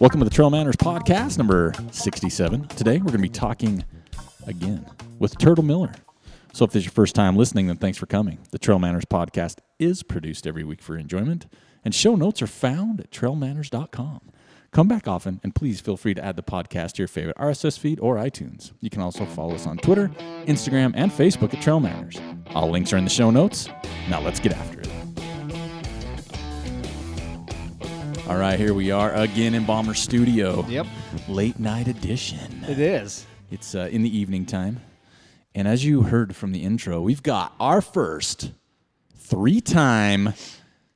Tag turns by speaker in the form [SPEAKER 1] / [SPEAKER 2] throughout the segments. [SPEAKER 1] Welcome to the Trail Manners podcast number 67. Today we're going to be talking again with Turtle Miller. So if this is your first time listening, then thanks for coming. The Trail Manners podcast is produced every week for enjoyment, and show notes are found at trailmanners.com. Come back often, and please feel free to add the podcast to your favorite RSS feed or iTunes. You can also follow us on Twitter, Instagram, and Facebook at Trail Manners. All links are in the show notes. Now let's get after it. All right, here we are again in Bomber Studio.
[SPEAKER 2] Yep.
[SPEAKER 1] Late night edition.
[SPEAKER 2] It is.
[SPEAKER 1] It's uh, in the evening time. And as you heard from the intro, we've got our first three time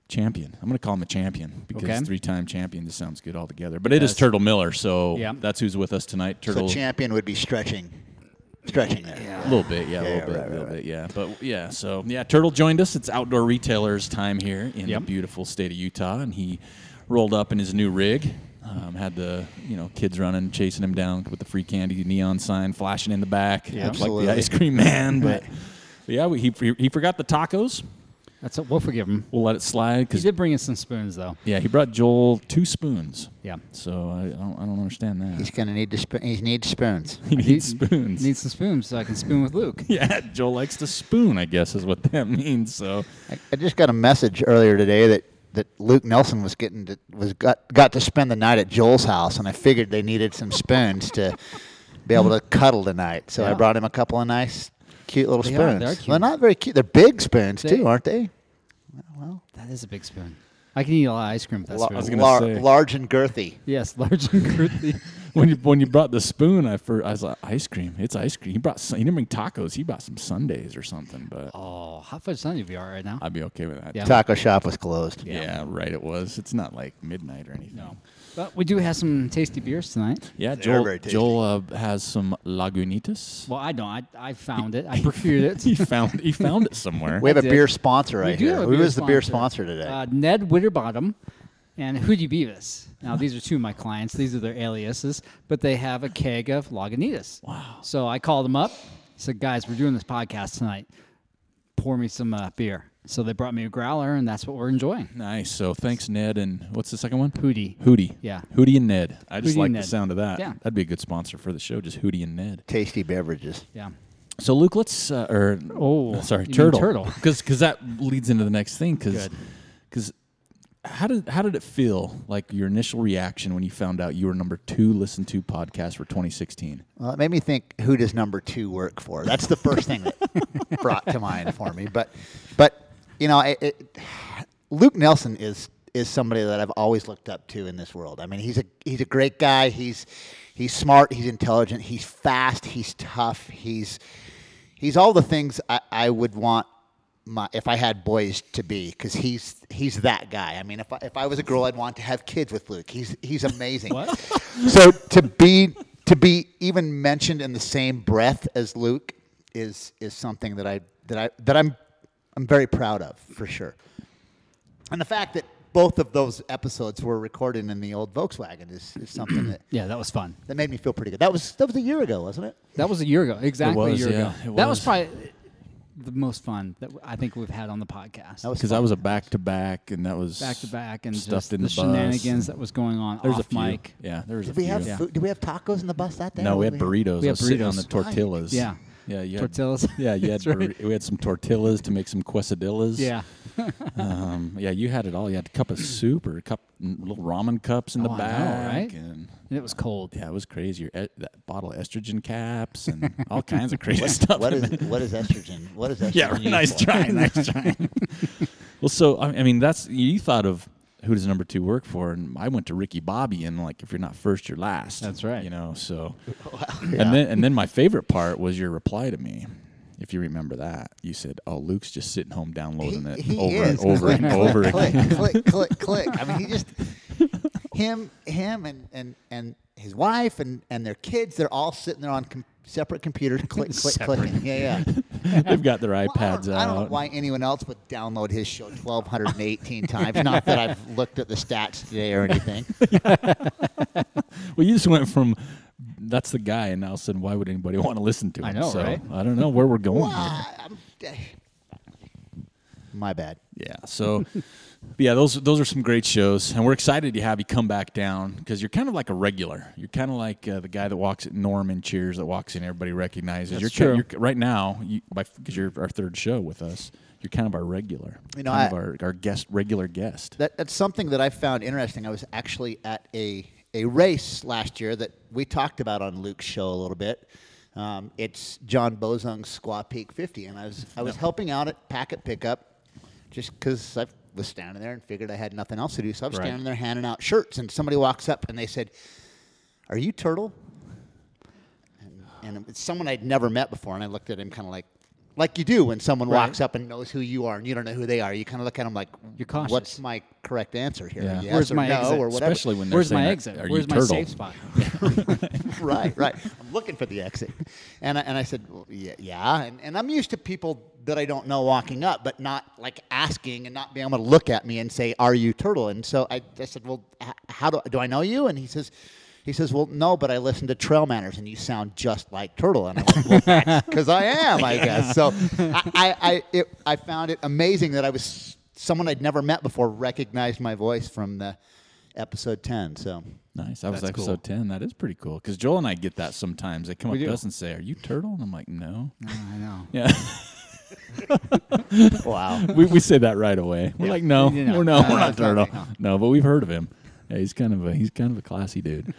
[SPEAKER 1] champion. I'm going to call him a champion because
[SPEAKER 2] Okay.
[SPEAKER 1] three time champion just sounds good altogether. But it is Turtle Miller. So
[SPEAKER 2] Yeah.
[SPEAKER 1] that's who's with us tonight.
[SPEAKER 3] So
[SPEAKER 1] Turtle.
[SPEAKER 3] champion would be stretching, stretching there.
[SPEAKER 1] a little bit, yeah, a
[SPEAKER 3] Yeah,
[SPEAKER 1] little bit,
[SPEAKER 3] right, right,
[SPEAKER 1] little bit, yeah. But yeah, so yeah, Turtle joined us. It's outdoor retailers time here in the
[SPEAKER 2] Yep.
[SPEAKER 1] beautiful state of Utah, and he rolled up in his new rig. Um, had the you know kids running, chasing him down with the free candy neon sign flashing in the back,
[SPEAKER 2] Yeah.
[SPEAKER 1] Looked like
[SPEAKER 3] Absolutely.
[SPEAKER 1] the ice cream man. But,
[SPEAKER 3] Right.
[SPEAKER 1] but yeah, we, he he forgot the tacos.
[SPEAKER 2] That's we'll forgive him.
[SPEAKER 1] We'll let it slide
[SPEAKER 2] He
[SPEAKER 1] because
[SPEAKER 2] did bring us some spoons though.
[SPEAKER 1] yeah, he brought Joel two spoons.
[SPEAKER 2] Yeah.
[SPEAKER 1] So I, I don't I don't understand
[SPEAKER 3] He's
[SPEAKER 1] that.
[SPEAKER 3] gonna need to. Sp- he needs spoons.
[SPEAKER 1] He needs spoons.
[SPEAKER 2] Need some spoons so I can spoon with Luke.
[SPEAKER 1] yeah, Joel likes to spoon. I guess is what that means. So.
[SPEAKER 3] I, I just got a message earlier today that, that Luke Nelson was getting to, was got got to spend the night at Joel's house, and I figured they needed some spoons to be able to cuddle tonight. So I
[SPEAKER 2] Yeah.
[SPEAKER 3] brought him a couple of nice, cute little
[SPEAKER 2] They are,
[SPEAKER 3] spoons.
[SPEAKER 2] they're cute.
[SPEAKER 3] They're not very cute. They're big spoons
[SPEAKER 2] They-
[SPEAKER 3] too, aren't they?
[SPEAKER 2] That is a big spoon. I can eat a lot of ice cream with that
[SPEAKER 3] Lar-
[SPEAKER 2] spoon.
[SPEAKER 1] gonna
[SPEAKER 3] lar-
[SPEAKER 1] say.
[SPEAKER 3] large and girthy.
[SPEAKER 2] yes, large and girthy.
[SPEAKER 1] when you when you brought the spoon, I first, I was like, ice cream. It's ice cream. He brought sun- he didn't bring tacos. He brought some sundaes or something. But
[SPEAKER 2] oh, hot fudge sundae would be all right now.
[SPEAKER 1] I'd be okay with that.
[SPEAKER 2] Yeah.
[SPEAKER 3] Taco shop was closed.
[SPEAKER 1] Yeah, right. It was. It's not like midnight or anything.
[SPEAKER 2] no, but we do have some tasty beers tonight.
[SPEAKER 1] Yeah,
[SPEAKER 3] They are
[SPEAKER 1] Joel.
[SPEAKER 3] very tasty.
[SPEAKER 1] Joel uh, has some Lagunitas.
[SPEAKER 2] Well, I don't. I, I found it. I procured it.
[SPEAKER 1] he found he found it somewhere.
[SPEAKER 3] We have a
[SPEAKER 2] did.
[SPEAKER 3] beer sponsor right
[SPEAKER 2] do
[SPEAKER 3] here.
[SPEAKER 2] have a
[SPEAKER 3] Who
[SPEAKER 2] beer
[SPEAKER 3] is the beer sponsor today?
[SPEAKER 2] Uh, Ned Witterbottom and Hootie Beavis. Now, these are two of my clients. These are their aliases, but they have a keg of Lagunitas. Wow. So I called them up, said, guys, we're doing this podcast tonight. Pour me some uh, beer. So they brought me a growler, and that's what we're enjoying.
[SPEAKER 1] nice. So thanks, Ned. And what's the second one?
[SPEAKER 2] Hootie.
[SPEAKER 1] Hootie.
[SPEAKER 2] Yeah.
[SPEAKER 1] Hootie and Ned. I just
[SPEAKER 2] Hootie
[SPEAKER 1] like
[SPEAKER 2] and
[SPEAKER 1] the
[SPEAKER 2] Ned.
[SPEAKER 1] sound of that.
[SPEAKER 2] Yeah.
[SPEAKER 1] That'd be a good sponsor for the show. Just Hootie and Ned.
[SPEAKER 3] Tasty beverages.
[SPEAKER 2] Yeah.
[SPEAKER 1] So Luke, let's uh, or
[SPEAKER 2] Oh,
[SPEAKER 1] sorry,
[SPEAKER 2] you mean
[SPEAKER 1] turtle,
[SPEAKER 2] turtle.
[SPEAKER 1] because that leads into the next thing because
[SPEAKER 2] Good.
[SPEAKER 1] how did how did it feel like your initial reaction when you found out you were number two listened to podcast for 2016?
[SPEAKER 3] Well, it made me think, who does number two work for? That's the first thing that brought to mind for me. But, but you know, it, it, Luke Nelson is is somebody that I've always looked up to in this world. I mean, he's a he's a great guy. He's he's smart. He's intelligent. He's fast. He's tough. He's he's all the things I, I would want my if I had boys to be because he's he's that guy. I mean, if I, if I was a girl, I'd want to have kids with Luke. He's he's amazing. so to be to be even mentioned in the same breath as Luke is is something that I that I that I'm I'm very proud of for sure. And the fact that both of those episodes were recorded in the old Volkswagen is, is something that,
[SPEAKER 2] Yeah, that was fun.
[SPEAKER 3] that made me feel pretty good. That was that was a year ago, wasn't it?
[SPEAKER 2] That was a year ago. Exactly
[SPEAKER 1] was,
[SPEAKER 2] a year
[SPEAKER 1] yeah,
[SPEAKER 2] ago.
[SPEAKER 1] it
[SPEAKER 2] That was
[SPEAKER 1] was.
[SPEAKER 2] probably the most fun that I think we've had on the podcast.
[SPEAKER 3] That was
[SPEAKER 1] Because I was a back to back, and that was
[SPEAKER 2] back to back and
[SPEAKER 1] stuffed
[SPEAKER 2] just
[SPEAKER 1] in
[SPEAKER 2] the,
[SPEAKER 1] the bus.
[SPEAKER 2] shenanigans that was going on
[SPEAKER 1] There's
[SPEAKER 2] off
[SPEAKER 1] a few.
[SPEAKER 2] mic.
[SPEAKER 1] Yeah, there was a
[SPEAKER 3] Did we
[SPEAKER 1] few.
[SPEAKER 3] have
[SPEAKER 1] Yeah.
[SPEAKER 3] food? Did we have tacos in the bus that day?
[SPEAKER 1] No,
[SPEAKER 3] What
[SPEAKER 1] we had
[SPEAKER 3] did
[SPEAKER 1] burritos.
[SPEAKER 2] We
[SPEAKER 1] I
[SPEAKER 2] had
[SPEAKER 1] was sitting on the
[SPEAKER 2] burritos.
[SPEAKER 1] tortillas.
[SPEAKER 2] Yeah.
[SPEAKER 1] Yeah, you had-
[SPEAKER 2] Tortillas.
[SPEAKER 1] Yeah, you had
[SPEAKER 2] That's right.
[SPEAKER 1] burri- we had some tortillas to make some quesadillas.
[SPEAKER 2] Yeah.
[SPEAKER 1] um, yeah, you had it all. You had a cup of soup or a cup, little ramen cups in the
[SPEAKER 2] Oh, I know,
[SPEAKER 1] back,
[SPEAKER 2] right?
[SPEAKER 1] and
[SPEAKER 2] And it was cold.
[SPEAKER 1] Yeah, it was crazy. Your e- that bottle of estrogen caps and all kinds of crazy stuff.
[SPEAKER 3] What
[SPEAKER 1] in
[SPEAKER 3] is
[SPEAKER 1] it.
[SPEAKER 3] what is estrogen? What is estrogen?
[SPEAKER 1] Yeah, right,
[SPEAKER 3] used
[SPEAKER 1] nice
[SPEAKER 3] for?
[SPEAKER 1] try, nice try. Well, so I I mean, that's you thought of who does number two work for, and I went to Ricky Bobby, and like if you're not first, you're last.
[SPEAKER 2] That's right.
[SPEAKER 1] You know, so and then and then my favorite part was your reply to me. If you remember that, you said, "Oh, Luke's just sitting home downloading it over and over
[SPEAKER 3] click,
[SPEAKER 1] and
[SPEAKER 3] click,
[SPEAKER 1] over
[SPEAKER 3] click,
[SPEAKER 1] again."
[SPEAKER 3] click, click, click. I mean, he just him, him, and and and his wife and and their kids. They're all sitting there on com- separate computers, click, click,
[SPEAKER 2] Separate.
[SPEAKER 3] clicking. Yeah, yeah.
[SPEAKER 1] They've got their
[SPEAKER 3] Well, I don't-
[SPEAKER 1] iPads out.
[SPEAKER 3] I don't know why anyone else would download his show 1,218 times. Not that I've looked at the stats today or anything.
[SPEAKER 1] Well, you just went from that's the guy, and now said, "Why would anybody want to listen to him?"
[SPEAKER 2] I know,
[SPEAKER 1] so,
[SPEAKER 2] right?
[SPEAKER 1] I don't know where we're going. here.
[SPEAKER 3] Ah, I'm- My bad.
[SPEAKER 1] Yeah. So, but yeah, those those are some great shows, and we're excited to have you come back down because you're kind of like a regular. You're kind of like uh, the guy that walks at Norm and Cheers that walks in, everybody recognizes.
[SPEAKER 2] That's
[SPEAKER 1] you're ki-
[SPEAKER 2] true.
[SPEAKER 1] you're, right now, you, by because you're our third show with us, you're kind of our regular.
[SPEAKER 3] You know,
[SPEAKER 1] kind
[SPEAKER 3] I-
[SPEAKER 1] of our, our guest, regular guest.
[SPEAKER 3] That, that's something that I found interesting. I was actually at a, a race last year that we talked about on Luke's show a little bit. Um, it's John Bozung's Squaw Peak 50, and I was I was helping out at packet pickup just because I was standing there and figured I had nothing else to do. So I was
[SPEAKER 2] Right.
[SPEAKER 3] standing there handing out shirts, and somebody walks up and they said, "Are you Turtle?" And, and it's someone I'd never met before, and I looked at him kind of like. Like you do when someone
[SPEAKER 2] Right.
[SPEAKER 3] walks up and knows who you are and you don't know who they are, you kind of look at them like,
[SPEAKER 2] You're cautious.
[SPEAKER 3] What's my correct answer here?
[SPEAKER 1] Yeah.
[SPEAKER 3] Yes
[SPEAKER 2] Where's
[SPEAKER 3] or
[SPEAKER 2] my
[SPEAKER 3] no
[SPEAKER 2] exit?
[SPEAKER 3] or whatever.
[SPEAKER 1] Especially when they're
[SPEAKER 2] Where's
[SPEAKER 1] saying,
[SPEAKER 2] my
[SPEAKER 1] "Are-
[SPEAKER 2] exit?
[SPEAKER 1] Are you
[SPEAKER 2] Where's my
[SPEAKER 1] turtle?"
[SPEAKER 2] safe spot? Oh,
[SPEAKER 3] right, right. I'm looking for the exit, and I, and I said, well, yeah, yeah. And, and I'm used to people that I don't know walking up, but not like asking and not being able to look at me and say, "Are you turtle?" And so I, I said, well, h- how do do I know you? And he says. He says, "Well, no, but I listen to Trail Manners, and you sound just like Turtle." And I'm like, "Well, that's because I am, I guess." So, I, I, I, it, I found it amazing that I was someone I'd never met before recognized my voice from the episode ten. So,
[SPEAKER 1] Nice. That was
[SPEAKER 2] That's cool.
[SPEAKER 1] episode ten. That is pretty cool because Joel and I get that sometimes. They come up
[SPEAKER 2] do.
[SPEAKER 1] to us and say, "Are you turtle?" And I'm like, "No."
[SPEAKER 2] I know.
[SPEAKER 1] Yeah.
[SPEAKER 3] wow.
[SPEAKER 1] we, we say that right away. We're like, no,
[SPEAKER 2] You know,
[SPEAKER 1] we're no,
[SPEAKER 2] no,
[SPEAKER 1] we're not
[SPEAKER 2] that's not
[SPEAKER 1] turtle. No, but we've heard of him. Yeah, he's kind of a he's kind of a classy dude.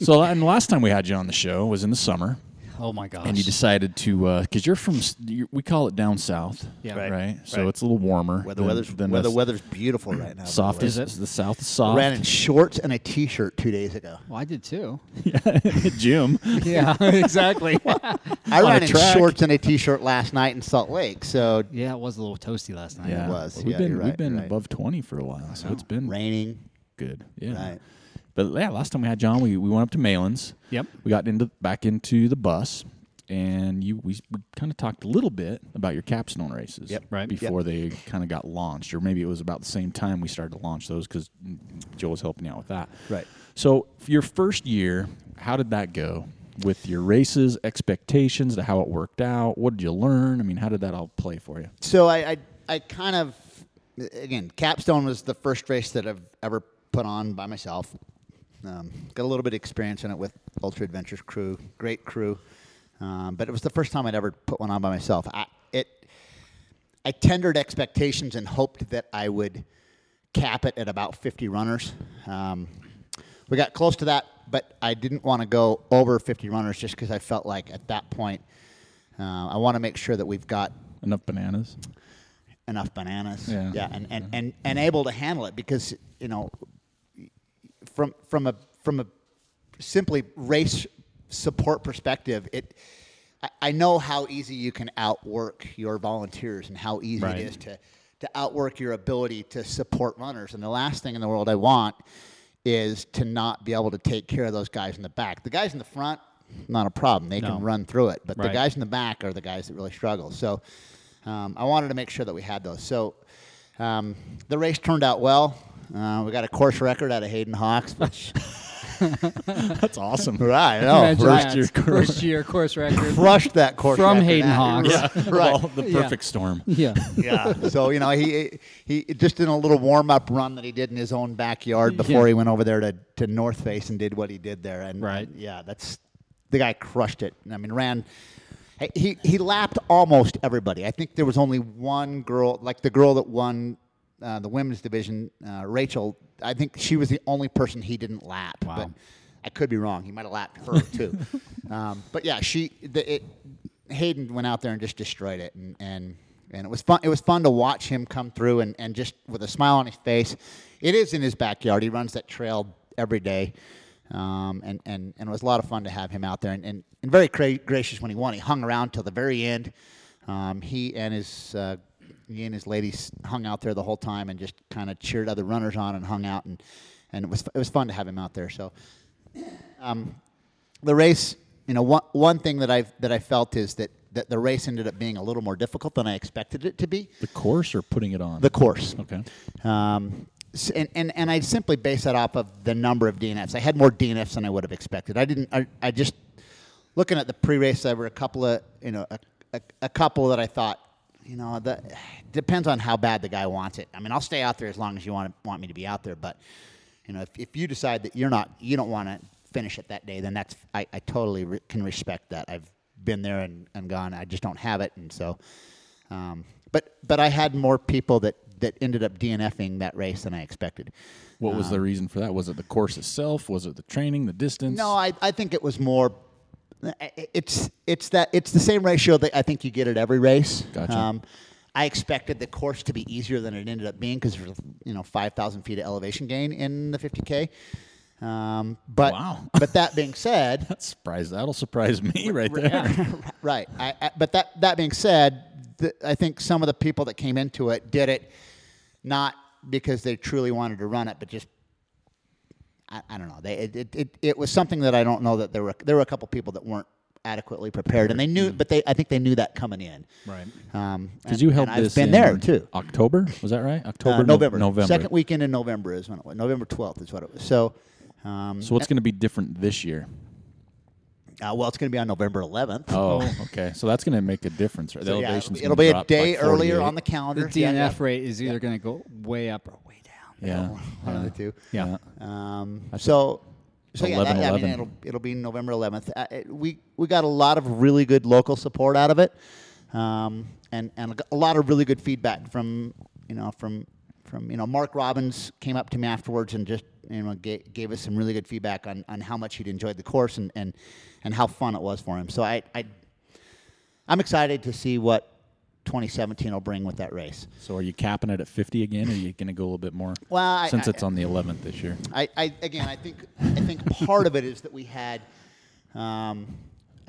[SPEAKER 1] so, and the last time we had you on the show was in the summer,
[SPEAKER 2] Oh my gosh.
[SPEAKER 1] and you decided to because you're from s- you we call it down south,
[SPEAKER 2] Yeah.
[SPEAKER 1] right.
[SPEAKER 2] Right.
[SPEAKER 1] So it's a little warmer.
[SPEAKER 3] Weather
[SPEAKER 1] than-
[SPEAKER 3] weather's
[SPEAKER 1] than
[SPEAKER 3] weather
[SPEAKER 1] us.
[SPEAKER 3] weather's beautiful right now. by the
[SPEAKER 1] soft
[SPEAKER 3] way.
[SPEAKER 1] is the south is soft.
[SPEAKER 3] Ran in shorts and a t-shirt two days ago.
[SPEAKER 2] well, I did too.
[SPEAKER 1] Jim,
[SPEAKER 2] yeah, exactly.
[SPEAKER 3] I
[SPEAKER 1] On a
[SPEAKER 3] ran in
[SPEAKER 1] track.
[SPEAKER 3] shorts and a t-shirt last night in Salt Lake. So
[SPEAKER 2] yeah, it was a little toasty last night.
[SPEAKER 1] yeah,
[SPEAKER 3] was.
[SPEAKER 1] We've
[SPEAKER 3] Yeah,
[SPEAKER 1] been
[SPEAKER 3] you're
[SPEAKER 1] we've
[SPEAKER 3] right,
[SPEAKER 1] been
[SPEAKER 3] you're right.
[SPEAKER 1] above twenty for a while, so it's been
[SPEAKER 3] raining.
[SPEAKER 1] good. Yeah.
[SPEAKER 3] Right.
[SPEAKER 1] But yeah, last time we had John, we, we went up to Malin's.
[SPEAKER 2] Yep.
[SPEAKER 1] We got into back into the bus, and you we, we kind of talked a little bit about your capstone races.
[SPEAKER 3] Yep.
[SPEAKER 2] Right.
[SPEAKER 1] Before they kind of got launched, or maybe it was about the same time we started to launch those because Joel was helping you out with that.
[SPEAKER 3] Right.
[SPEAKER 1] So for your first year, how did that go with your races, expectations, to how it worked out? What did you learn? I mean, how did that all play for you?
[SPEAKER 3] So I, I I kind of again Capstone was the first race that I've ever put on by myself. Um, got a little bit of experience in it with Ultra Adventures crew, great crew, um, but it was the first time I'd ever put one on by myself. I, it I tendered expectations and hoped that I would cap it at about 50 runners. Um, we got close to that, but I didn't want to go over 50 runners just because I felt like at that point uh, I want to make sure that we've got
[SPEAKER 1] Enough bananas.
[SPEAKER 3] enough bananas.
[SPEAKER 1] Yeah.
[SPEAKER 3] and, and, and, and able to handle it because, you know, from from a from a simply race support perspective, it I, I know how easy you can outwork your volunteers and how easy
[SPEAKER 1] Right.
[SPEAKER 3] it is to to outwork your ability to support runners. And the last thing in the world I want is to not be able to take care of those guys in the back. The guys in the front, not a problem. They
[SPEAKER 2] No.
[SPEAKER 3] can run through it. But
[SPEAKER 2] Right.
[SPEAKER 3] the guys in the back are the guys that really struggle. So um, I wanted to make sure that we had those. So um, the race turned out well. Uh, we got a course record out of Hayden Hawks, which
[SPEAKER 1] That's awesome.
[SPEAKER 3] right, no,
[SPEAKER 2] Imagine
[SPEAKER 3] right,
[SPEAKER 2] that.
[SPEAKER 1] Oh, year course.
[SPEAKER 2] first year course record.
[SPEAKER 3] crushed that course
[SPEAKER 2] From
[SPEAKER 3] record.
[SPEAKER 2] Hayden
[SPEAKER 3] Uh,
[SPEAKER 2] Hawks.
[SPEAKER 3] right, right.
[SPEAKER 1] Well, the
[SPEAKER 2] Yeah.
[SPEAKER 1] perfect storm.
[SPEAKER 2] yeah.
[SPEAKER 3] yeah. So you know, he he just in a little warm up run that he did in his own backyard before
[SPEAKER 2] Yeah.
[SPEAKER 3] he went over there to, to North Face and did what he did there. And
[SPEAKER 2] Right.
[SPEAKER 3] and, yeah, that's the guy crushed it. I mean, ran. He he lapped almost everybody. I think there was only one girl, like the girl that won uh, the women's division, uh, Rachel. I think she was the only person he didn't lap.
[SPEAKER 2] Wow.
[SPEAKER 3] But I could be wrong. He might have lapped her too. um, but yeah, she the, it, Hayden went out there and just destroyed it, and, and and it was fun. It was fun to watch him come through and, and just with a smile on his face. It is in his backyard. He runs that trail every day, um, and and and it was a lot of fun to have him out there and and, and very cra- gracious when he won. He hung around till the very end. Um, he and his uh, he and his ladies hung out there the whole time and just kind of cheered other runners on and hung out and and it was it was fun to have him out there. So the race, you know, one, one thing that I that I felt is that that the race ended up being a little more difficult than I expected it to be.
[SPEAKER 1] The course or putting it on?
[SPEAKER 3] The course,
[SPEAKER 1] okay.
[SPEAKER 3] um, s- and, and and I simply base that off of the number of DNFs. I had more DNFs than I would have expected. I didn't. I, I just looking at the pre-race, there were a couple of you know a, a, a couple that I thought you know the depends on how bad the guy wants it. I mean, I'll stay out there as long as you want want me to be out there, but you know if, if you decide that you're not you don't want to finish it that day, then that's I, I totally re- can respect that. I've been there and, and gone. I just don't have it, and so. Um, but but I had more people that that ended up DNFing that race than I expected.
[SPEAKER 1] What was the
[SPEAKER 3] Um,
[SPEAKER 1] reason for that? Was it the course itself? Was it the training, the distance?
[SPEAKER 3] No, I, I think it was more. It's it's that it's the same ratio that I think you get at every race. Um,
[SPEAKER 1] Gotcha.
[SPEAKER 3] I expected the course to be easier than it ended up being because you know five thousand feet of elevation gain in the fifty k. Um, but
[SPEAKER 1] Wow.
[SPEAKER 3] but that being said,
[SPEAKER 1] That's surprise. That'll surprise me right there.
[SPEAKER 3] right. I, I, but that that being said, th- I think some of the people that came into it did it not because they truly wanted to run it, but just I, I don't know. They it, it, it it was something that I don't know that there were there were a couple people that weren't adequately prepared, and they knew, but they I think they knew that coming in.
[SPEAKER 1] Right.
[SPEAKER 3] Um,
[SPEAKER 1] Because
[SPEAKER 3] and-
[SPEAKER 1] you held
[SPEAKER 3] and I've
[SPEAKER 1] this
[SPEAKER 3] been
[SPEAKER 1] in
[SPEAKER 3] there too.
[SPEAKER 1] October was that right? October,
[SPEAKER 3] Uh,
[SPEAKER 1] No-
[SPEAKER 3] November.
[SPEAKER 1] November.
[SPEAKER 3] Second weekend in November is when it was. November twelfth is what it was. So. Um,
[SPEAKER 1] So what's going to be different this year?
[SPEAKER 3] uh, well, it's going to be on November 11th.
[SPEAKER 1] Oh, okay. So that's going to make a difference. Right? The
[SPEAKER 3] So, yeah,
[SPEAKER 1] elevation's
[SPEAKER 3] it'll be a
[SPEAKER 1] gonna drop by
[SPEAKER 3] day earlier
[SPEAKER 1] 48.
[SPEAKER 3] on the calendar.
[SPEAKER 2] The DNF
[SPEAKER 3] Yeah, yeah.
[SPEAKER 2] rate is either going to go way up or way down.
[SPEAKER 1] Yeah.
[SPEAKER 3] one of the two.
[SPEAKER 1] Yeah.
[SPEAKER 3] Um, so, so yeah, that, I
[SPEAKER 1] 11-11.
[SPEAKER 3] mean, it'll it'll be November 11th. Uh, it, we we got a lot of really good local support out of it, um, and and a lot of really good feedback from you know from from you know Mark Robbins came up to me afterwards and just you know gave, gave us some really good feedback on, on how much he'd enjoyed the course and, and and how fun it was for him. So I I I'm excited to see what 2017 will bring with that race.
[SPEAKER 1] So are you capping it at 50 again, or are you going to go a little bit more?
[SPEAKER 3] Well, I-
[SPEAKER 1] since
[SPEAKER 3] I-
[SPEAKER 1] it's on the 11th this year.
[SPEAKER 3] I, I again, I think I think part of it is that we had. Um,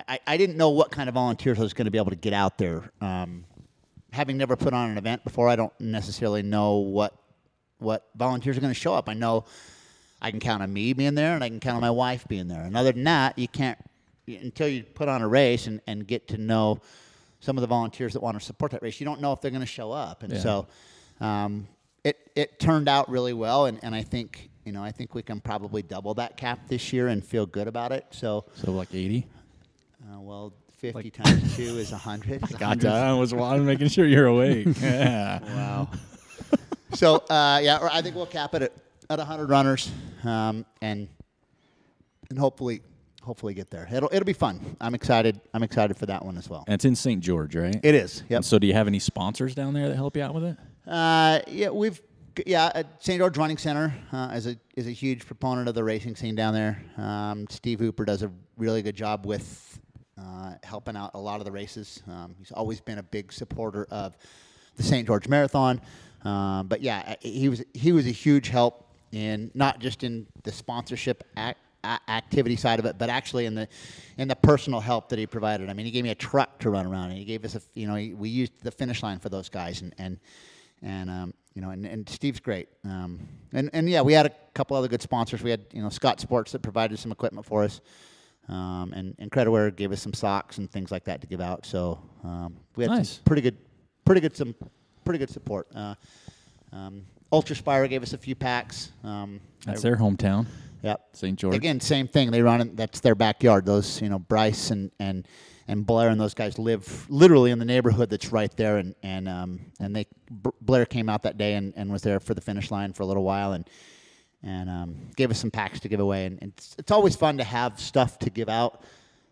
[SPEAKER 3] I, I didn't know what kind of volunteers I was going to be able to get out there. Um, having never put on an event before, I don't necessarily know what what volunteers are going to show up. I know I can count on me being there, and I can count on my wife being there. And other than that, you can't until you put on a race and, and get to know some of the volunteers that want to support that race. You don't know if they're going to show up, and
[SPEAKER 1] Yeah.
[SPEAKER 3] so um, it it turned out really well. And, and I think you know I think we can probably double that cap this year and feel good about it. So
[SPEAKER 1] So like 80.
[SPEAKER 3] uh, well, fifty times two is hundred.
[SPEAKER 1] Gotcha. I was wa- I'm making sure you're awake. Yeah.
[SPEAKER 3] Wow. so uh, yeah, or I think we'll cap it at, at 100 runners, um, and and hopefully hopefully get there. It'll it'll be fun. I'm excited. I'm excited for that one as well.
[SPEAKER 1] And it's in St. George, right?
[SPEAKER 3] It is. Yep.
[SPEAKER 1] And so do you have any sponsors down there that help you out with it?
[SPEAKER 3] Uh, yeah, we've yeah, uh, St. George Running Center uh, is a is a huge proponent of the racing scene down there. Um, Steve Hooper does a really good job with uh, helping out a lot of the races. Um, he's always been a big supporter of the St. George Marathon. Um, but yeah, uh, he was he was a huge help in not just in the sponsorship act, a- activity side of it, but actually in the in the personal help that he provided. I mean, he gave me a truck to run around, and he gave us a f- you know he, we used the finish line for those guys, and and and um, you know and, and Steve's great, um, and and yeah, we had a couple other good sponsors. We had you know Scott Sports that provided some equipment for us. Um, and, and Creditware gave us some socks and things like that to give out. So um, we had
[SPEAKER 1] Nice.
[SPEAKER 3] some pretty good, pretty good, some pretty good support. Uh, um, Ultra Spire gave us a few packs. Um,
[SPEAKER 1] That's their hometown,
[SPEAKER 3] Yep.
[SPEAKER 1] St. George.
[SPEAKER 3] Again, same thing. They run in that's their backyard. Those, you know, Bryce and and and Blair and those guys live literally in the neighborhood that's right there. And and um and they B- Blair came out that day and, and was there for the finish line for a little while and and um, gave us some packs to give away. And, and it's, it's always fun to have stuff to give out.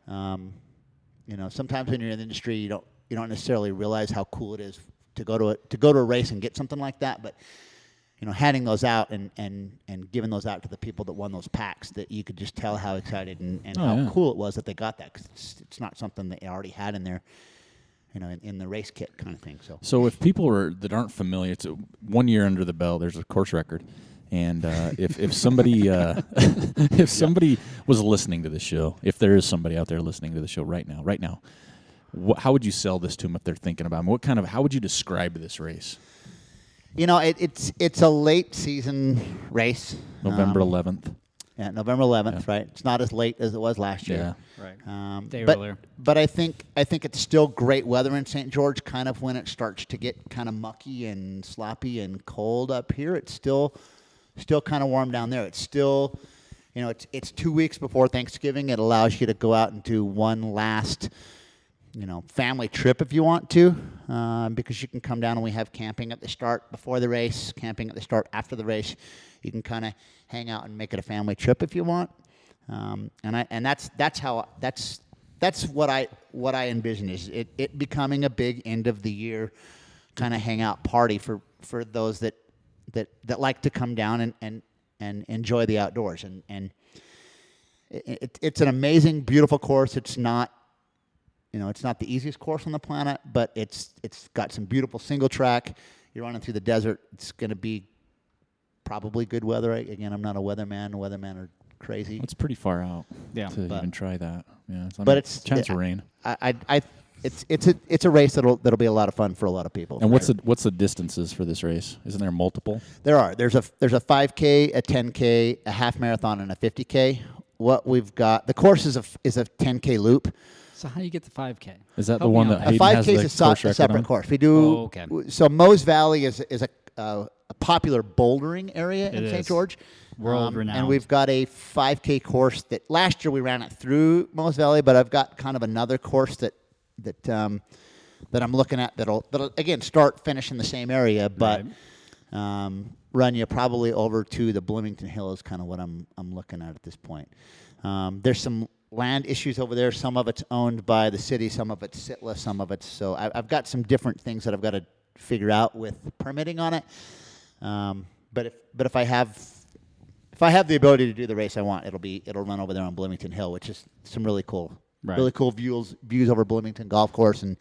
[SPEAKER 3] Um, you know, sometimes when you're in the industry, you don't you don't necessarily realize how cool it is to go to a, to go to a race and get something like that, but you know, handing those out and, and, and giving those out to the people that won those packs, that you could just tell how excited and, and
[SPEAKER 1] Oh,
[SPEAKER 3] how
[SPEAKER 1] yeah.
[SPEAKER 3] cool it was that they got that because it's, it's not something they already had in their you know, in, in the race kit kind of thing. So
[SPEAKER 1] So if people are that aren't familiar, it's a, one year under the belt. There's a course record, and uh, if if somebody uh, if somebody was listening to this show, if there is somebody out there listening to the show right now, right now, wh- how would you sell this to them if they're thinking about 'em? What kind of how would you describe this race?
[SPEAKER 3] you know, it, it's it's a late season race.
[SPEAKER 1] November
[SPEAKER 3] Um,
[SPEAKER 1] 11th.
[SPEAKER 3] yeah, November 11th, right? It's not as late as it was last year.
[SPEAKER 1] Yeah. Uh,
[SPEAKER 2] Right.
[SPEAKER 3] Um,
[SPEAKER 2] Day
[SPEAKER 3] but,
[SPEAKER 2] earlier.
[SPEAKER 3] But I think I think it's still great weather in St. George. Kind of when it starts to get kind of mucky and sloppy and cold up here, it's still still kind of warm down there. It's still you know it's it's two weeks before Thanksgiving. It allows you to go out and do one last you know family trip if you want to uh, because you can come down and we have camping at the start before the race, camping at the start after the race. You can kind of hang out and make it a family trip if you want um, and I and that's that's how that's that's what I what I envision is it, it becoming a big end of the year kind of hangout party for for those that that that like to come down and and, and enjoy the outdoors and and it, it, it's an amazing beautiful course it's not you know it's not the easiest course on the planet but it's it's got some beautiful single track you're running through the desert it's going to be probably good weather I, again i'm not a weatherman weathermen are crazy
[SPEAKER 1] It's pretty far out.
[SPEAKER 2] Yeah,
[SPEAKER 1] to
[SPEAKER 3] but-
[SPEAKER 1] even try that. Yeah, it's, I
[SPEAKER 3] but
[SPEAKER 1] mean,
[SPEAKER 3] it's
[SPEAKER 1] chance of rain.
[SPEAKER 3] I, I, I, it's it's a it's a race that'll that'll be a lot of fun for a lot of people.
[SPEAKER 1] And what's the what's the distances for this race? Isn't there multiple?
[SPEAKER 3] there are there's a there's a 5k, a 10k, a half marathon, and a 50k. What we've got the course is a is a 10k loop.
[SPEAKER 2] So how do you get the 5K?
[SPEAKER 1] Is that the
[SPEAKER 2] Help me
[SPEAKER 1] one
[SPEAKER 2] out
[SPEAKER 1] that Hayden
[SPEAKER 2] there.
[SPEAKER 3] a 5k
[SPEAKER 1] has
[SPEAKER 3] is
[SPEAKER 1] the course
[SPEAKER 3] a, so- a
[SPEAKER 1] record
[SPEAKER 3] separate
[SPEAKER 1] on?
[SPEAKER 3] course. We do
[SPEAKER 2] Oh, okay.
[SPEAKER 3] so Mose Valley is is a uh, a popular bouldering area in
[SPEAKER 2] It
[SPEAKER 3] St.
[SPEAKER 2] is.
[SPEAKER 3] George.
[SPEAKER 2] World
[SPEAKER 3] Um, And
[SPEAKER 2] renowned.
[SPEAKER 3] we've got a 5k course that last year we ran it through Mose Valley, but I've got kind of another course that that um, that I'm looking at that'll that'll again start finish in the same area, but um, run you probably over to the Bloomington Hill is kind of what I'm I'm looking at at this point. Um, there's some land issues over there. Some of it's owned by the city, some of it's sitless, some of it's so I, I've got some different things that I've got to figure out with permitting on it. Um, but if but if I have if I have the ability to do the race I want, it'll be it'll run over there on Bloomington Hill, which is some really cool,
[SPEAKER 1] Right.
[SPEAKER 3] really cool views views over Bloomington Golf Course and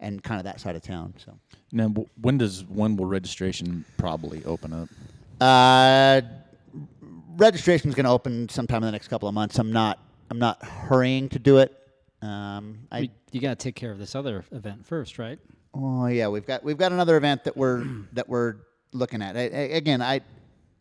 [SPEAKER 3] and kind of that side of town. So.
[SPEAKER 1] Now, w- when does when will registration probably open up?
[SPEAKER 3] Uh, registration is going to open sometime in the next couple of months. I'm not. I'm not hurrying to do it. Um, I.
[SPEAKER 2] We- you got to take care of this other event first, right?
[SPEAKER 3] Oh yeah, we've got we've got another event that we're that we're looking at. I, I, again, I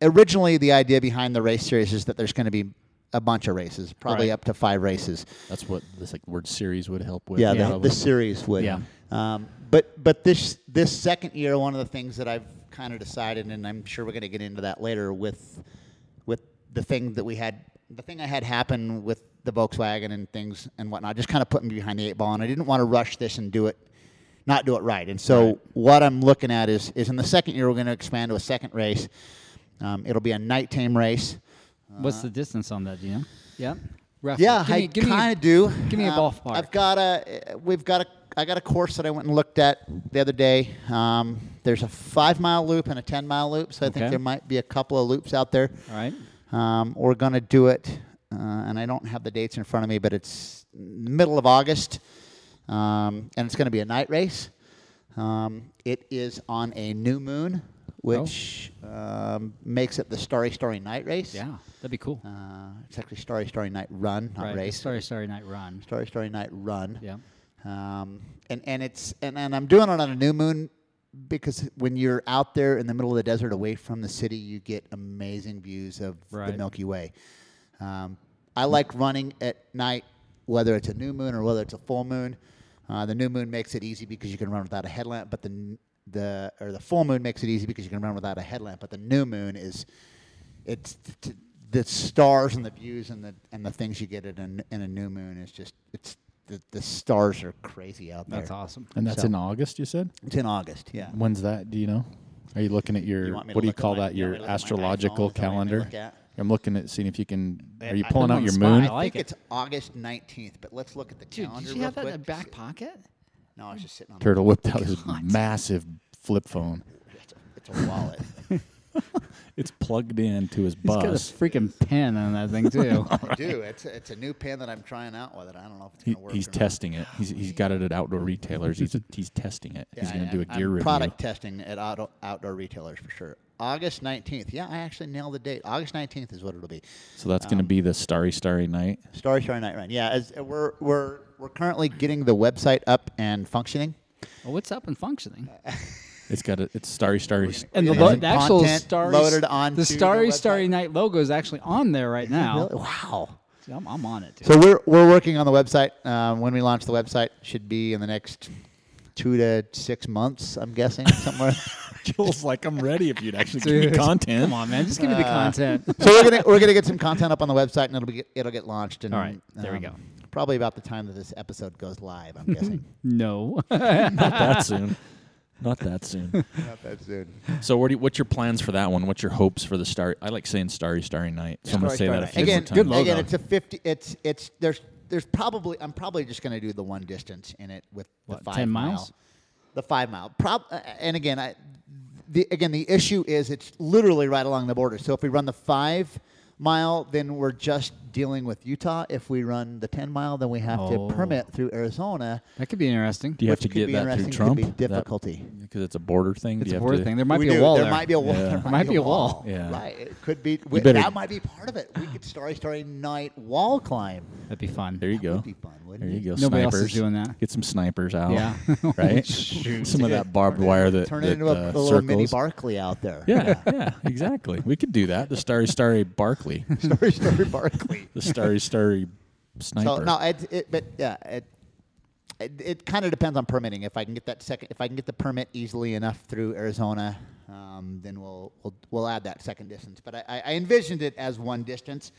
[SPEAKER 3] originally the idea behind the race series is that there's going to be a bunch of races, probably
[SPEAKER 2] Right.
[SPEAKER 3] up to five races.
[SPEAKER 1] That's what this like word series would help with.
[SPEAKER 3] Yeah, The,
[SPEAKER 1] probably.
[SPEAKER 3] the series would.
[SPEAKER 2] Yeah.
[SPEAKER 3] Um, but but this this second year, one of the things that I've kind of decided, and I'm sure we're going to get into that later with with the thing that we had, the thing I had happen with the Volkswagen and things and whatnot, just kind of put me behind the eight ball, and I didn't want to rush this and do it, not do it right. And so what I'm looking at is is in the second year we're going to expand to a second race. Um, it'll be a nighttime race.
[SPEAKER 2] What's
[SPEAKER 1] Uh-huh.
[SPEAKER 2] the distance on that, do you know? Yeah. Roughly.
[SPEAKER 3] Yeah,
[SPEAKER 2] Give me-
[SPEAKER 3] I
[SPEAKER 2] give me a-
[SPEAKER 3] kind of do.
[SPEAKER 2] Give me a
[SPEAKER 3] Um,
[SPEAKER 2] ballpark.
[SPEAKER 3] I've got a. uh, We've got a. I got a course that I went and looked at the other day. Um, there's a five mile loop and a ten mile loop, so I think
[SPEAKER 2] Okay.
[SPEAKER 3] there might be a couple of loops out there.
[SPEAKER 2] All right.
[SPEAKER 3] Um, we're gonna do it, uh, and I don't have the dates in front of me, but it's middle of August, um, and it's gonna be a night race. Um, it is on a new moon,
[SPEAKER 2] Oh.
[SPEAKER 3] which um, makes it the Starry Starry Night race.
[SPEAKER 2] Yeah, that'd be cool.
[SPEAKER 3] Uh, it's actually Starry Starry Night Run, not
[SPEAKER 2] right. the
[SPEAKER 3] race.
[SPEAKER 2] Starry, Starry Night Run.
[SPEAKER 3] Starry Starry Night Run.
[SPEAKER 2] Yeah.
[SPEAKER 3] Um, and and it's and, and I'm doing it on a new moon because when you're out there in the middle of the desert, away from the city, you get amazing views of the
[SPEAKER 2] Right.
[SPEAKER 3] Milky Way. Um, I like running at night, whether it's a new moon or whether it's a full moon. Uh, the new moon makes it easy because you can run without a headlamp, but the n- the or the full moon makes it easy because you can run without a headlamp. But the new moon is it's t- t- the stars and the views and the and the things you get at a, in a new moon is just it's the, the stars are crazy out there.
[SPEAKER 2] That's awesome.
[SPEAKER 1] and that's
[SPEAKER 3] so-
[SPEAKER 1] in August. You said
[SPEAKER 3] It's in August, yeah.
[SPEAKER 1] when's that? Do you know? Are you looking at your
[SPEAKER 3] You want me to
[SPEAKER 1] what do you
[SPEAKER 3] look at
[SPEAKER 1] call
[SPEAKER 3] my-
[SPEAKER 1] that?
[SPEAKER 3] you
[SPEAKER 1] Your
[SPEAKER 3] want me to look at my
[SPEAKER 1] astrological
[SPEAKER 3] iPhone? Is that what you want me to
[SPEAKER 1] calendar.
[SPEAKER 3] look at?
[SPEAKER 1] I'm looking at seeing if you can.
[SPEAKER 3] Man,
[SPEAKER 1] Are you
[SPEAKER 3] I-
[SPEAKER 1] pulling out
[SPEAKER 2] I'm on
[SPEAKER 1] your
[SPEAKER 2] the spot.
[SPEAKER 1] moon?
[SPEAKER 2] I
[SPEAKER 3] I
[SPEAKER 2] like
[SPEAKER 3] think
[SPEAKER 2] it.
[SPEAKER 3] it's August nineteenth, but let's look at the
[SPEAKER 2] Dude,
[SPEAKER 3] calendar.
[SPEAKER 2] did you
[SPEAKER 3] real
[SPEAKER 2] have that in
[SPEAKER 3] quick
[SPEAKER 2] the
[SPEAKER 3] to
[SPEAKER 2] back
[SPEAKER 3] see-
[SPEAKER 2] pocket?
[SPEAKER 3] No, I was just sitting on
[SPEAKER 1] Turtle whipped out his
[SPEAKER 2] God.
[SPEAKER 1] massive flip phone.
[SPEAKER 3] The, it's, a, it's a wallet.
[SPEAKER 1] It's plugged in to his
[SPEAKER 2] He's got a
[SPEAKER 1] bus.
[SPEAKER 2] freaking pen on that thing too.
[SPEAKER 3] I do. It's a, it's a new pen that I'm trying out with it. I don't know if it's
[SPEAKER 1] He-
[SPEAKER 3] going to work.
[SPEAKER 1] he's
[SPEAKER 3] or not.
[SPEAKER 1] testing it. He's, he's got it at outdoor retailers. He's he's testing it. he's
[SPEAKER 3] Yeah,
[SPEAKER 1] going
[SPEAKER 3] I-
[SPEAKER 1] to do a
[SPEAKER 3] I'm
[SPEAKER 1] gear review.
[SPEAKER 3] Product testing at auto, outdoor retailers for sure. August 19th. Yeah, I actually nailed the date. August 19th is what it'll be.
[SPEAKER 1] So that's
[SPEAKER 3] Um,
[SPEAKER 1] going to be the starry starry night.
[SPEAKER 3] Starry Starry Night Run. Yeah, as, we're we're we're currently getting the website up and functioning.
[SPEAKER 2] well, what's up and functioning?
[SPEAKER 1] It's got a, it's starry starry. s-
[SPEAKER 2] And the,
[SPEAKER 3] Yeah.
[SPEAKER 2] lo-
[SPEAKER 3] Some
[SPEAKER 2] the actual
[SPEAKER 3] content
[SPEAKER 2] starry,
[SPEAKER 3] loaded onto
[SPEAKER 2] the starry
[SPEAKER 3] the
[SPEAKER 2] starry
[SPEAKER 3] website.
[SPEAKER 2] night logo is actually on there right now.
[SPEAKER 3] Really? Wow.
[SPEAKER 2] See, I'm, I'm on it. Dude.
[SPEAKER 3] So we're we're working on the website. Um, when we launch the website, should be in the next two to six months. I'm guessing somewhere.
[SPEAKER 1] Joel's like, I'm ready if you'd actually give me
[SPEAKER 2] Dude,
[SPEAKER 1] content.
[SPEAKER 2] Come on, man, just give me the
[SPEAKER 1] Uh.
[SPEAKER 2] content.
[SPEAKER 3] so we're gonna we're gonna get some content up on the website, and it'll be it'll get launched. And, um,
[SPEAKER 2] All right, there we go.
[SPEAKER 3] Probably about the time that this episode goes live. I'm guessing.
[SPEAKER 2] No,
[SPEAKER 1] Not that soon. Not that soon.
[SPEAKER 3] Not that soon.
[SPEAKER 1] So what do you, what's your plans for that one? What's your hopes for the starry? I like saying starry starry night. So I'm going to say that a few
[SPEAKER 3] again,
[SPEAKER 1] more times.
[SPEAKER 2] Good logo.
[SPEAKER 3] Again, it's a fifty. It's it's there's there's probably I'm probably just going to do the one distance in it with
[SPEAKER 2] What,
[SPEAKER 3] the five
[SPEAKER 2] 10
[SPEAKER 3] mile,
[SPEAKER 2] miles?
[SPEAKER 3] the five mile. Prob uh, and again, I the again the issue is it's literally right along the border. So if we run the five mile, then we're just dealing with Utah. If we run the ten mile, then we have
[SPEAKER 2] Oh.
[SPEAKER 3] to permit through Arizona.
[SPEAKER 2] that could be interesting.
[SPEAKER 1] Do you have
[SPEAKER 3] which
[SPEAKER 1] to
[SPEAKER 3] could
[SPEAKER 1] get
[SPEAKER 3] be
[SPEAKER 1] that through
[SPEAKER 3] interesting, could
[SPEAKER 1] Trump?
[SPEAKER 3] be difficulty.
[SPEAKER 1] because it's a border thing. Do
[SPEAKER 2] it's
[SPEAKER 1] you
[SPEAKER 2] a
[SPEAKER 1] have
[SPEAKER 2] border
[SPEAKER 1] to-
[SPEAKER 2] thing. There might
[SPEAKER 3] We
[SPEAKER 2] be a
[SPEAKER 3] do.
[SPEAKER 2] wall
[SPEAKER 3] there.
[SPEAKER 2] there.
[SPEAKER 3] might be a wall.
[SPEAKER 1] Yeah.
[SPEAKER 3] There might,
[SPEAKER 2] might
[SPEAKER 3] be a wall.
[SPEAKER 1] Yeah.
[SPEAKER 3] Right. It could be. We,
[SPEAKER 1] better-
[SPEAKER 3] that might be part of it. We could starry starry night wall climb.
[SPEAKER 2] That'd be fun.
[SPEAKER 1] There you go.
[SPEAKER 3] Would be fun, wouldn't
[SPEAKER 1] There you
[SPEAKER 3] it?
[SPEAKER 1] go.
[SPEAKER 2] Nobody else
[SPEAKER 1] snipers.
[SPEAKER 2] is doing that.
[SPEAKER 1] Get some snipers out.
[SPEAKER 2] Yeah.
[SPEAKER 1] right. some of that barbed wire that
[SPEAKER 3] Turn
[SPEAKER 1] that,
[SPEAKER 3] it into
[SPEAKER 1] uh,
[SPEAKER 3] a, a little mini
[SPEAKER 1] circles.
[SPEAKER 3] Barkley out there.
[SPEAKER 1] Yeah, yeah, exactly. We could do that. The starry starry Barkley,
[SPEAKER 3] Starry starry Barkley.
[SPEAKER 1] the starry starry sniper.
[SPEAKER 3] So no, it, it but yeah, it it, it kind of depends on permitting. If I can get that second, if I can get the permit easily enough through Arizona, um, then we'll we'll we'll add that second distance. But I, I I envisioned it as one distance,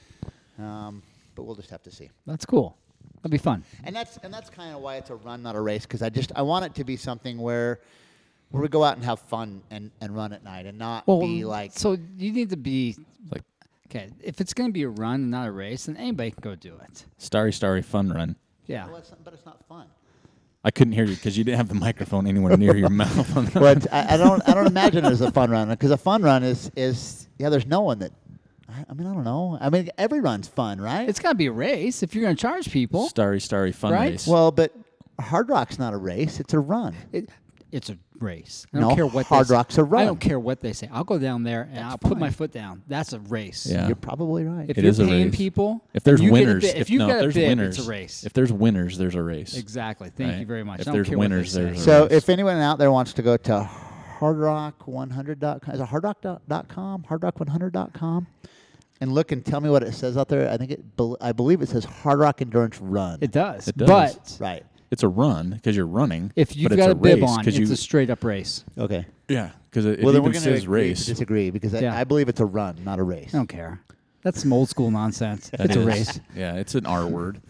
[SPEAKER 3] um, but we'll just have to see.
[SPEAKER 2] That's cool. That'd be fun.
[SPEAKER 3] and that's and that's kind of why it's a run, not a race, because I just I want it to be something where where we go out and have fun and, and run at night and not be like
[SPEAKER 2] so you need to be
[SPEAKER 1] like
[SPEAKER 2] okay. If it's going to be a run and not a race, then anybody can go do it.
[SPEAKER 1] starry starry fun run.
[SPEAKER 2] Yeah.
[SPEAKER 3] well, it's, but it's not fun.
[SPEAKER 1] I couldn't hear you because you didn't have the microphone anywhere near your mouth. On that.
[SPEAKER 3] Well, it's, I, I don't I don't imagine it as a fun run because a fun run is is yeah. There's no one that I, I mean I don't know. I mean every run's fun, right?
[SPEAKER 2] It's got to be a race if you're going to charge people.
[SPEAKER 1] Starry starry fun
[SPEAKER 2] Right?
[SPEAKER 1] race.
[SPEAKER 3] well, but Hard Rock's not a race; it's a run.
[SPEAKER 2] It, it's a race. I don't
[SPEAKER 3] No,
[SPEAKER 2] care what
[SPEAKER 3] Hard
[SPEAKER 2] they say.
[SPEAKER 3] Rock's a
[SPEAKER 2] I
[SPEAKER 3] run.
[SPEAKER 2] don't care what they say. I'll go down there and I'll put my foot down. That's a race.
[SPEAKER 1] Yeah.
[SPEAKER 3] You're probably right.
[SPEAKER 2] If
[SPEAKER 1] It
[SPEAKER 2] you're
[SPEAKER 1] is a
[SPEAKER 2] paying
[SPEAKER 1] race.
[SPEAKER 2] people,
[SPEAKER 1] if there's
[SPEAKER 2] you get a
[SPEAKER 1] winners,
[SPEAKER 2] bid-
[SPEAKER 1] if,
[SPEAKER 2] if you've
[SPEAKER 1] no,
[SPEAKER 2] got
[SPEAKER 1] if
[SPEAKER 2] a
[SPEAKER 1] there's
[SPEAKER 2] bid,
[SPEAKER 1] winners,
[SPEAKER 2] it's a race.
[SPEAKER 1] If there's winners, there's a race.
[SPEAKER 2] exactly. Thank you
[SPEAKER 1] Right.
[SPEAKER 2] very much.
[SPEAKER 1] If
[SPEAKER 2] I don't
[SPEAKER 1] there's
[SPEAKER 2] care what they
[SPEAKER 1] winners,
[SPEAKER 2] say.
[SPEAKER 1] there's a
[SPEAKER 3] so
[SPEAKER 1] race.
[SPEAKER 3] if anyone out there wants to go to hardrock100.com, is it hardrock.com, hardrock100.com, and look and tell me what it says out there. I think it, bel- I believe it says Hard Rock Endurance Run.
[SPEAKER 2] It does.
[SPEAKER 1] It does.
[SPEAKER 2] But
[SPEAKER 3] Right.
[SPEAKER 1] It's a run because you're running.
[SPEAKER 2] if you've
[SPEAKER 1] but
[SPEAKER 2] got
[SPEAKER 1] it's
[SPEAKER 2] a,
[SPEAKER 1] a
[SPEAKER 2] bib
[SPEAKER 1] race
[SPEAKER 2] on,
[SPEAKER 1] 'cause
[SPEAKER 2] it's
[SPEAKER 1] you,
[SPEAKER 2] a straight up race.
[SPEAKER 3] Okay.
[SPEAKER 1] yeah because it,
[SPEAKER 3] well,
[SPEAKER 1] it
[SPEAKER 3] then we're
[SPEAKER 1] even
[SPEAKER 3] going
[SPEAKER 1] says race.
[SPEAKER 3] disagree because I,
[SPEAKER 2] Yeah. Oh,
[SPEAKER 3] I believe it's a run, not a race.
[SPEAKER 2] I don't care. That's some old school nonsense.
[SPEAKER 1] That
[SPEAKER 2] it's a
[SPEAKER 1] is-
[SPEAKER 2] race.
[SPEAKER 1] Yeah, it's an R word.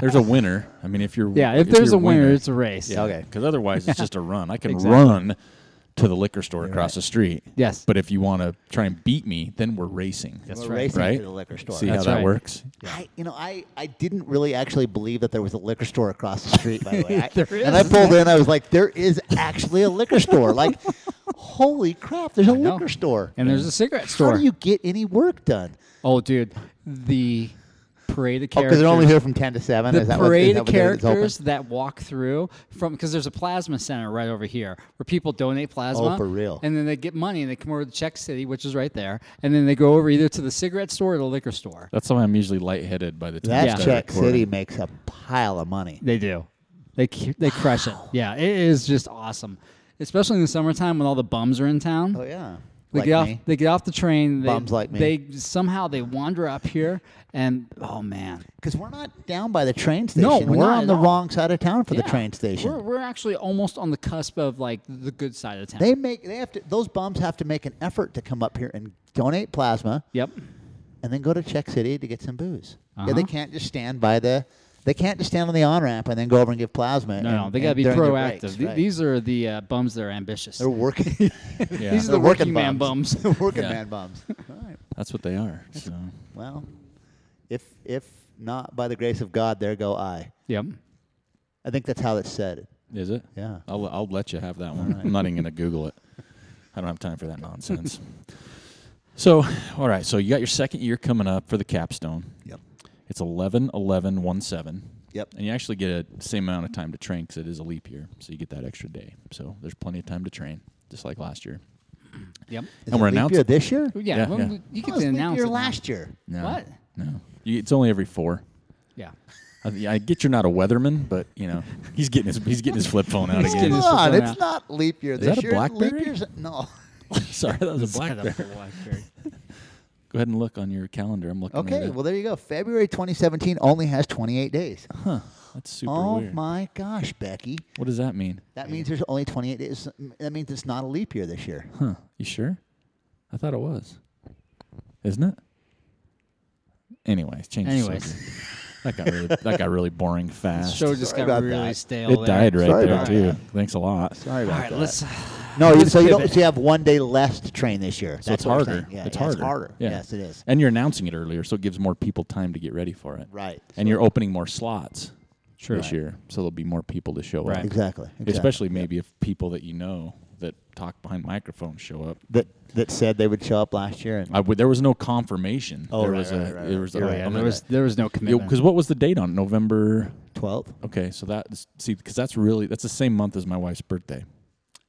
[SPEAKER 1] there's a winner. I mean, if you're
[SPEAKER 2] Yeah, if there's
[SPEAKER 1] you're
[SPEAKER 2] a winner, it's a race.
[SPEAKER 1] yeah,
[SPEAKER 3] Okay.
[SPEAKER 1] Because otherwise, it's just a run. I can
[SPEAKER 2] Exactly.
[SPEAKER 1] run to the liquor store across the street.
[SPEAKER 2] Yes.
[SPEAKER 1] But if you want to try and beat me, then we're racing.
[SPEAKER 2] That's
[SPEAKER 3] We're
[SPEAKER 2] right.
[SPEAKER 3] racing
[SPEAKER 1] right.
[SPEAKER 3] to the liquor store.
[SPEAKER 1] See
[SPEAKER 2] That's
[SPEAKER 1] how that
[SPEAKER 2] right.
[SPEAKER 1] works.
[SPEAKER 3] I, you know, I, I didn't really actually believe that there was a liquor store across the street. By the way, I,
[SPEAKER 2] There
[SPEAKER 3] and I
[SPEAKER 2] is.
[SPEAKER 3] pulled in. I was like, there is actually a liquor store. Like, holy crap, there's a liquor store.
[SPEAKER 2] And there's a cigarette
[SPEAKER 3] How
[SPEAKER 2] store.
[SPEAKER 3] do you get any work done?
[SPEAKER 2] oh, dude, the parade of
[SPEAKER 3] Oh,
[SPEAKER 2] characters.
[SPEAKER 3] because they're only here from ten to seven.
[SPEAKER 2] the
[SPEAKER 3] is that what, is
[SPEAKER 2] parade
[SPEAKER 3] that
[SPEAKER 2] of
[SPEAKER 3] what day it's open?
[SPEAKER 2] characters that walk through from because there's a plasma center right over here where people donate plasma.
[SPEAKER 3] Oh, for real?
[SPEAKER 2] And then they get money and they come over to Czech City, which is right there, and then they go over either to the cigarette store or the liquor store.
[SPEAKER 1] That's why I'm usually lightheaded by the time.
[SPEAKER 3] That
[SPEAKER 1] we start
[SPEAKER 3] Czech
[SPEAKER 1] recording.
[SPEAKER 3] City makes a pile of money.
[SPEAKER 2] They do. They cu- they crush it. Yeah, it is just awesome, especially in the summertime when all the bums are in town.
[SPEAKER 3] Oh yeah,
[SPEAKER 2] They
[SPEAKER 3] like
[SPEAKER 2] get off.
[SPEAKER 3] me.
[SPEAKER 2] They get off the train. They,
[SPEAKER 3] Bums like me.
[SPEAKER 2] They somehow they wander up here, and oh man,
[SPEAKER 3] Because we're not down by the train station.
[SPEAKER 2] we're
[SPEAKER 3] we're,
[SPEAKER 2] not
[SPEAKER 3] on
[SPEAKER 2] at
[SPEAKER 3] the
[SPEAKER 2] all.
[SPEAKER 3] wrong side of town for the
[SPEAKER 2] Yeah.
[SPEAKER 3] train station.
[SPEAKER 2] We're, we're actually almost on the cusp of like the good side of town.
[SPEAKER 3] they make they have to those bums have to make an effort to come up here and donate plasma
[SPEAKER 2] yep.
[SPEAKER 3] and then go to Czech City to get some booze. Yeah,
[SPEAKER 2] Uh-huh.
[SPEAKER 3] they can't just stand by the they can't just stand on the on ramp and then go over and give plasma.
[SPEAKER 2] No,
[SPEAKER 3] and-
[SPEAKER 2] no, they
[SPEAKER 3] and
[SPEAKER 2] gotta be
[SPEAKER 3] during their
[SPEAKER 2] proactive.
[SPEAKER 3] breaks,
[SPEAKER 2] The-
[SPEAKER 3] right.
[SPEAKER 2] These are the uh, bums that are ambitious.
[SPEAKER 3] they're working.
[SPEAKER 1] Yeah.
[SPEAKER 2] These are the
[SPEAKER 3] they're working
[SPEAKER 2] working man bums.
[SPEAKER 3] They're working
[SPEAKER 1] Yeah.
[SPEAKER 3] man bums. All right.
[SPEAKER 1] That's what they are. So.
[SPEAKER 3] Well, if if not by the grace of God, there go I.
[SPEAKER 2] yep.
[SPEAKER 3] I think that's how it's said.
[SPEAKER 1] Is it?
[SPEAKER 3] Yeah.
[SPEAKER 1] I'll I'll let you have that one. I'm not even gonna Google it. I don't have time for that nonsense. So, all right. So you got your second year coming up for the capstone.
[SPEAKER 3] Yep.
[SPEAKER 1] It's 11, 11, 1, 7.
[SPEAKER 3] Yep.
[SPEAKER 1] And you actually get a same amount of time to train because it is a leap year. So you get that extra day. So there's plenty of time to train, just like last year.
[SPEAKER 2] Yep.
[SPEAKER 3] Is
[SPEAKER 1] And we're
[SPEAKER 3] it leap
[SPEAKER 1] announced-
[SPEAKER 3] year this year?
[SPEAKER 2] Yeah.
[SPEAKER 1] Yeah,
[SPEAKER 2] when
[SPEAKER 1] yeah.
[SPEAKER 2] we- You
[SPEAKER 3] It
[SPEAKER 2] can
[SPEAKER 3] was leap
[SPEAKER 2] announce
[SPEAKER 3] year
[SPEAKER 2] it now.
[SPEAKER 3] last year.
[SPEAKER 1] No.
[SPEAKER 2] What?
[SPEAKER 1] No. You, it's only every four.
[SPEAKER 2] Yeah.
[SPEAKER 1] I, I get you're not a weatherman, but you know he's getting his he's getting his flip phone out
[SPEAKER 2] He's getting
[SPEAKER 1] again.
[SPEAKER 3] Come
[SPEAKER 2] his-
[SPEAKER 3] on,
[SPEAKER 2] fulfillment.
[SPEAKER 3] it's not leap year this
[SPEAKER 1] that a
[SPEAKER 3] year.
[SPEAKER 1] Blackberry?
[SPEAKER 3] Leap year's no.
[SPEAKER 1] Sorry, that was a black bear.
[SPEAKER 2] Set up a Blackberry.
[SPEAKER 1] Go ahead and look on your calendar. I'm looking.
[SPEAKER 3] Okay,
[SPEAKER 1] at it.
[SPEAKER 3] well there you go. February 2017 only has 28 days.
[SPEAKER 1] that's super
[SPEAKER 3] oh
[SPEAKER 1] weird.
[SPEAKER 3] my gosh, Becky.
[SPEAKER 1] What does that mean?
[SPEAKER 3] That means there's only 28 days. That means it's not a leap year this year.
[SPEAKER 1] Huh? You sure? I thought it was. Isn't it? Anyways, change. the
[SPEAKER 2] Anyways.
[SPEAKER 1] subject. that got really that got really boring fast.
[SPEAKER 2] Show just
[SPEAKER 3] Sorry
[SPEAKER 2] got
[SPEAKER 3] about
[SPEAKER 2] really
[SPEAKER 3] that.
[SPEAKER 2] stale.
[SPEAKER 1] it
[SPEAKER 2] there.
[SPEAKER 1] died right
[SPEAKER 3] Sorry
[SPEAKER 1] there
[SPEAKER 3] about
[SPEAKER 1] too.
[SPEAKER 3] that.
[SPEAKER 1] Thanks a lot.
[SPEAKER 3] Sorry
[SPEAKER 2] All
[SPEAKER 3] about
[SPEAKER 2] right,
[SPEAKER 3] that.
[SPEAKER 2] let's. uh,
[SPEAKER 3] no, you,
[SPEAKER 2] let's
[SPEAKER 3] so you, don't,
[SPEAKER 2] pivot.
[SPEAKER 3] so you have one day less to train this year.
[SPEAKER 1] So
[SPEAKER 3] That's
[SPEAKER 1] it's
[SPEAKER 3] what I'm
[SPEAKER 1] harder.
[SPEAKER 3] saying. Yeah,
[SPEAKER 1] it's
[SPEAKER 3] yeah,
[SPEAKER 1] harder.
[SPEAKER 3] It's harder.
[SPEAKER 1] Yeah.
[SPEAKER 3] Yes, it is.
[SPEAKER 1] And you're announcing it earlier, so it gives more people time to get ready for it.
[SPEAKER 3] Right.
[SPEAKER 1] And you're opening more slots
[SPEAKER 2] Sure.
[SPEAKER 1] this year, so there'll be more people to show
[SPEAKER 2] Right.
[SPEAKER 1] up.
[SPEAKER 3] Exactly. exactly.
[SPEAKER 1] Especially maybe if people that you know that talk behind microphones show up.
[SPEAKER 3] that that said they would show up last year and
[SPEAKER 1] I would, there was no confirmation.
[SPEAKER 3] Oh,
[SPEAKER 1] there
[SPEAKER 3] right,
[SPEAKER 1] was
[SPEAKER 3] right,
[SPEAKER 1] a,
[SPEAKER 3] right, right,
[SPEAKER 1] there was a,
[SPEAKER 3] You're right.
[SPEAKER 1] I
[SPEAKER 2] Yeah,
[SPEAKER 1] mean,
[SPEAKER 2] there was there was no commitment.
[SPEAKER 1] because what was the date on it? November?
[SPEAKER 3] 12.
[SPEAKER 1] Okay, so that is- see because that's really that's the same month as my wife's birthday.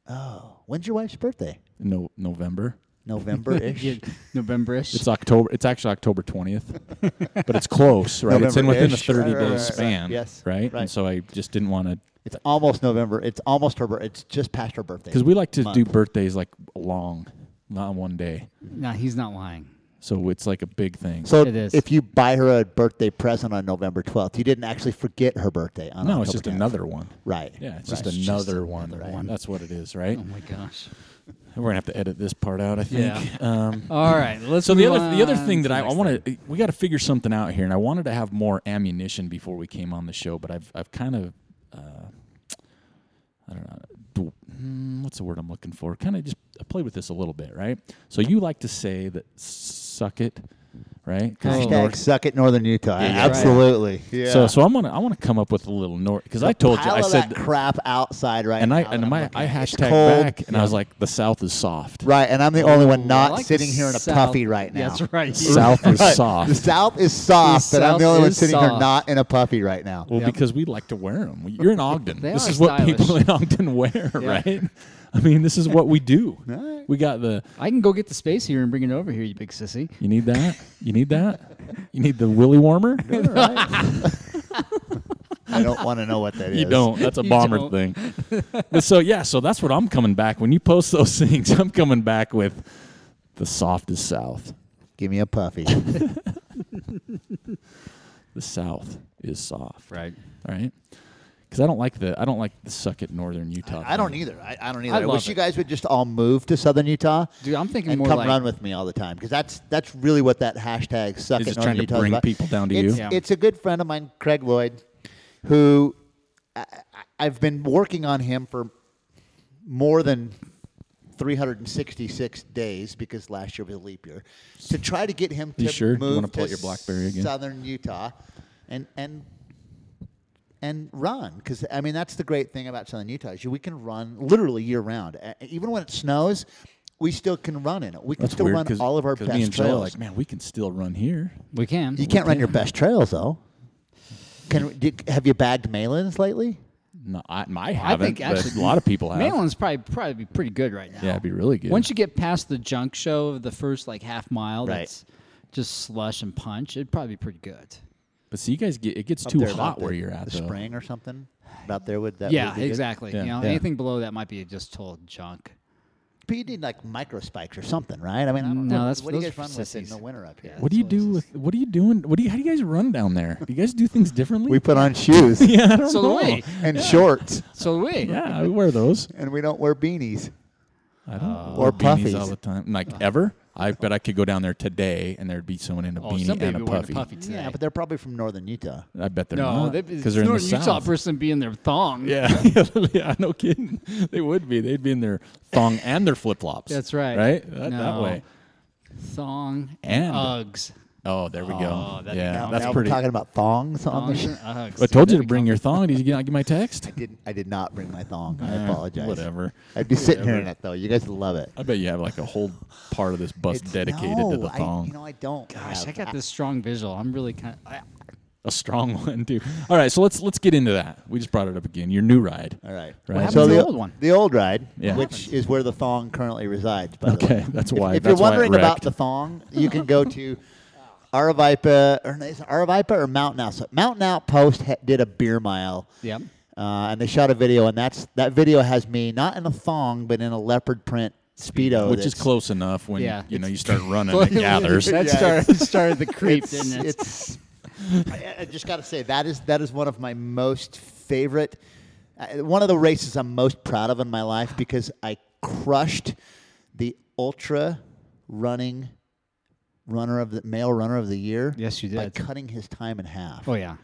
[SPEAKER 3] Oh, when's your wife's birthday?
[SPEAKER 1] No, November.
[SPEAKER 3] November ish.
[SPEAKER 2] Yeah, Novemberish.
[SPEAKER 1] It's October. It's actually October twentieth, but it's close, right? it's in within the
[SPEAKER 3] November-ish.
[SPEAKER 1] thirty day
[SPEAKER 3] Right, right, right, right.
[SPEAKER 1] span,
[SPEAKER 3] Yes,
[SPEAKER 1] right? And
[SPEAKER 3] right.
[SPEAKER 1] so I just didn't want to
[SPEAKER 3] It's almost November. It's almost her. bir- It's just past her birthday.
[SPEAKER 1] because we like to do
[SPEAKER 3] Month.
[SPEAKER 1] birthdays like long, not on one day.
[SPEAKER 2] no, he's not lying.
[SPEAKER 1] So it's like a big thing.
[SPEAKER 3] So
[SPEAKER 2] It is.
[SPEAKER 3] if you buy her a birthday present on November 12th, you didn't actually forget her birthday. On
[SPEAKER 1] no, it's
[SPEAKER 3] October
[SPEAKER 1] just
[SPEAKER 3] 10th.
[SPEAKER 1] another one.
[SPEAKER 3] Right.
[SPEAKER 1] Yeah, it's
[SPEAKER 3] right.
[SPEAKER 1] just another one. Hmm. That's what it is, right?
[SPEAKER 2] Oh my gosh.
[SPEAKER 1] We're gonna have to edit this part out, I think. Um,
[SPEAKER 2] All right. Let's.
[SPEAKER 1] so the
[SPEAKER 2] move
[SPEAKER 1] other the other
[SPEAKER 2] on
[SPEAKER 1] thing that
[SPEAKER 2] the
[SPEAKER 1] I, I
[SPEAKER 2] next
[SPEAKER 1] want to we got to figure something out here, and I wanted to have more ammunition before we came on the show, but I've I've kind of uh, I don't know dw- mm, what's the word I'm looking for. Kind of just I played with this a little bit, right? So you like to say that suck it, right? 'Cause
[SPEAKER 2] Oh.
[SPEAKER 3] Hashtag
[SPEAKER 1] North-
[SPEAKER 3] suck at Northern Utah.
[SPEAKER 1] yeah.
[SPEAKER 3] Absolutely. Yeah.
[SPEAKER 1] So so I'm gonna I want to come up with a little north because I told you
[SPEAKER 3] Pile
[SPEAKER 1] I
[SPEAKER 3] of
[SPEAKER 1] said
[SPEAKER 3] that crap outside right
[SPEAKER 1] and I
[SPEAKER 3] now that
[SPEAKER 1] and
[SPEAKER 3] I'm
[SPEAKER 1] my
[SPEAKER 3] looking
[SPEAKER 1] I
[SPEAKER 3] at. It's
[SPEAKER 1] hashtag
[SPEAKER 3] cold.
[SPEAKER 1] back and I was like the South is soft.
[SPEAKER 3] Right, and I'm the only one not
[SPEAKER 2] I like the
[SPEAKER 3] sitting here in a
[SPEAKER 2] South.
[SPEAKER 3] puffy right now.
[SPEAKER 2] That's right.
[SPEAKER 1] South is
[SPEAKER 3] Right. The
[SPEAKER 1] soft.
[SPEAKER 3] South is soft,
[SPEAKER 2] The
[SPEAKER 3] but I'm the only
[SPEAKER 2] South
[SPEAKER 3] one
[SPEAKER 2] is
[SPEAKER 3] sitting here
[SPEAKER 2] soft.
[SPEAKER 3] not in a puffy right now.
[SPEAKER 1] Well,
[SPEAKER 2] Yep.
[SPEAKER 1] because we like to wear them. You're in Ogden.
[SPEAKER 2] They
[SPEAKER 1] this
[SPEAKER 2] are
[SPEAKER 1] is what
[SPEAKER 2] stylish.
[SPEAKER 1] people in Ogden wear,
[SPEAKER 2] Yeah.
[SPEAKER 1] right? I mean, this is what we do.
[SPEAKER 3] Alright.
[SPEAKER 1] We got the.
[SPEAKER 2] I can go get the space here and bring it over here, you big sissy.
[SPEAKER 1] You need that. You need that. You need the willy warmer.
[SPEAKER 3] I don't want to know what that is.
[SPEAKER 1] You don't. That's a
[SPEAKER 2] You
[SPEAKER 1] bomber
[SPEAKER 2] don't.
[SPEAKER 1] thing. But so yeah, so that's what I'm coming back. When you post those things, I'm coming back with the softest South.
[SPEAKER 3] Give me a puffy.
[SPEAKER 1] The South is soft.
[SPEAKER 2] Right.
[SPEAKER 1] All right. Because I don't like the I don't like the suck at Northern Utah.
[SPEAKER 3] I don't e,
[SPEAKER 1] thing.
[SPEAKER 3] either. I, I don't either. I,
[SPEAKER 2] love
[SPEAKER 3] wish you
[SPEAKER 2] it.
[SPEAKER 3] guys would just all move to Southern Utah.
[SPEAKER 2] Dude, I'm thinking
[SPEAKER 3] and
[SPEAKER 2] more
[SPEAKER 3] come
[SPEAKER 2] like-
[SPEAKER 3] run with me all the time because that's that's really what that hashtag suck
[SPEAKER 1] Is
[SPEAKER 3] at
[SPEAKER 1] it trying
[SPEAKER 3] Northern
[SPEAKER 1] to
[SPEAKER 3] Utah is
[SPEAKER 1] bring
[SPEAKER 3] about.
[SPEAKER 1] people down to
[SPEAKER 3] it's,
[SPEAKER 1] you?
[SPEAKER 3] It's a good friend of mine, Craig Lloyd, who I, I- I've been working on him for more than 366 days because last year was a leap year to try to get him to
[SPEAKER 1] You sure? You
[SPEAKER 3] move
[SPEAKER 1] wanna pull
[SPEAKER 3] to
[SPEAKER 1] out your BlackBerry again?
[SPEAKER 3] Southern Utah, and and and run because I mean that's the great thing about Southern Utah is you- we can run literally year round. Uh, even when it snows, we still can run in it. We can
[SPEAKER 1] That's
[SPEAKER 3] still
[SPEAKER 1] weird,
[SPEAKER 3] run
[SPEAKER 1] 'cause-
[SPEAKER 3] all of our
[SPEAKER 1] 'cause
[SPEAKER 3] best
[SPEAKER 1] me and Joe are
[SPEAKER 3] trails.
[SPEAKER 1] like, man, we can still run here.
[SPEAKER 2] We can.
[SPEAKER 3] you can't run your best trails though. Can did, have you bagged Malins lately?
[SPEAKER 1] No, I, I
[SPEAKER 2] I
[SPEAKER 1] haven't.
[SPEAKER 2] think
[SPEAKER 1] but
[SPEAKER 2] actually
[SPEAKER 1] a lot of people have.
[SPEAKER 2] Malin's probably probably be pretty good right now.
[SPEAKER 1] Yeah, it'd be really good.
[SPEAKER 2] Once you get past the junk show of the first like half mile,
[SPEAKER 3] Right.
[SPEAKER 2] that's just slush and punch. It'd probably be pretty good.
[SPEAKER 1] but see, you guys get it gets
[SPEAKER 3] Up
[SPEAKER 1] too
[SPEAKER 3] there about
[SPEAKER 1] hot
[SPEAKER 3] the-
[SPEAKER 1] where you're at
[SPEAKER 3] The
[SPEAKER 1] though.
[SPEAKER 3] spring or something. About there would that?
[SPEAKER 2] yeah,
[SPEAKER 3] would be good?
[SPEAKER 2] exactly.
[SPEAKER 1] Yeah.
[SPEAKER 2] You know,
[SPEAKER 1] Yeah.
[SPEAKER 2] anything below that might be just total junk.
[SPEAKER 3] But you need like micro spikes or something, right? I mean, I don't
[SPEAKER 2] No,
[SPEAKER 3] know.
[SPEAKER 2] that's-
[SPEAKER 3] what do you
[SPEAKER 2] those
[SPEAKER 3] guys
[SPEAKER 2] are
[SPEAKER 3] run with in
[SPEAKER 2] sissies.
[SPEAKER 3] the winter up here?
[SPEAKER 2] Yeah.
[SPEAKER 1] What do you
[SPEAKER 2] That's
[SPEAKER 1] do
[SPEAKER 2] what
[SPEAKER 1] with? What are you doing? What do you? How do you guys run down there? You guys do things differently.
[SPEAKER 3] We put on shoes
[SPEAKER 1] yeah, I don't
[SPEAKER 2] So do
[SPEAKER 1] know.
[SPEAKER 2] we.
[SPEAKER 3] and shorts,
[SPEAKER 2] So do we.
[SPEAKER 1] Yeah, we wear those.
[SPEAKER 3] and we don't wear beanies.
[SPEAKER 1] I don't
[SPEAKER 3] Or
[SPEAKER 2] Uh,
[SPEAKER 1] wear beanies
[SPEAKER 3] puffies.
[SPEAKER 1] all the time, like ever. I bet I could go down there today and there'd be someone in a
[SPEAKER 2] Oh,
[SPEAKER 1] beanie
[SPEAKER 2] somebody
[SPEAKER 1] and
[SPEAKER 2] would
[SPEAKER 1] a
[SPEAKER 2] be wearing
[SPEAKER 1] puffy.
[SPEAKER 2] a puffy today.
[SPEAKER 3] Yeah, but they're probably from northern Utah.
[SPEAKER 1] I bet they're
[SPEAKER 2] no,
[SPEAKER 1] not
[SPEAKER 2] they
[SPEAKER 1] because they're in the
[SPEAKER 2] Northern Utah
[SPEAKER 1] south.
[SPEAKER 2] person be in their thong.
[SPEAKER 1] Yeah, yeah, no kidding. They would be. They'd be in their thong and their flip flops.
[SPEAKER 2] That's right.
[SPEAKER 1] Right, that, that
[SPEAKER 2] No.
[SPEAKER 1] way.
[SPEAKER 2] Thong
[SPEAKER 1] And-
[SPEAKER 2] and Uggs.
[SPEAKER 1] Oh, there we go.
[SPEAKER 2] Oh, that'd be
[SPEAKER 1] yeah,
[SPEAKER 2] cool.
[SPEAKER 1] that's
[SPEAKER 3] now
[SPEAKER 1] pretty.
[SPEAKER 3] We're talking about thongs on the show.
[SPEAKER 1] I
[SPEAKER 2] I
[SPEAKER 1] told you to bring your thong. Did you not get my text?
[SPEAKER 3] Didn't I did not bring my thong.
[SPEAKER 1] Eh,
[SPEAKER 3] I apologize.
[SPEAKER 1] whatever.
[SPEAKER 3] I'd be sitting here in it though. You guys love it.
[SPEAKER 1] I bet you have like a whole part of this bus
[SPEAKER 3] It's-
[SPEAKER 1] dedicated to
[SPEAKER 3] no,
[SPEAKER 1] the
[SPEAKER 3] I-
[SPEAKER 1] thong.
[SPEAKER 3] you know, I don't.
[SPEAKER 2] Gosh,
[SPEAKER 3] have
[SPEAKER 2] I got
[SPEAKER 3] that.
[SPEAKER 2] this strong visual. I'm really kind of. I,
[SPEAKER 1] a strong one too. All right, so let's let's get into that. We just brought it up again. Your new ride.
[SPEAKER 3] All right.
[SPEAKER 1] Right.
[SPEAKER 2] happened
[SPEAKER 3] So
[SPEAKER 2] to
[SPEAKER 3] the
[SPEAKER 2] the old one?
[SPEAKER 3] The old ride,
[SPEAKER 1] Yeah.
[SPEAKER 3] which is where the thong currently resides. By the
[SPEAKER 1] Okay,
[SPEAKER 3] way.
[SPEAKER 1] that's
[SPEAKER 3] If-
[SPEAKER 1] why-
[SPEAKER 3] If,
[SPEAKER 1] that's
[SPEAKER 3] you're
[SPEAKER 1] why it
[SPEAKER 3] wondering about
[SPEAKER 1] wrecked.
[SPEAKER 3] the thong, you can go to Aravipa or no, is it Aravipa or Mountain Outpost. Mountain Outpost ha- did a beer mile.
[SPEAKER 2] Yep.
[SPEAKER 3] Uh, and they shot a video, and that's that video has me not in a thong, but in a leopard print speedo,
[SPEAKER 1] Which is
[SPEAKER 3] that's-
[SPEAKER 1] close enough when
[SPEAKER 2] Yeah.
[SPEAKER 1] you know you start running it gathers.
[SPEAKER 2] That started, started the creep,
[SPEAKER 3] it's,
[SPEAKER 2] didn't it?
[SPEAKER 3] it's I, I just got to say that is that is one of my most favorite uh, one of the races I'm most proud of in my life because I crushed the ultra running runner of the male runner of the year
[SPEAKER 2] Yes, you
[SPEAKER 3] by
[SPEAKER 2] did.
[SPEAKER 3] cutting his time in half.
[SPEAKER 2] oh yeah.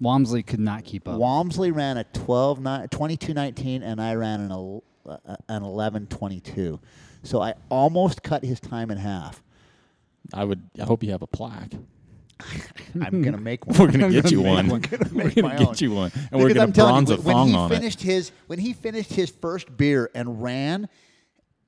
[SPEAKER 2] Walmsley could not keep up.
[SPEAKER 3] Walmsley ran a 12 ni- 22.19 and I ran an el- uh, an 11:22. So I almost cut his time in half.
[SPEAKER 1] I would. I hope you have a plaque.
[SPEAKER 3] I'm going to make one.
[SPEAKER 1] We're gonna get you
[SPEAKER 3] make
[SPEAKER 1] one.
[SPEAKER 3] one. Gonna
[SPEAKER 1] We're
[SPEAKER 3] make
[SPEAKER 1] gonna
[SPEAKER 3] my
[SPEAKER 1] get
[SPEAKER 3] own.
[SPEAKER 1] you one, and we're
[SPEAKER 3] Because
[SPEAKER 1] gonna
[SPEAKER 3] I'm telling
[SPEAKER 1] bronze
[SPEAKER 3] you,
[SPEAKER 1] a
[SPEAKER 3] when-
[SPEAKER 1] thong
[SPEAKER 3] when he
[SPEAKER 1] on it.
[SPEAKER 3] finished his when he finished his first beer and ran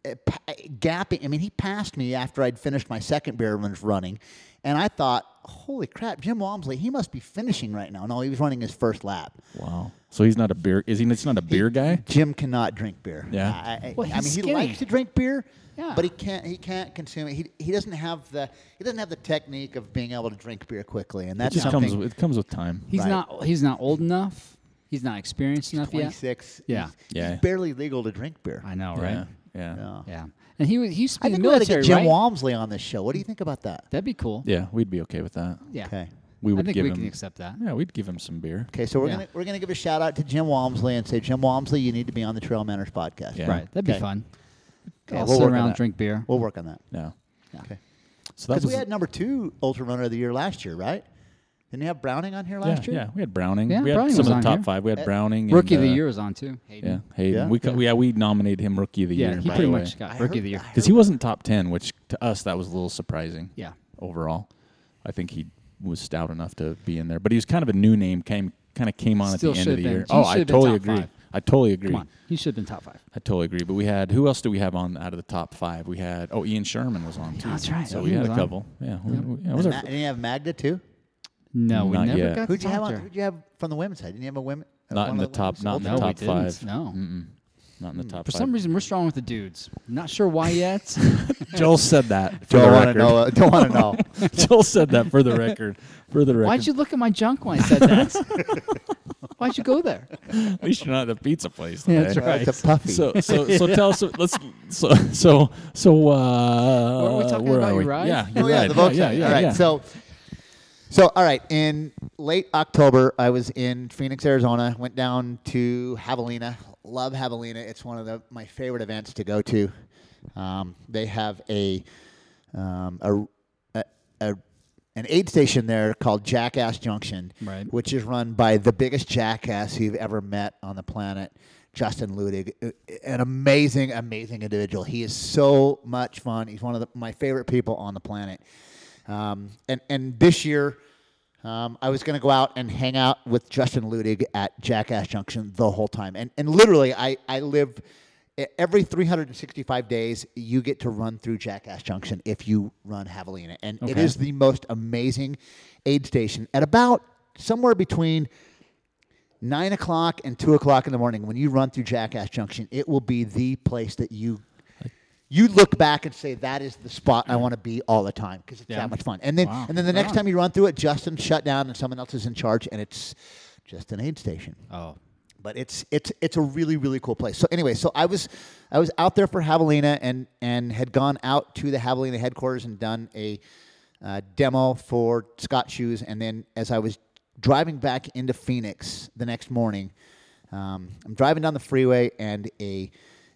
[SPEAKER 3] uh, pa- gapping i mean he passed me after i'd finished my second beer and was running and i thought holy crap jim walmsley he must be finishing right now no he was running his first lap
[SPEAKER 1] Wow. So he's not a beer. Is he? It's not a beer guy.
[SPEAKER 3] jim cannot drink beer
[SPEAKER 1] Yeah.
[SPEAKER 3] i, I-
[SPEAKER 2] Well,
[SPEAKER 3] I
[SPEAKER 2] he's
[SPEAKER 3] mean
[SPEAKER 2] skinny.
[SPEAKER 3] he likes to drink beer
[SPEAKER 2] Yeah.
[SPEAKER 3] but he can't he can't consume it he, he doesn't have the he doesn't have the technique of being able to drink beer quickly and
[SPEAKER 1] It
[SPEAKER 3] that's
[SPEAKER 1] just
[SPEAKER 3] something
[SPEAKER 1] comes. with- It comes with time.
[SPEAKER 2] He's
[SPEAKER 3] Right.
[SPEAKER 2] not. He's not old enough. He's not experienced enough yet.
[SPEAKER 3] 26
[SPEAKER 2] Yeah.
[SPEAKER 3] he's,
[SPEAKER 1] Yeah.
[SPEAKER 3] he's barely legal to drink beer
[SPEAKER 2] I know, right?
[SPEAKER 1] Yeah. Yeah.
[SPEAKER 2] Yeah.
[SPEAKER 3] Yeah.
[SPEAKER 1] Yeah.
[SPEAKER 2] And he was. He used to
[SPEAKER 3] Oh. I
[SPEAKER 2] be in
[SPEAKER 3] think
[SPEAKER 2] the
[SPEAKER 3] we ought to get
[SPEAKER 2] military,
[SPEAKER 3] Jim
[SPEAKER 2] right?
[SPEAKER 3] Walmsley on this show. What do you think about that?
[SPEAKER 2] That'd be cool.
[SPEAKER 1] We'd be okay with that.
[SPEAKER 2] Yeah.
[SPEAKER 3] Okay.
[SPEAKER 1] We
[SPEAKER 2] I
[SPEAKER 1] would
[SPEAKER 2] think
[SPEAKER 1] give
[SPEAKER 2] we
[SPEAKER 1] him.
[SPEAKER 2] can accept that.
[SPEAKER 1] Yeah, we'd give him some beer.
[SPEAKER 3] Okay, so we're
[SPEAKER 2] Yeah.
[SPEAKER 3] gonna we're gonna give a shout out to Jim Walmsley and say, Jim Walmsley, you need to be on the Trail Manners podcast.
[SPEAKER 1] Yeah.
[SPEAKER 2] Right. That'd be
[SPEAKER 3] Okay.
[SPEAKER 2] fun.
[SPEAKER 3] Okay,
[SPEAKER 2] All
[SPEAKER 3] we'll
[SPEAKER 2] sit
[SPEAKER 3] work on
[SPEAKER 2] around,
[SPEAKER 3] that.
[SPEAKER 2] drink beer.
[SPEAKER 3] We'll work on that.
[SPEAKER 1] Yeah.
[SPEAKER 3] Okay.
[SPEAKER 1] So that
[SPEAKER 3] Because
[SPEAKER 1] was.
[SPEAKER 3] we had number two ultra runner of the year last year, right? Didn't you have Browning on here last
[SPEAKER 1] yeah,
[SPEAKER 3] year?
[SPEAKER 1] yeah, we had Browning.
[SPEAKER 2] Yeah,
[SPEAKER 1] we had
[SPEAKER 2] Browning
[SPEAKER 1] some
[SPEAKER 2] was
[SPEAKER 1] of the
[SPEAKER 2] on
[SPEAKER 1] top
[SPEAKER 2] here.
[SPEAKER 1] five. We had
[SPEAKER 3] Uh,
[SPEAKER 1] Browning.
[SPEAKER 2] Rookie of
[SPEAKER 1] and,
[SPEAKER 2] the
[SPEAKER 1] uh,
[SPEAKER 2] year was on too. Hayden.
[SPEAKER 1] Yeah, Hayden.
[SPEAKER 3] Yeah.
[SPEAKER 1] We co- yeah we nominated him rookie of the
[SPEAKER 2] Yeah,
[SPEAKER 1] year.
[SPEAKER 2] he
[SPEAKER 1] by
[SPEAKER 2] pretty
[SPEAKER 1] the way.
[SPEAKER 2] much got
[SPEAKER 3] I
[SPEAKER 2] rookie
[SPEAKER 3] heard
[SPEAKER 2] of the year.
[SPEAKER 3] that.
[SPEAKER 1] because he wasn't top 10 which to us that was a little surprising
[SPEAKER 2] Yeah.
[SPEAKER 1] overall i think he was stout enough to be in there but he was kind of a new name came kind of came on
[SPEAKER 2] Still
[SPEAKER 1] at the end of
[SPEAKER 2] should've
[SPEAKER 1] the
[SPEAKER 2] been.
[SPEAKER 1] year
[SPEAKER 2] He
[SPEAKER 1] oh i
[SPEAKER 2] should've been
[SPEAKER 1] totally
[SPEAKER 2] top
[SPEAKER 1] agree
[SPEAKER 2] five.
[SPEAKER 1] i totally agree
[SPEAKER 2] Come on, he should have been top five.
[SPEAKER 1] i totally agree but we had who else do we have on out of the top five we had oh ian sherman was on too
[SPEAKER 2] that's right.
[SPEAKER 1] so
[SPEAKER 2] Oh,
[SPEAKER 1] we
[SPEAKER 2] he
[SPEAKER 1] had
[SPEAKER 2] was
[SPEAKER 1] a
[SPEAKER 2] on.
[SPEAKER 1] couple yeah, we- we- yeah, it was
[SPEAKER 3] And
[SPEAKER 1] our
[SPEAKER 3] Ma-
[SPEAKER 1] fir-
[SPEAKER 3] didn't you have Magda too?
[SPEAKER 2] No, we
[SPEAKER 1] Not
[SPEAKER 2] never
[SPEAKER 1] yet.
[SPEAKER 2] got.
[SPEAKER 3] Who'd
[SPEAKER 2] to
[SPEAKER 3] you have
[SPEAKER 2] talk
[SPEAKER 3] on,
[SPEAKER 2] to her.
[SPEAKER 3] who'd you have from the women's side? Didn't you have a women? uh,
[SPEAKER 1] Not in
[SPEAKER 3] one
[SPEAKER 1] the
[SPEAKER 3] of
[SPEAKER 1] top-
[SPEAKER 3] ladies?
[SPEAKER 1] not in the
[SPEAKER 3] Ultra-
[SPEAKER 2] No, we
[SPEAKER 1] top
[SPEAKER 2] didn't.
[SPEAKER 1] five.
[SPEAKER 2] No.
[SPEAKER 1] not in the top
[SPEAKER 2] For
[SPEAKER 1] five
[SPEAKER 2] some reason, we're strong with the dudes. Not sure why yet.
[SPEAKER 1] joel said that for the
[SPEAKER 3] Don't want to
[SPEAKER 1] record
[SPEAKER 3] know. uh, Don't want to know.
[SPEAKER 1] joel said that for the record for the record
[SPEAKER 2] Why'd you look at my junk when I said that? Why'd you go there?
[SPEAKER 1] at least you're not at a pizza place
[SPEAKER 2] Yeah,
[SPEAKER 1] today.
[SPEAKER 2] that's
[SPEAKER 3] Uh, It's a puffy.
[SPEAKER 1] So so so tell us. Let's so so so. Uh,
[SPEAKER 2] Were we talking
[SPEAKER 1] where
[SPEAKER 2] about
[SPEAKER 1] are
[SPEAKER 2] your
[SPEAKER 1] we?
[SPEAKER 2] ride?
[SPEAKER 1] Yeah,
[SPEAKER 2] Oh,
[SPEAKER 1] you're
[SPEAKER 3] oh yeah,
[SPEAKER 1] right.
[SPEAKER 3] the Volkswagen.
[SPEAKER 1] yeah, yeah, yeah,
[SPEAKER 3] all right,
[SPEAKER 1] yeah.
[SPEAKER 3] so so all right. In late October, I was in Phoenix, Arizona. Went down to Javelina. Love Javelina. It's one of the, my favorite events to go to. Um, they have a um, a a an aid station there called Jackass Junction,
[SPEAKER 2] Right.
[SPEAKER 3] which is run by the biggest jackass you've ever met on the planet, Justin Ludig. Uh, An amazing, amazing individual. He is so much fun. He's one of the, my favorite people on the planet. Um, and and this year, um, I was going to go out and hang out with Justin Ludig at Jackass Junction the whole time. And and literally, I I live e- every 365 days. You get to run through Jackass Junction if you run Javelina, and it
[SPEAKER 2] Okay.
[SPEAKER 3] is the most amazing aid station. At about somewhere between nine o'clock and two o'clock in the morning, when you run through Jackass Junction, it will be the place that you you look back and say that is the spot I want to be all the time because it's
[SPEAKER 2] Yeah.
[SPEAKER 3] that much fun. And then
[SPEAKER 2] Wow.
[SPEAKER 3] and then the
[SPEAKER 2] Right
[SPEAKER 3] next
[SPEAKER 2] on.
[SPEAKER 3] time you run through it, Justin shut down and someone else is in charge, and it's just an aid station
[SPEAKER 2] Oh,
[SPEAKER 3] but it's it's it's a really really cool place. So anyway, so I was I was out there for Javelina and and had gone out to the Javelina headquarters and done a uh, demo for Scott Shoes, and then as I was driving back into Phoenix the next morning, um, I'm driving down the freeway and a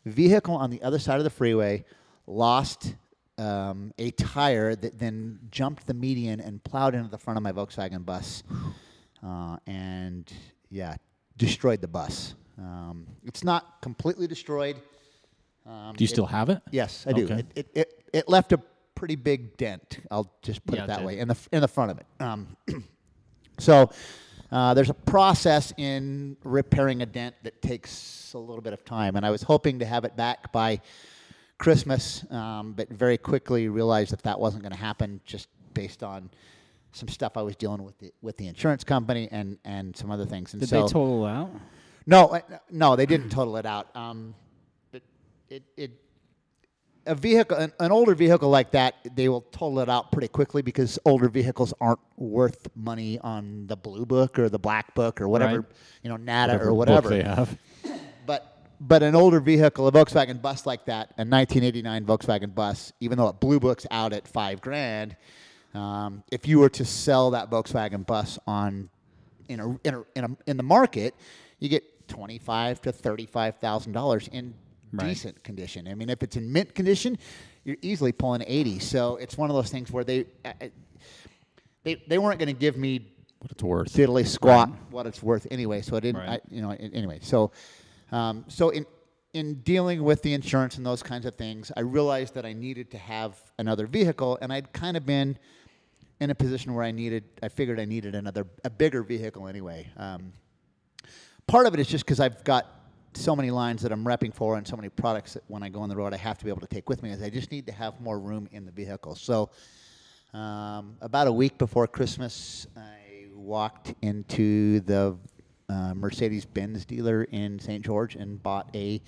[SPEAKER 3] vehicle on the other side of the freeway lost. Um, a tire that then jumped the median and plowed into the front of my Volkswagen bus uh, and yeah, destroyed the bus. Um, it's not completely destroyed.
[SPEAKER 1] Do you still have it?
[SPEAKER 3] Yes, I do.
[SPEAKER 1] Okay.
[SPEAKER 3] It, it, it, it left a pretty big dent. I'll just put
[SPEAKER 2] Yeah,
[SPEAKER 3] it
[SPEAKER 2] it
[SPEAKER 3] that
[SPEAKER 2] did.
[SPEAKER 3] way in the in the front of it. Um, so uh, there's a process in repairing a dent that takes a little bit of time, and I was hoping to have it back by Christmas, um, but very quickly realized that that wasn't going to happen just based on some stuff I was dealing with the, with the insurance company and, and some other things. And
[SPEAKER 2] Did
[SPEAKER 3] so
[SPEAKER 2] they total out?
[SPEAKER 3] no, uh, no, they didn't total it out. Um, but it, it a vehicle, an, an older vehicle like that, they will total it out pretty quickly because older vehicles aren't worth money on the blue book or the black book or whatever,
[SPEAKER 2] Right.
[SPEAKER 3] you know, NADA
[SPEAKER 1] Whatever
[SPEAKER 3] or
[SPEAKER 1] book
[SPEAKER 3] whatever
[SPEAKER 1] they have.
[SPEAKER 3] but but an older vehicle, a Volkswagen bus like that, a 1989 Volkswagen bus, even though it blue books out at five grand, um, if you were to sell that Volkswagen bus on in a in a, in, a, in the market, you get twenty five to thirty five thousand dollars in
[SPEAKER 2] Right.
[SPEAKER 3] decent condition. I mean, if it's in mint condition, you're easily pulling eighty. So it's one of those things where they I- I- they they weren't going to give me
[SPEAKER 1] What it's worth.
[SPEAKER 3] diddly squat what it's worth anyway. So I didn't,
[SPEAKER 2] Right.
[SPEAKER 3] I, you know, an- anyway. So, um, so in in dealing with the insurance and those kinds of things, I realized that I needed to have another vehicle, and I'd kind of been in a position where I needed, I figured I needed another, a bigger vehicle anyway. Um, part of it is just because I've got so many lines that I'm repping for and so many products that when I go on the road I have to be able to take with me is I just need to have more room in the vehicle. So um, about a week before Christmas, I walked into the uh, Mercedes-Benz dealer in St. George and bought a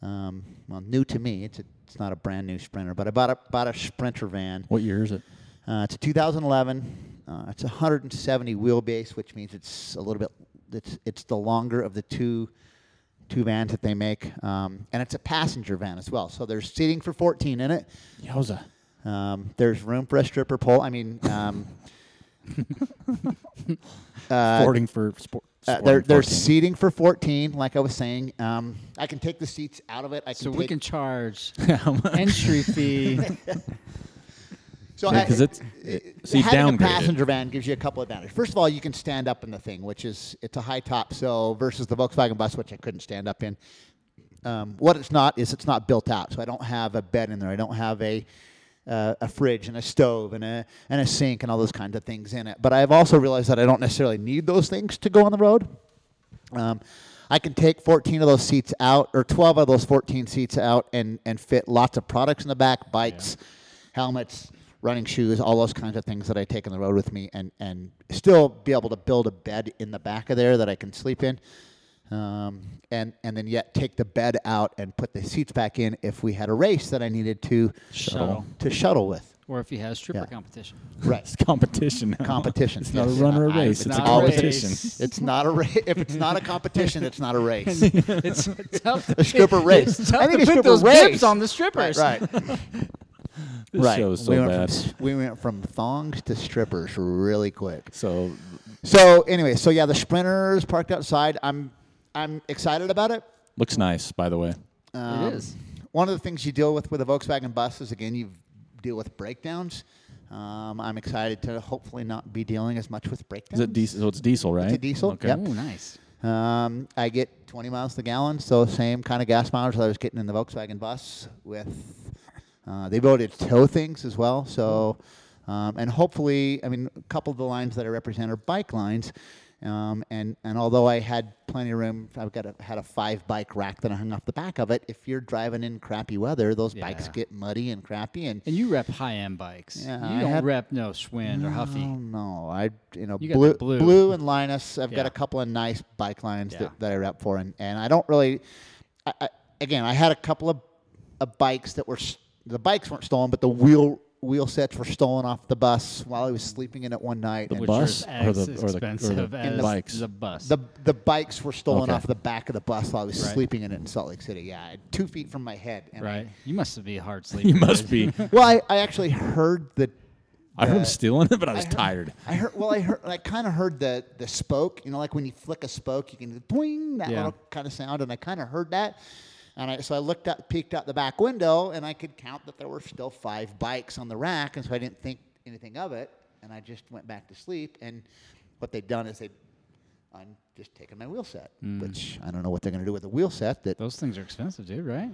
[SPEAKER 3] um, well new to me. It's a, it's not a brand new Sprinter, but I bought a bought a Sprinter van.
[SPEAKER 1] What year is it?
[SPEAKER 3] Uh, it's a 2011. Uh, it's a 170 wheelbase, which means it's a little bit. It's it's the longer of the two two vans that they make, um, and it's a passenger van as well. So there's seating for 14 in it.
[SPEAKER 1] Yowza.
[SPEAKER 3] Um, there's room for a stripper pole. I mean, um, uh,
[SPEAKER 1] Sporting for sport.
[SPEAKER 3] uh, there,
[SPEAKER 1] sporting
[SPEAKER 3] there's
[SPEAKER 1] 14.
[SPEAKER 3] seating for 14, like I was saying. Um, I can take the seats out of it. I can
[SPEAKER 2] So we
[SPEAKER 3] take-
[SPEAKER 2] can charge
[SPEAKER 1] How much?
[SPEAKER 2] entry fee.
[SPEAKER 3] So
[SPEAKER 1] Yeah,
[SPEAKER 3] I-
[SPEAKER 1] 'cause it's-
[SPEAKER 3] it-
[SPEAKER 1] it-
[SPEAKER 3] it-
[SPEAKER 1] so you
[SPEAKER 3] having a
[SPEAKER 1] downgrade it.
[SPEAKER 3] passenger van gives you a couple advantages. First of all, you can stand up in the thing, which is it's a high top. So versus the Volkswagen bus, which I couldn't stand up in. Um, what it's not is it's not built out. So I don't have a bed in there. I don't have a uh, a fridge and a stove and a and a sink and all those kinds of things in it. But I've also realized that I don't necessarily need those things to go on the road. Um, I can take 14 of those seats out, or 12 of those 14 seats out, and, and fit lots of products in the back bikes, helmets, running shoes, all those kinds of things that I take on the road with me, and, and still be able to build a bed in the back of there that I can sleep in. Um, and, and then yet take the bed out and put the seats back in if we had a race that I needed to
[SPEAKER 2] Shuttle.
[SPEAKER 3] to shuttle with.
[SPEAKER 2] or if you have stripper
[SPEAKER 3] Yeah.
[SPEAKER 2] competition.
[SPEAKER 3] Right.
[SPEAKER 1] It's competition. now.
[SPEAKER 3] Competition.
[SPEAKER 1] It's not
[SPEAKER 3] Yes.
[SPEAKER 1] a run or a
[SPEAKER 3] I-
[SPEAKER 1] race.
[SPEAKER 3] it's
[SPEAKER 1] It's a
[SPEAKER 2] not a race.
[SPEAKER 1] competition.
[SPEAKER 3] It's not a race. If it's not a competition, it's not a race.
[SPEAKER 2] It's tough to,
[SPEAKER 3] a stripper race.
[SPEAKER 2] it's tough
[SPEAKER 3] I think
[SPEAKER 2] to
[SPEAKER 3] a
[SPEAKER 2] put
[SPEAKER 3] stripper
[SPEAKER 2] those
[SPEAKER 3] race.
[SPEAKER 2] bibs on the strippers.
[SPEAKER 3] Right, right.
[SPEAKER 1] This
[SPEAKER 3] right.
[SPEAKER 1] show is so
[SPEAKER 3] we, went
[SPEAKER 1] bad.
[SPEAKER 3] From, we went from thongs to strippers really quick.
[SPEAKER 1] so
[SPEAKER 3] So anyway, so yeah, the sprinters parked outside. I'm I'm excited about it.
[SPEAKER 1] looks nice, by the way.
[SPEAKER 3] Um,
[SPEAKER 2] is.
[SPEAKER 3] One of the things you deal with with a Volkswagen bus is again you deal with breakdowns. Um, I'm excited to hopefully not be dealing as much with
[SPEAKER 1] Is
[SPEAKER 3] breakdowns.
[SPEAKER 1] it diesel? So it's diesel, right?
[SPEAKER 3] It's a diesel.
[SPEAKER 1] Okay.
[SPEAKER 3] Yep.
[SPEAKER 2] Oh, nice.
[SPEAKER 3] Um, I get 20 miles to the gallon, so same kind of gas mileage that I was getting in the Volkswagen bus. With uh, they voted tow things as well, so um, and hopefully, I mean, a couple of the lines that I represent are bike lines. Um, and and although I had plenty of room, I've got a, had a five bike rack that I hung off the back of it. If you're driving in crappy weather, those bikes
[SPEAKER 2] Yeah.
[SPEAKER 3] get muddy and crappy. And
[SPEAKER 2] And you rep high end bikes.
[SPEAKER 3] Yeah,
[SPEAKER 2] you
[SPEAKER 3] I
[SPEAKER 2] don't
[SPEAKER 3] had-
[SPEAKER 2] rep no Schwinn or
[SPEAKER 3] Oh
[SPEAKER 2] Huffy.
[SPEAKER 3] no, I you know
[SPEAKER 2] You got
[SPEAKER 3] blue,
[SPEAKER 2] the blue.
[SPEAKER 3] blue and Linus. I've got
[SPEAKER 2] Yeah.
[SPEAKER 3] a couple of nice bike lines
[SPEAKER 2] Yeah.
[SPEAKER 3] that, that I rep for, and, and I don't really. I, I, again, I had a couple of, of bikes that were s- the bikes weren't stolen, but the wheel wheel sets were stolen off the bus while I was sleeping in it one night.
[SPEAKER 1] The
[SPEAKER 3] and
[SPEAKER 1] bus?
[SPEAKER 2] Which are
[SPEAKER 1] or the-
[SPEAKER 2] as
[SPEAKER 1] or the- or the
[SPEAKER 2] expensive as
[SPEAKER 1] bikes?
[SPEAKER 2] the bus.
[SPEAKER 3] The the bikes were stolen
[SPEAKER 1] Okay.
[SPEAKER 3] off the back of the bus while I was
[SPEAKER 2] Right.
[SPEAKER 3] sleeping in it in Salt Lake City. Yeah, I- two feet from my head. And I-
[SPEAKER 2] right. You must be a hard sleeper.
[SPEAKER 1] You must be.
[SPEAKER 3] well, I, I actually heard the
[SPEAKER 1] I heard him
[SPEAKER 3] the-
[SPEAKER 1] stealing it, but I was tired.
[SPEAKER 3] I heard. Well, I heard. I kind of heard the the spoke. You know, like when you flick a spoke, you can do boing that
[SPEAKER 2] Yeah.
[SPEAKER 3] little kind of sound, and I kind of heard that. And I, so I looked up, peeked out the back window, and I could count that there were still five bikes on the rack, and so I didn't think anything of it, and I just went back to sleep. And what they'd done is they, I'm just taking my wheel set, which I don't know what they're going to do with the wheel set. That
[SPEAKER 2] Those things are expensive, dude, right?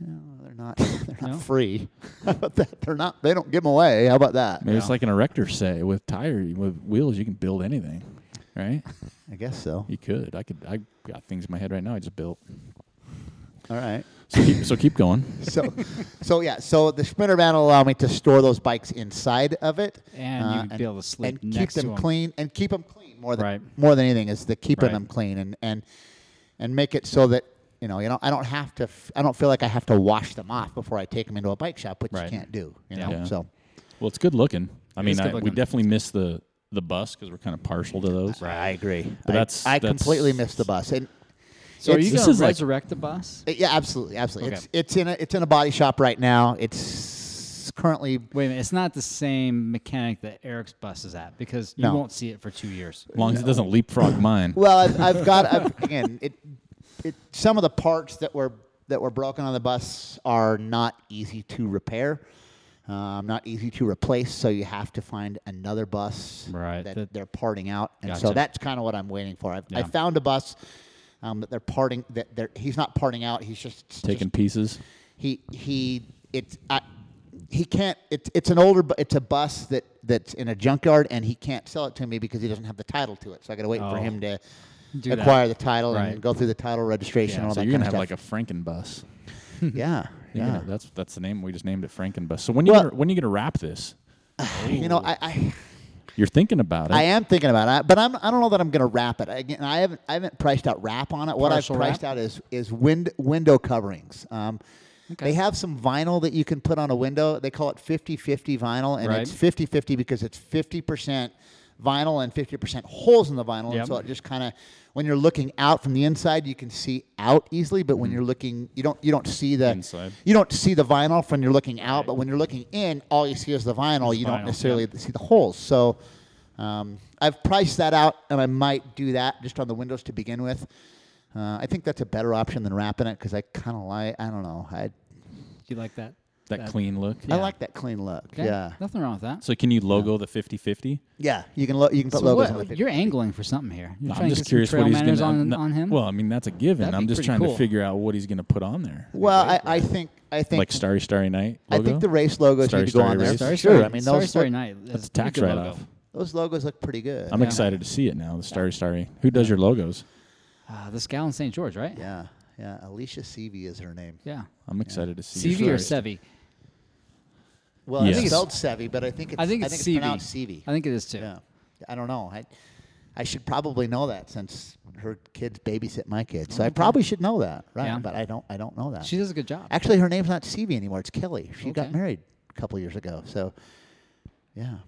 [SPEAKER 3] No, they're not. They're not
[SPEAKER 2] No?
[SPEAKER 3] free. How about that? They're not. They don't give them away. How about that?
[SPEAKER 1] Maybe it's like an erector say with tire with wheels, you can build anything, right?
[SPEAKER 3] I guess so.
[SPEAKER 1] You could. I could. I got things in my head right now. I just built.
[SPEAKER 3] All right.
[SPEAKER 1] So keep, so keep going.
[SPEAKER 3] So, so yeah. So the sprinter van will allow me to store those bikes inside of it, uh,
[SPEAKER 2] And you'd be able to sleep
[SPEAKER 3] and
[SPEAKER 2] next
[SPEAKER 3] keep them
[SPEAKER 2] to 'em.
[SPEAKER 3] clean and keep them clean more than
[SPEAKER 2] Right.
[SPEAKER 3] more than anything is the keeping
[SPEAKER 2] Right.
[SPEAKER 3] them clean and and and make it so that you know you know I don't have to f- I don't feel like I have to wash them off before I take them into a bike shop, which
[SPEAKER 2] Right.
[SPEAKER 3] you can't do. You
[SPEAKER 2] Yeah.
[SPEAKER 3] know.
[SPEAKER 1] Yeah.
[SPEAKER 3] So
[SPEAKER 1] Well, it's good looking. I mean,
[SPEAKER 2] is good
[SPEAKER 1] I, we
[SPEAKER 2] looking.
[SPEAKER 1] definitely miss the the bus because we're kind of partial to those.
[SPEAKER 3] I agree.
[SPEAKER 1] But
[SPEAKER 3] I,
[SPEAKER 1] that's-
[SPEAKER 3] I
[SPEAKER 1] that's-
[SPEAKER 3] completely missed the bus and.
[SPEAKER 2] So are
[SPEAKER 3] It's-
[SPEAKER 2] you
[SPEAKER 1] this
[SPEAKER 2] going
[SPEAKER 1] is
[SPEAKER 2] to
[SPEAKER 1] like-
[SPEAKER 2] resurrect the bus?
[SPEAKER 3] Yeah, absolutely, absolutely.
[SPEAKER 2] Okay.
[SPEAKER 3] It's it's in a it's in a body shop right now. It's currently
[SPEAKER 2] Wait a minute. It's not the same mechanic that Eric's bus is at because you
[SPEAKER 3] No.
[SPEAKER 2] won't see it for two years.
[SPEAKER 1] As long as it doesn't leapfrog mine.
[SPEAKER 3] well. I've, I've got I've, again. It it some of the parts that were that were broken on the bus are not easy to repair. Um, not easy to replace, so you have to find another bus
[SPEAKER 2] Right,
[SPEAKER 3] that,
[SPEAKER 2] that-
[SPEAKER 3] they're parting out, and
[SPEAKER 2] Gotcha.
[SPEAKER 3] so that's kind of what I'm waiting for. I've, I
[SPEAKER 2] Yeah.
[SPEAKER 3] found a bus um, that they're parting. That they're, he's not parting out. He's just it's
[SPEAKER 1] Taking
[SPEAKER 3] just
[SPEAKER 1] pieces.
[SPEAKER 3] he he it's I, he can't it's it's an older bu- it's a bus that that's in a junkyard and he can't sell it to me because he doesn't have the title to it so i gotta wait for
[SPEAKER 2] Oh.
[SPEAKER 3] him to
[SPEAKER 2] Do that.
[SPEAKER 3] acquire the title
[SPEAKER 2] Right.
[SPEAKER 3] and go through the title registration and
[SPEAKER 1] Yeah,
[SPEAKER 3] all
[SPEAKER 1] so
[SPEAKER 3] that
[SPEAKER 1] you're gonna have
[SPEAKER 3] kind of
[SPEAKER 1] like a Franken bus.
[SPEAKER 3] stuff. yeah
[SPEAKER 1] You're
[SPEAKER 3] yeah
[SPEAKER 1] gonna- that's that's the name we just named it Franken bus. So when you
[SPEAKER 3] Well-
[SPEAKER 1] gonna, when you gonna wrap this?
[SPEAKER 3] you know i i
[SPEAKER 1] You're thinking about it.
[SPEAKER 3] I am thinking about it, but I'm I don't know that I'm going to wrap it. Again, I haven't I haven't priced out wrap on it. What
[SPEAKER 2] Partial
[SPEAKER 3] I've
[SPEAKER 2] wrap?
[SPEAKER 3] priced out is is wind window coverings. Um, They have some vinyl that you can put on a window. They call it 50-50 vinyl, and
[SPEAKER 2] Right.
[SPEAKER 3] it's 50-50 because it's fifty percent vinyl and fifty percent holes in the vinyl.
[SPEAKER 2] Yep.
[SPEAKER 3] And so it just kind of when you're looking out from the inside, you can see out easily. But
[SPEAKER 2] Mm.
[SPEAKER 3] when you're looking, you don't you don't see the
[SPEAKER 1] Inside.
[SPEAKER 3] You don't see the vinyl from you're looking out, but when you're looking in, all you see is the vinyl. you
[SPEAKER 2] vinyl,
[SPEAKER 3] don't necessarily see the holes. So um, I've priced that out, and I might do that just on the windows to begin with. Uh, I think that's a better option than wrapping it because I kind of like I don't know I
[SPEAKER 2] Do you like that?
[SPEAKER 1] that clean look.
[SPEAKER 3] I like that clean look.
[SPEAKER 2] Okay.
[SPEAKER 3] Yeah,
[SPEAKER 2] Nothing wrong with that.
[SPEAKER 1] So can you logo the 50-50?
[SPEAKER 3] yeah. You can lo- you can put
[SPEAKER 2] So
[SPEAKER 3] logos
[SPEAKER 2] what-
[SPEAKER 3] on it.
[SPEAKER 2] you're angling for something here. You're
[SPEAKER 1] I'm
[SPEAKER 2] trying to
[SPEAKER 1] just
[SPEAKER 2] get some
[SPEAKER 1] curious
[SPEAKER 2] trail
[SPEAKER 1] what he's
[SPEAKER 2] manners
[SPEAKER 1] gonna
[SPEAKER 2] on,
[SPEAKER 1] no-
[SPEAKER 2] on him.
[SPEAKER 1] Well, I mean that's a given.
[SPEAKER 2] That'd
[SPEAKER 1] I'm
[SPEAKER 2] be
[SPEAKER 1] just
[SPEAKER 2] pretty
[SPEAKER 1] trying to
[SPEAKER 2] cool.
[SPEAKER 1] figure out what he's gonna put on there.
[SPEAKER 3] Well, I, I think I think
[SPEAKER 1] like Starry Starry Night.
[SPEAKER 3] I
[SPEAKER 1] logo?
[SPEAKER 3] think the race logos
[SPEAKER 1] Starry,
[SPEAKER 3] need to go
[SPEAKER 1] Starry
[SPEAKER 3] on there.
[SPEAKER 1] Race.
[SPEAKER 3] for
[SPEAKER 1] Starry,
[SPEAKER 3] sure.
[SPEAKER 1] Starry.
[SPEAKER 3] I mean
[SPEAKER 2] Sorry,
[SPEAKER 3] those
[SPEAKER 2] Sorry
[SPEAKER 3] look-
[SPEAKER 2] Night.
[SPEAKER 1] That's a tax write off.
[SPEAKER 3] those logos look pretty good.
[SPEAKER 1] I'm
[SPEAKER 3] yeah.
[SPEAKER 1] excited to see it now. The Starry Starry. Who does your logos?
[SPEAKER 2] Uh, this gal in St. George, right?
[SPEAKER 3] yeah yeah. Alicia Seavey is her name.
[SPEAKER 2] Yeah.
[SPEAKER 1] I'm excited to see.
[SPEAKER 2] CV or
[SPEAKER 1] your Starry
[SPEAKER 2] Sevi?
[SPEAKER 3] Well,
[SPEAKER 1] Yes.
[SPEAKER 3] I think it's spelled Sevi, but I think it's
[SPEAKER 2] I think it's, Sevi.
[SPEAKER 3] pronounced Sevi.
[SPEAKER 2] I think it is too.
[SPEAKER 3] Yeah. I don't know. I I should probably know that since her kids babysit my kids. So I probably should know that, right?
[SPEAKER 2] Yeah.
[SPEAKER 3] But I don't I don't know that.
[SPEAKER 2] She does a good job.
[SPEAKER 3] Actually her name's not Stevie anymore, it's Kelly. She got
[SPEAKER 2] Okay.
[SPEAKER 3] married a couple years ago. So yeah.
[SPEAKER 1] Starry.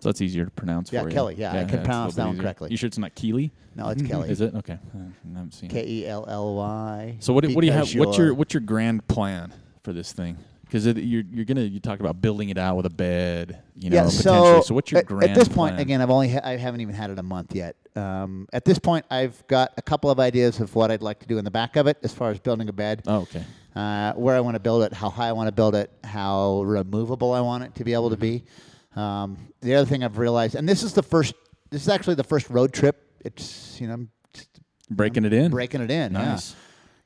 [SPEAKER 1] So that's easier to pronounce
[SPEAKER 3] Yeah,
[SPEAKER 1] for you.
[SPEAKER 3] Kelly, yeah, I can
[SPEAKER 1] it's a little
[SPEAKER 3] pronounce
[SPEAKER 1] bit
[SPEAKER 3] that one
[SPEAKER 1] easier.
[SPEAKER 3] correctly.
[SPEAKER 1] You sure it's not Keely?
[SPEAKER 3] No, it's Kelly.
[SPEAKER 1] Mm-hmm. Is it okay? I haven't seen.
[SPEAKER 3] K E L L Y.
[SPEAKER 1] So what, do- what do you have?
[SPEAKER 3] because
[SPEAKER 1] What's your
[SPEAKER 3] you're-
[SPEAKER 1] what's your grand plan for this thing? Because you're you're gonna you talk about building it out with a bed, you know,
[SPEAKER 3] yeah,
[SPEAKER 1] potentially.
[SPEAKER 3] so,
[SPEAKER 1] So, what's your
[SPEAKER 3] at,
[SPEAKER 1] grand
[SPEAKER 3] at this point
[SPEAKER 1] plan?
[SPEAKER 3] again I've only ha- I haven't even had it a month yet. Um, at this point I've got a couple of ideas of what I'd like to do in the back of it as far as building a bed.
[SPEAKER 1] Oh, okay.
[SPEAKER 3] uh, where I want to build it, how high I want to build it, how removable I want it to be able to be. Um, the other thing I've realized, and this is the first, this is actually the first road trip. It's you know I'm just
[SPEAKER 1] Breaking it in.
[SPEAKER 3] breaking it in. yeah.
[SPEAKER 1] Mm. Nice.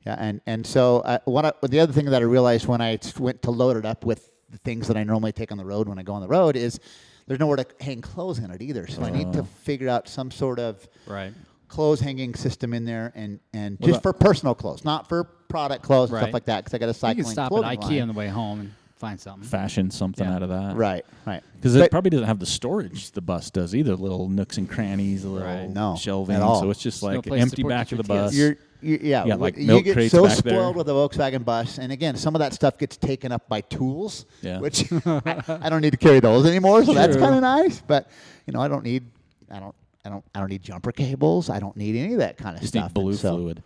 [SPEAKER 3] Yeah, and and so uh, what I, the other thing that I realized when I s- went to load it up with the things that I normally take on the road when I go on the road is there's nowhere to hang clothes in it either. So I need to figure out some sort of
[SPEAKER 2] Right.
[SPEAKER 3] clothes hanging system in there, and and
[SPEAKER 1] What
[SPEAKER 3] just for
[SPEAKER 1] about-
[SPEAKER 3] personal clothes, not for product clothes and
[SPEAKER 2] Right.
[SPEAKER 3] stuff like that. Because I got a
[SPEAKER 2] You
[SPEAKER 3] cycling
[SPEAKER 2] can stop at
[SPEAKER 3] clothing
[SPEAKER 2] IKEA
[SPEAKER 3] line.
[SPEAKER 2] on the way home and find something.
[SPEAKER 1] Fashion something
[SPEAKER 2] Yeah.
[SPEAKER 1] out of that,
[SPEAKER 3] Right, right.
[SPEAKER 1] Because it
[SPEAKER 3] But-
[SPEAKER 1] probably doesn't have the storage the bus does either. Little nooks and crannies, a little
[SPEAKER 2] Right.
[SPEAKER 3] No,
[SPEAKER 1] shelving.
[SPEAKER 3] at all.
[SPEAKER 1] So it's just
[SPEAKER 2] no
[SPEAKER 1] like
[SPEAKER 2] place to
[SPEAKER 1] empty
[SPEAKER 2] put
[SPEAKER 1] back of
[SPEAKER 2] your
[SPEAKER 1] the bus.
[SPEAKER 2] kids.
[SPEAKER 3] You're, you yeah,
[SPEAKER 1] You got,
[SPEAKER 3] wh-
[SPEAKER 1] like,
[SPEAKER 3] you
[SPEAKER 1] milk
[SPEAKER 3] get
[SPEAKER 1] crates
[SPEAKER 3] so
[SPEAKER 1] back there.
[SPEAKER 3] spoiled with a Volkswagen bus, and again, some of that stuff gets taken up by tools,
[SPEAKER 1] Yeah.
[SPEAKER 3] which I, I don't need to carry those anymore. So that's
[SPEAKER 2] True.
[SPEAKER 3] kind of nice. But you know, I don't need, I don't, I don't, I don't need jumper cables. I don't need any of that kind of
[SPEAKER 1] just
[SPEAKER 3] stuff.
[SPEAKER 1] need blue
[SPEAKER 3] And so,
[SPEAKER 1] fluid.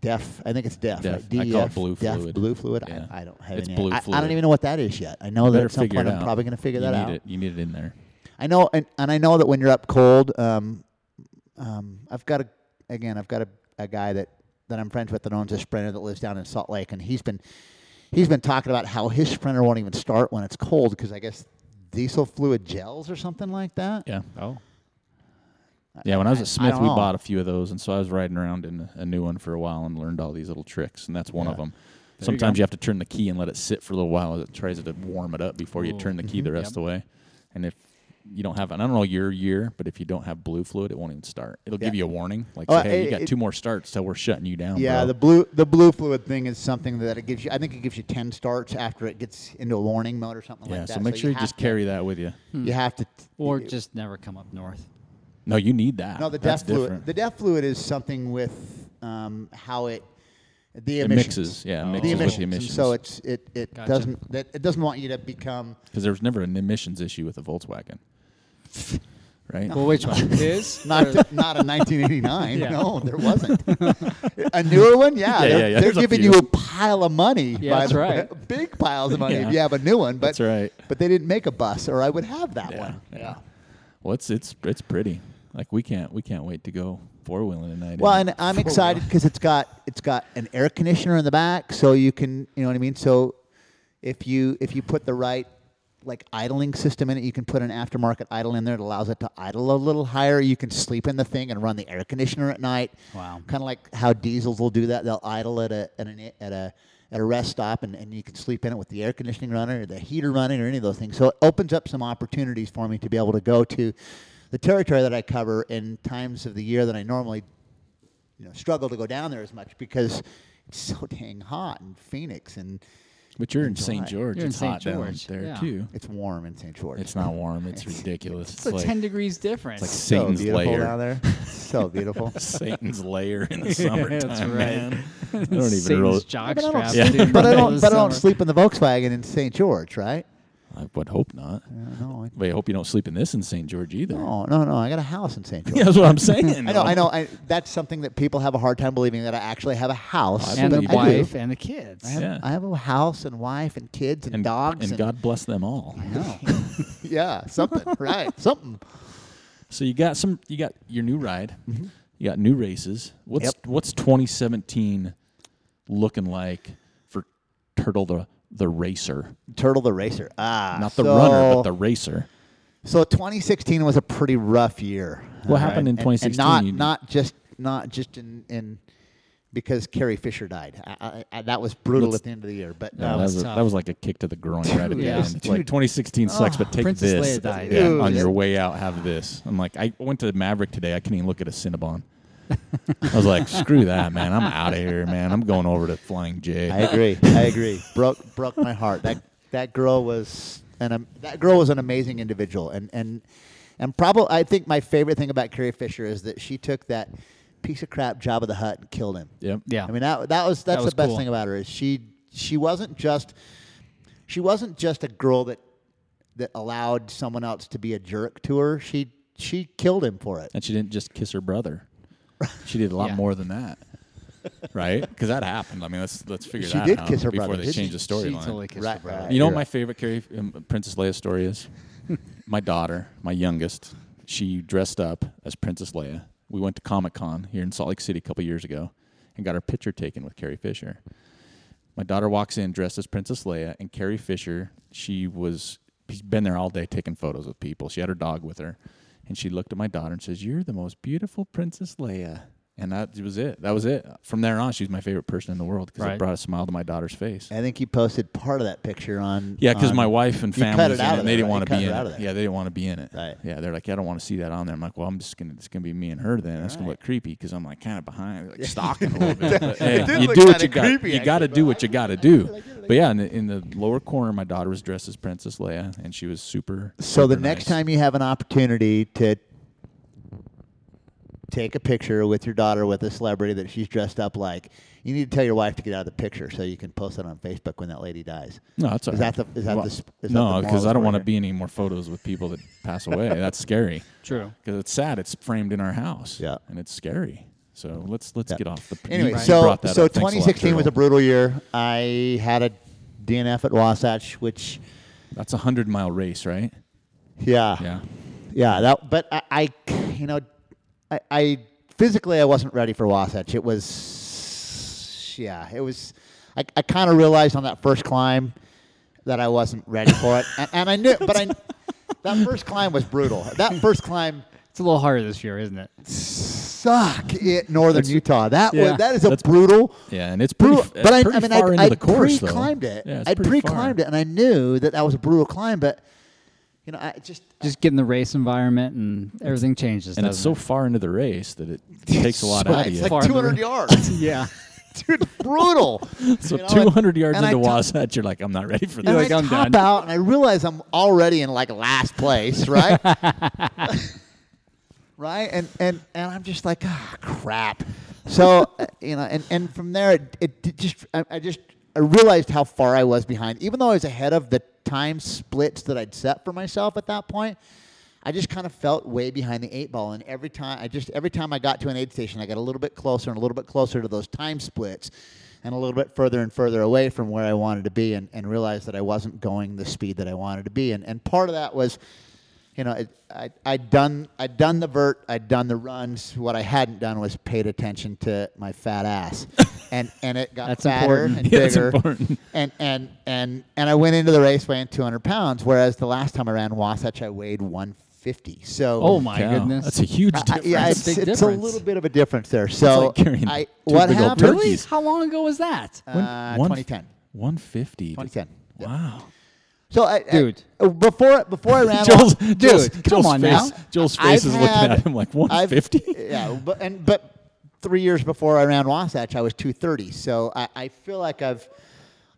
[SPEAKER 3] Def, I think it's def.
[SPEAKER 1] Def.
[SPEAKER 3] right?
[SPEAKER 1] I call it
[SPEAKER 3] DEF,
[SPEAKER 1] blue
[SPEAKER 3] def,
[SPEAKER 1] fluid.
[SPEAKER 3] Blue fluid.
[SPEAKER 1] Yeah.
[SPEAKER 3] I, I don't have
[SPEAKER 1] It's
[SPEAKER 3] any.
[SPEAKER 1] blue
[SPEAKER 3] I, I
[SPEAKER 1] fluid.
[SPEAKER 3] don't even know what that is yet. I know that
[SPEAKER 1] Better
[SPEAKER 3] at some
[SPEAKER 1] figure it
[SPEAKER 3] point I'm
[SPEAKER 1] out.
[SPEAKER 3] probably going to figure
[SPEAKER 1] You
[SPEAKER 3] that
[SPEAKER 1] need
[SPEAKER 3] out.
[SPEAKER 1] It. You need it in there.
[SPEAKER 3] I know, and, and I know that when you're up cold, um, um, I've got a again, I've got a, a guy that that I'm friends with that owns a sprinter that lives down in Salt Lake, and he's been he's been talking about how his sprinter won't even start when it's cold because I guess diesel fluid gels or something like that.
[SPEAKER 1] Yeah. Oh. Yeah, when I was
[SPEAKER 3] I-
[SPEAKER 1] at Smith,
[SPEAKER 3] I don't
[SPEAKER 1] we
[SPEAKER 3] know.
[SPEAKER 1] bought a few of those, and so I was riding around in a new one for a while and learned all these little tricks, and that's one of them. Sometimes you, have to turn the key and let it sit for a little while as it tries to warm it up before you turn the key the rest of the way. And if you don't have, and I don't know your year, but if you don't have blue fluid, it won't even start. It'll give
[SPEAKER 3] Yeah.
[SPEAKER 1] you a warning, like,
[SPEAKER 3] Oh,
[SPEAKER 1] say, hey, you
[SPEAKER 3] it-
[SPEAKER 1] got
[SPEAKER 3] it-
[SPEAKER 1] two more starts, so we're shutting you down.
[SPEAKER 3] Yeah,
[SPEAKER 1] bro."
[SPEAKER 3] the blue the blue fluid thing is something that it gives you. I think it gives you ten starts after it gets into a warning mode or something
[SPEAKER 1] yeah.
[SPEAKER 3] like that.
[SPEAKER 1] so make sure you
[SPEAKER 3] have
[SPEAKER 1] just
[SPEAKER 3] to-
[SPEAKER 1] carry that with you.
[SPEAKER 3] You have to.
[SPEAKER 2] or just never come up north.
[SPEAKER 1] No, you need that.
[SPEAKER 3] No, the
[SPEAKER 1] That's
[SPEAKER 3] death fluid.
[SPEAKER 1] different.
[SPEAKER 3] The death fluid is something with um, how it the
[SPEAKER 1] it
[SPEAKER 3] emissions.
[SPEAKER 1] mixes, yeah, it mixes
[SPEAKER 3] The
[SPEAKER 1] with
[SPEAKER 3] emissions.
[SPEAKER 1] the
[SPEAKER 3] And
[SPEAKER 1] emissions.
[SPEAKER 3] So it's it it
[SPEAKER 2] Oh. Gotcha.
[SPEAKER 3] doesn't that it doesn't want you to become
[SPEAKER 1] because there was never an emissions issue with a Volkswagen, right?
[SPEAKER 2] Well, which one? His?
[SPEAKER 3] not
[SPEAKER 2] or-
[SPEAKER 3] not a 1989.
[SPEAKER 2] Yeah.
[SPEAKER 3] No, there wasn't a newer one. Yeah,
[SPEAKER 1] Yeah,
[SPEAKER 3] they're,
[SPEAKER 1] yeah, yeah,
[SPEAKER 3] they're
[SPEAKER 1] there's a
[SPEAKER 3] giving
[SPEAKER 1] few.
[SPEAKER 3] you a pile of money.
[SPEAKER 2] Yeah,
[SPEAKER 3] by
[SPEAKER 2] that's
[SPEAKER 3] the-
[SPEAKER 2] right.
[SPEAKER 3] Big piles of money
[SPEAKER 1] Yeah.
[SPEAKER 3] if you have a new one. But
[SPEAKER 1] That's right.
[SPEAKER 3] But they didn't make a bus, or I would have that one.
[SPEAKER 1] yeah. Well, it's it's it's pretty. Like we can't we can't wait to go four wheeling tonight.
[SPEAKER 3] Well, and I'm excited because it's got it's got an air conditioner in the back, so you can you know what I mean. So if you if you put the right like idling system in it, you can put an aftermarket idle in there. It allows it to idle a little higher. You can sleep in the thing and run the air conditioner at night.
[SPEAKER 2] Wow.
[SPEAKER 3] Kind of like how diesels will do that. They'll idle at a at, an, at a at a rest stop, and, and you can sleep in it with the air conditioning running or the heater running or any of those things. So it opens up some opportunities for me to be able to go to the territory that I cover in times of the year that I normally you know struggle to go down there as much because it's so dang hot in Phoenix and
[SPEAKER 1] but you're in
[SPEAKER 3] July.
[SPEAKER 1] St. George.
[SPEAKER 2] You're in
[SPEAKER 1] it's
[SPEAKER 2] St.
[SPEAKER 1] hot
[SPEAKER 2] George,
[SPEAKER 1] down there
[SPEAKER 2] yeah.
[SPEAKER 1] too.
[SPEAKER 3] it's warm in St. George.
[SPEAKER 1] It's not warm. It's ridiculous. It's,
[SPEAKER 2] It's a
[SPEAKER 1] like,
[SPEAKER 2] 10 degrees difference.
[SPEAKER 1] like
[SPEAKER 3] so
[SPEAKER 1] Satan's
[SPEAKER 3] beautiful
[SPEAKER 1] lair.
[SPEAKER 3] down there. so beautiful.
[SPEAKER 1] Satan's lair in the summertime.
[SPEAKER 2] that's right.
[SPEAKER 1] man. I don't even
[SPEAKER 2] Satan's
[SPEAKER 1] really.
[SPEAKER 3] But I don't,
[SPEAKER 2] jockstrap.
[SPEAKER 1] Yeah.
[SPEAKER 2] dude,
[SPEAKER 3] but I
[SPEAKER 2] in the
[SPEAKER 3] don't, but I don't
[SPEAKER 2] summer.
[SPEAKER 3] sleep in the Volkswagen in St. George, right?
[SPEAKER 1] I would hope not.
[SPEAKER 3] No, I-
[SPEAKER 1] But I hope you don't sleep in this in St. George either.
[SPEAKER 3] no, no, no. I got a house in St. George.
[SPEAKER 1] Yeah, that's what I'm saying.
[SPEAKER 3] I know,
[SPEAKER 1] though.
[SPEAKER 3] I know. I, that's something that people have a hard time believing that I actually have a house.
[SPEAKER 1] I
[SPEAKER 2] And
[SPEAKER 3] but
[SPEAKER 2] the
[SPEAKER 1] believe you.
[SPEAKER 3] I do.
[SPEAKER 2] wife and the kids.
[SPEAKER 3] I have,
[SPEAKER 1] Yeah.
[SPEAKER 3] I have a house and wife and kids and,
[SPEAKER 1] And
[SPEAKER 3] dogs
[SPEAKER 1] and God bless them all.
[SPEAKER 3] yeah, something, right? Something.
[SPEAKER 1] So you got some. You got your new ride. You got new races. What's
[SPEAKER 3] Yep.
[SPEAKER 1] what's 2017 looking like for Turtle the the racer,
[SPEAKER 3] Turtle the racer. Ah,
[SPEAKER 1] not the
[SPEAKER 3] so-
[SPEAKER 1] runner, but the racer.
[SPEAKER 3] So 2016 was a pretty rough year.
[SPEAKER 1] What
[SPEAKER 3] All
[SPEAKER 1] happened in
[SPEAKER 3] And-
[SPEAKER 1] 2016? You-
[SPEAKER 3] And, not not just not just in in because Carrie Fisher died. I, I, I, that was brutal
[SPEAKER 1] Let's-
[SPEAKER 3] at the end of the year. But
[SPEAKER 1] No,
[SPEAKER 3] um,
[SPEAKER 1] that, was a-
[SPEAKER 2] tough.
[SPEAKER 1] that was like a kick to the groin right at the
[SPEAKER 2] Yeah.
[SPEAKER 1] end. It's like 2016 sucks, but take
[SPEAKER 2] Princess
[SPEAKER 1] this
[SPEAKER 2] Leia died.
[SPEAKER 1] Yeah,
[SPEAKER 3] Dude.
[SPEAKER 1] on your way out. Have this. I'm like, I went to Maverick today. I couldn't even look at a Cinnabon. I was like, screw that, man. I'm out of here, man. I'm going over to Flying J.
[SPEAKER 3] I agree. I agree. Broke broke my heart. That that girl was an um, that girl was an amazing individual, and and and probably I think my favorite thing about Carrie Fisher is that she took that piece of crap job of the hut and killed him.
[SPEAKER 1] Yep.
[SPEAKER 2] Yeah.
[SPEAKER 3] I mean that that was that's
[SPEAKER 2] was
[SPEAKER 3] the best
[SPEAKER 2] cool.
[SPEAKER 3] thing about her is she she wasn't just she wasn't just a girl that that allowed someone else to be a jerk to her. She she killed him for it.
[SPEAKER 1] And she didn't just kiss her brother. She did a lot
[SPEAKER 2] Yeah.
[SPEAKER 1] more than that. Right? Because that happened. I mean, let's let's figure
[SPEAKER 3] She
[SPEAKER 1] that
[SPEAKER 3] did
[SPEAKER 1] out
[SPEAKER 3] kiss her
[SPEAKER 1] before
[SPEAKER 3] brother,
[SPEAKER 1] they
[SPEAKER 3] didn't
[SPEAKER 1] change the
[SPEAKER 3] she?
[SPEAKER 2] She
[SPEAKER 1] storyline.
[SPEAKER 2] totally kissed
[SPEAKER 3] Right,
[SPEAKER 2] her brother.
[SPEAKER 3] right.
[SPEAKER 1] You know
[SPEAKER 3] You're
[SPEAKER 1] what my
[SPEAKER 3] right.
[SPEAKER 1] favorite Carrie, um, Princess Leia story is? my daughter, my youngest, she dressed up as Princess Leia. We went to Comic Con here in Salt Lake City a couple years ago and got her picture taken with Carrie Fisher. My daughter walks in dressed as Princess Leia, and Carrie Fisher, she was, she's been there all day taking photos with people. She had her dog with her, and she looked at my daughter and says, You're the most beautiful Princess Leia. And that was it. That was it. From there on, she was my favorite person in the world because it
[SPEAKER 2] Right.
[SPEAKER 1] brought a smile to my daughter's face.
[SPEAKER 3] I think you posted part of that picture on
[SPEAKER 1] Yeah, because
[SPEAKER 3] on-
[SPEAKER 1] my wife and
[SPEAKER 3] Um, you cut
[SPEAKER 1] family
[SPEAKER 3] it
[SPEAKER 1] was in
[SPEAKER 3] out
[SPEAKER 1] it, and
[SPEAKER 3] of there,
[SPEAKER 1] they didn't
[SPEAKER 3] right?
[SPEAKER 1] want
[SPEAKER 3] You
[SPEAKER 1] to
[SPEAKER 3] cut
[SPEAKER 1] be
[SPEAKER 3] it
[SPEAKER 1] in
[SPEAKER 3] out of
[SPEAKER 1] it.
[SPEAKER 3] there.
[SPEAKER 1] Yeah, they didn't want to be in it.
[SPEAKER 3] Right.
[SPEAKER 1] Yeah, they're like, I don't want to see that on there. I'm like, well, I'm just gonna, it's gonna be me and her then. That's gonna look creepy because I'm like kind of behind, like stalking a little bit. But, hey,
[SPEAKER 3] did
[SPEAKER 1] you
[SPEAKER 3] look
[SPEAKER 1] do what
[SPEAKER 3] kinda
[SPEAKER 1] you got.
[SPEAKER 3] creepy,
[SPEAKER 1] You got to
[SPEAKER 3] actually,
[SPEAKER 1] do
[SPEAKER 3] but
[SPEAKER 1] what
[SPEAKER 3] I-
[SPEAKER 1] you got to do. But yeah, in the, in the lower corner, my daughter was dressed as Princess Leia, and she was super.
[SPEAKER 3] So the
[SPEAKER 1] super
[SPEAKER 3] next
[SPEAKER 1] nice.
[SPEAKER 3] time you have an opportunity to take a picture with your daughter with a celebrity that she's dressed up like, you need to tell your wife to get out of the picture so you can post it on Facebook when that lady dies.
[SPEAKER 1] No, that's all
[SPEAKER 3] Is
[SPEAKER 1] right.
[SPEAKER 3] that the- is that the sp- is that
[SPEAKER 1] no,
[SPEAKER 3] the
[SPEAKER 1] because I don't
[SPEAKER 3] moral story
[SPEAKER 1] want to
[SPEAKER 3] here?
[SPEAKER 1] be in any more photos with people that pass away. That's scary.
[SPEAKER 2] True.
[SPEAKER 1] Because it's sad. It's framed in our house.
[SPEAKER 3] Yeah.
[SPEAKER 1] and it's scary. So let's let's
[SPEAKER 3] Yeah.
[SPEAKER 1] get off the. you-
[SPEAKER 3] Anyway,
[SPEAKER 1] you
[SPEAKER 3] so
[SPEAKER 1] brought that
[SPEAKER 3] so
[SPEAKER 1] up. Thanks a lot,
[SPEAKER 3] 2016 was a
[SPEAKER 1] Turtle.
[SPEAKER 3] brutal year. I had a DNF at Wasatch, which
[SPEAKER 1] That's a hundred mile race, right?
[SPEAKER 3] yeah
[SPEAKER 1] Yeah.
[SPEAKER 3] Yeah, that. But I, I you know, I, I physically I wasn't ready for Wasatch. It was, yeah, it was. I, I kind of realized on that first climb that I wasn't ready for it, and, and I knew. But I, that first climb was brutal. That first climb
[SPEAKER 2] It's a little harder this year, isn't it?
[SPEAKER 3] suck at Northern Utah. That
[SPEAKER 2] yeah.
[SPEAKER 3] was, that is a
[SPEAKER 1] That's-
[SPEAKER 3] brutal.
[SPEAKER 1] Yeah, and it's pretty.
[SPEAKER 3] brutal-
[SPEAKER 1] f- it's
[SPEAKER 3] but I,
[SPEAKER 1] pretty
[SPEAKER 3] I mean,
[SPEAKER 1] far
[SPEAKER 3] I'd-
[SPEAKER 1] into
[SPEAKER 3] I'd
[SPEAKER 1] the course, though.
[SPEAKER 3] pre-climbed it.
[SPEAKER 1] Yeah, it's
[SPEAKER 3] I'd
[SPEAKER 1] pretty
[SPEAKER 3] pre-climbed
[SPEAKER 1] far.
[SPEAKER 3] it, and I knew that that was a brutal climb. But you know, I just
[SPEAKER 2] Just get in the race environment and everything changes.
[SPEAKER 1] and it's so
[SPEAKER 2] doesn't
[SPEAKER 1] far into the race that it takes a lot
[SPEAKER 3] So
[SPEAKER 1] out of
[SPEAKER 3] it's
[SPEAKER 1] you.
[SPEAKER 3] like
[SPEAKER 2] Far
[SPEAKER 3] 200
[SPEAKER 2] the-
[SPEAKER 3] yards.
[SPEAKER 2] it? yeah.
[SPEAKER 3] Dude, brutal.
[SPEAKER 1] so
[SPEAKER 3] You know, and-
[SPEAKER 1] 200 yards
[SPEAKER 3] and I
[SPEAKER 1] into
[SPEAKER 3] t-
[SPEAKER 1] Wasatch, you're like, I'm not ready for
[SPEAKER 3] And
[SPEAKER 1] this.
[SPEAKER 2] like,
[SPEAKER 3] I
[SPEAKER 2] "I'm
[SPEAKER 3] top
[SPEAKER 2] done."
[SPEAKER 3] out, and I realize I'm already in like last place, right? right, and and and I'm just like, ah, crap. So uh, you know, and and from there, it, it did just I, I just I realized how far I was behind, even though I was ahead of the time splits that I'd set for myself at that point. I just kind of felt way behind the eight ball, and every time I just every time I got to an aid station, I got a little bit closer and a little bit closer to those time splits, and a little bit further and further away from where I wanted to be, and, and realized that I wasn't going the speed that I wanted to be, and and part of that was, you know, it, I I'd done I'd done the vert, I'd done the runs. What I hadn't done was paid attention to my fat ass, and and it got
[SPEAKER 2] That's
[SPEAKER 3] fatter
[SPEAKER 2] important.
[SPEAKER 3] and
[SPEAKER 1] Yeah, that's
[SPEAKER 3] bigger,
[SPEAKER 1] important.
[SPEAKER 3] and and and and I went into the race weighing 200 pounds, whereas the last time I ran Wasatch, I weighed 150. So
[SPEAKER 2] Oh my
[SPEAKER 1] Cow,
[SPEAKER 2] goodness.
[SPEAKER 1] That's a huge
[SPEAKER 3] I- I-
[SPEAKER 1] difference.
[SPEAKER 3] yeah,
[SPEAKER 2] That's a
[SPEAKER 3] it's,
[SPEAKER 2] big
[SPEAKER 3] it's a
[SPEAKER 2] difference.
[SPEAKER 3] little bit of a difference there. So
[SPEAKER 1] like carrying
[SPEAKER 3] I,
[SPEAKER 1] two
[SPEAKER 3] what
[SPEAKER 1] big old
[SPEAKER 3] happened?
[SPEAKER 2] Really?
[SPEAKER 1] turkeys.
[SPEAKER 2] How long ago was that?
[SPEAKER 1] When-
[SPEAKER 3] Uh,
[SPEAKER 1] one-
[SPEAKER 3] 2010.
[SPEAKER 1] 150.
[SPEAKER 3] 2010, yeah.
[SPEAKER 1] Wow.
[SPEAKER 3] So I, I-
[SPEAKER 2] Dude.
[SPEAKER 3] before before I ran,
[SPEAKER 1] Joel's,
[SPEAKER 3] dude,
[SPEAKER 1] Joel's,
[SPEAKER 2] come
[SPEAKER 1] Joel's
[SPEAKER 2] on
[SPEAKER 1] face,
[SPEAKER 2] now.
[SPEAKER 1] Joel's face
[SPEAKER 3] I've
[SPEAKER 1] is looking
[SPEAKER 3] had-
[SPEAKER 1] at him like
[SPEAKER 3] I've- eh,
[SPEAKER 1] 150.
[SPEAKER 3] Yeah, but and but three years before I ran Wasatch, I was 230. So I, I feel like I've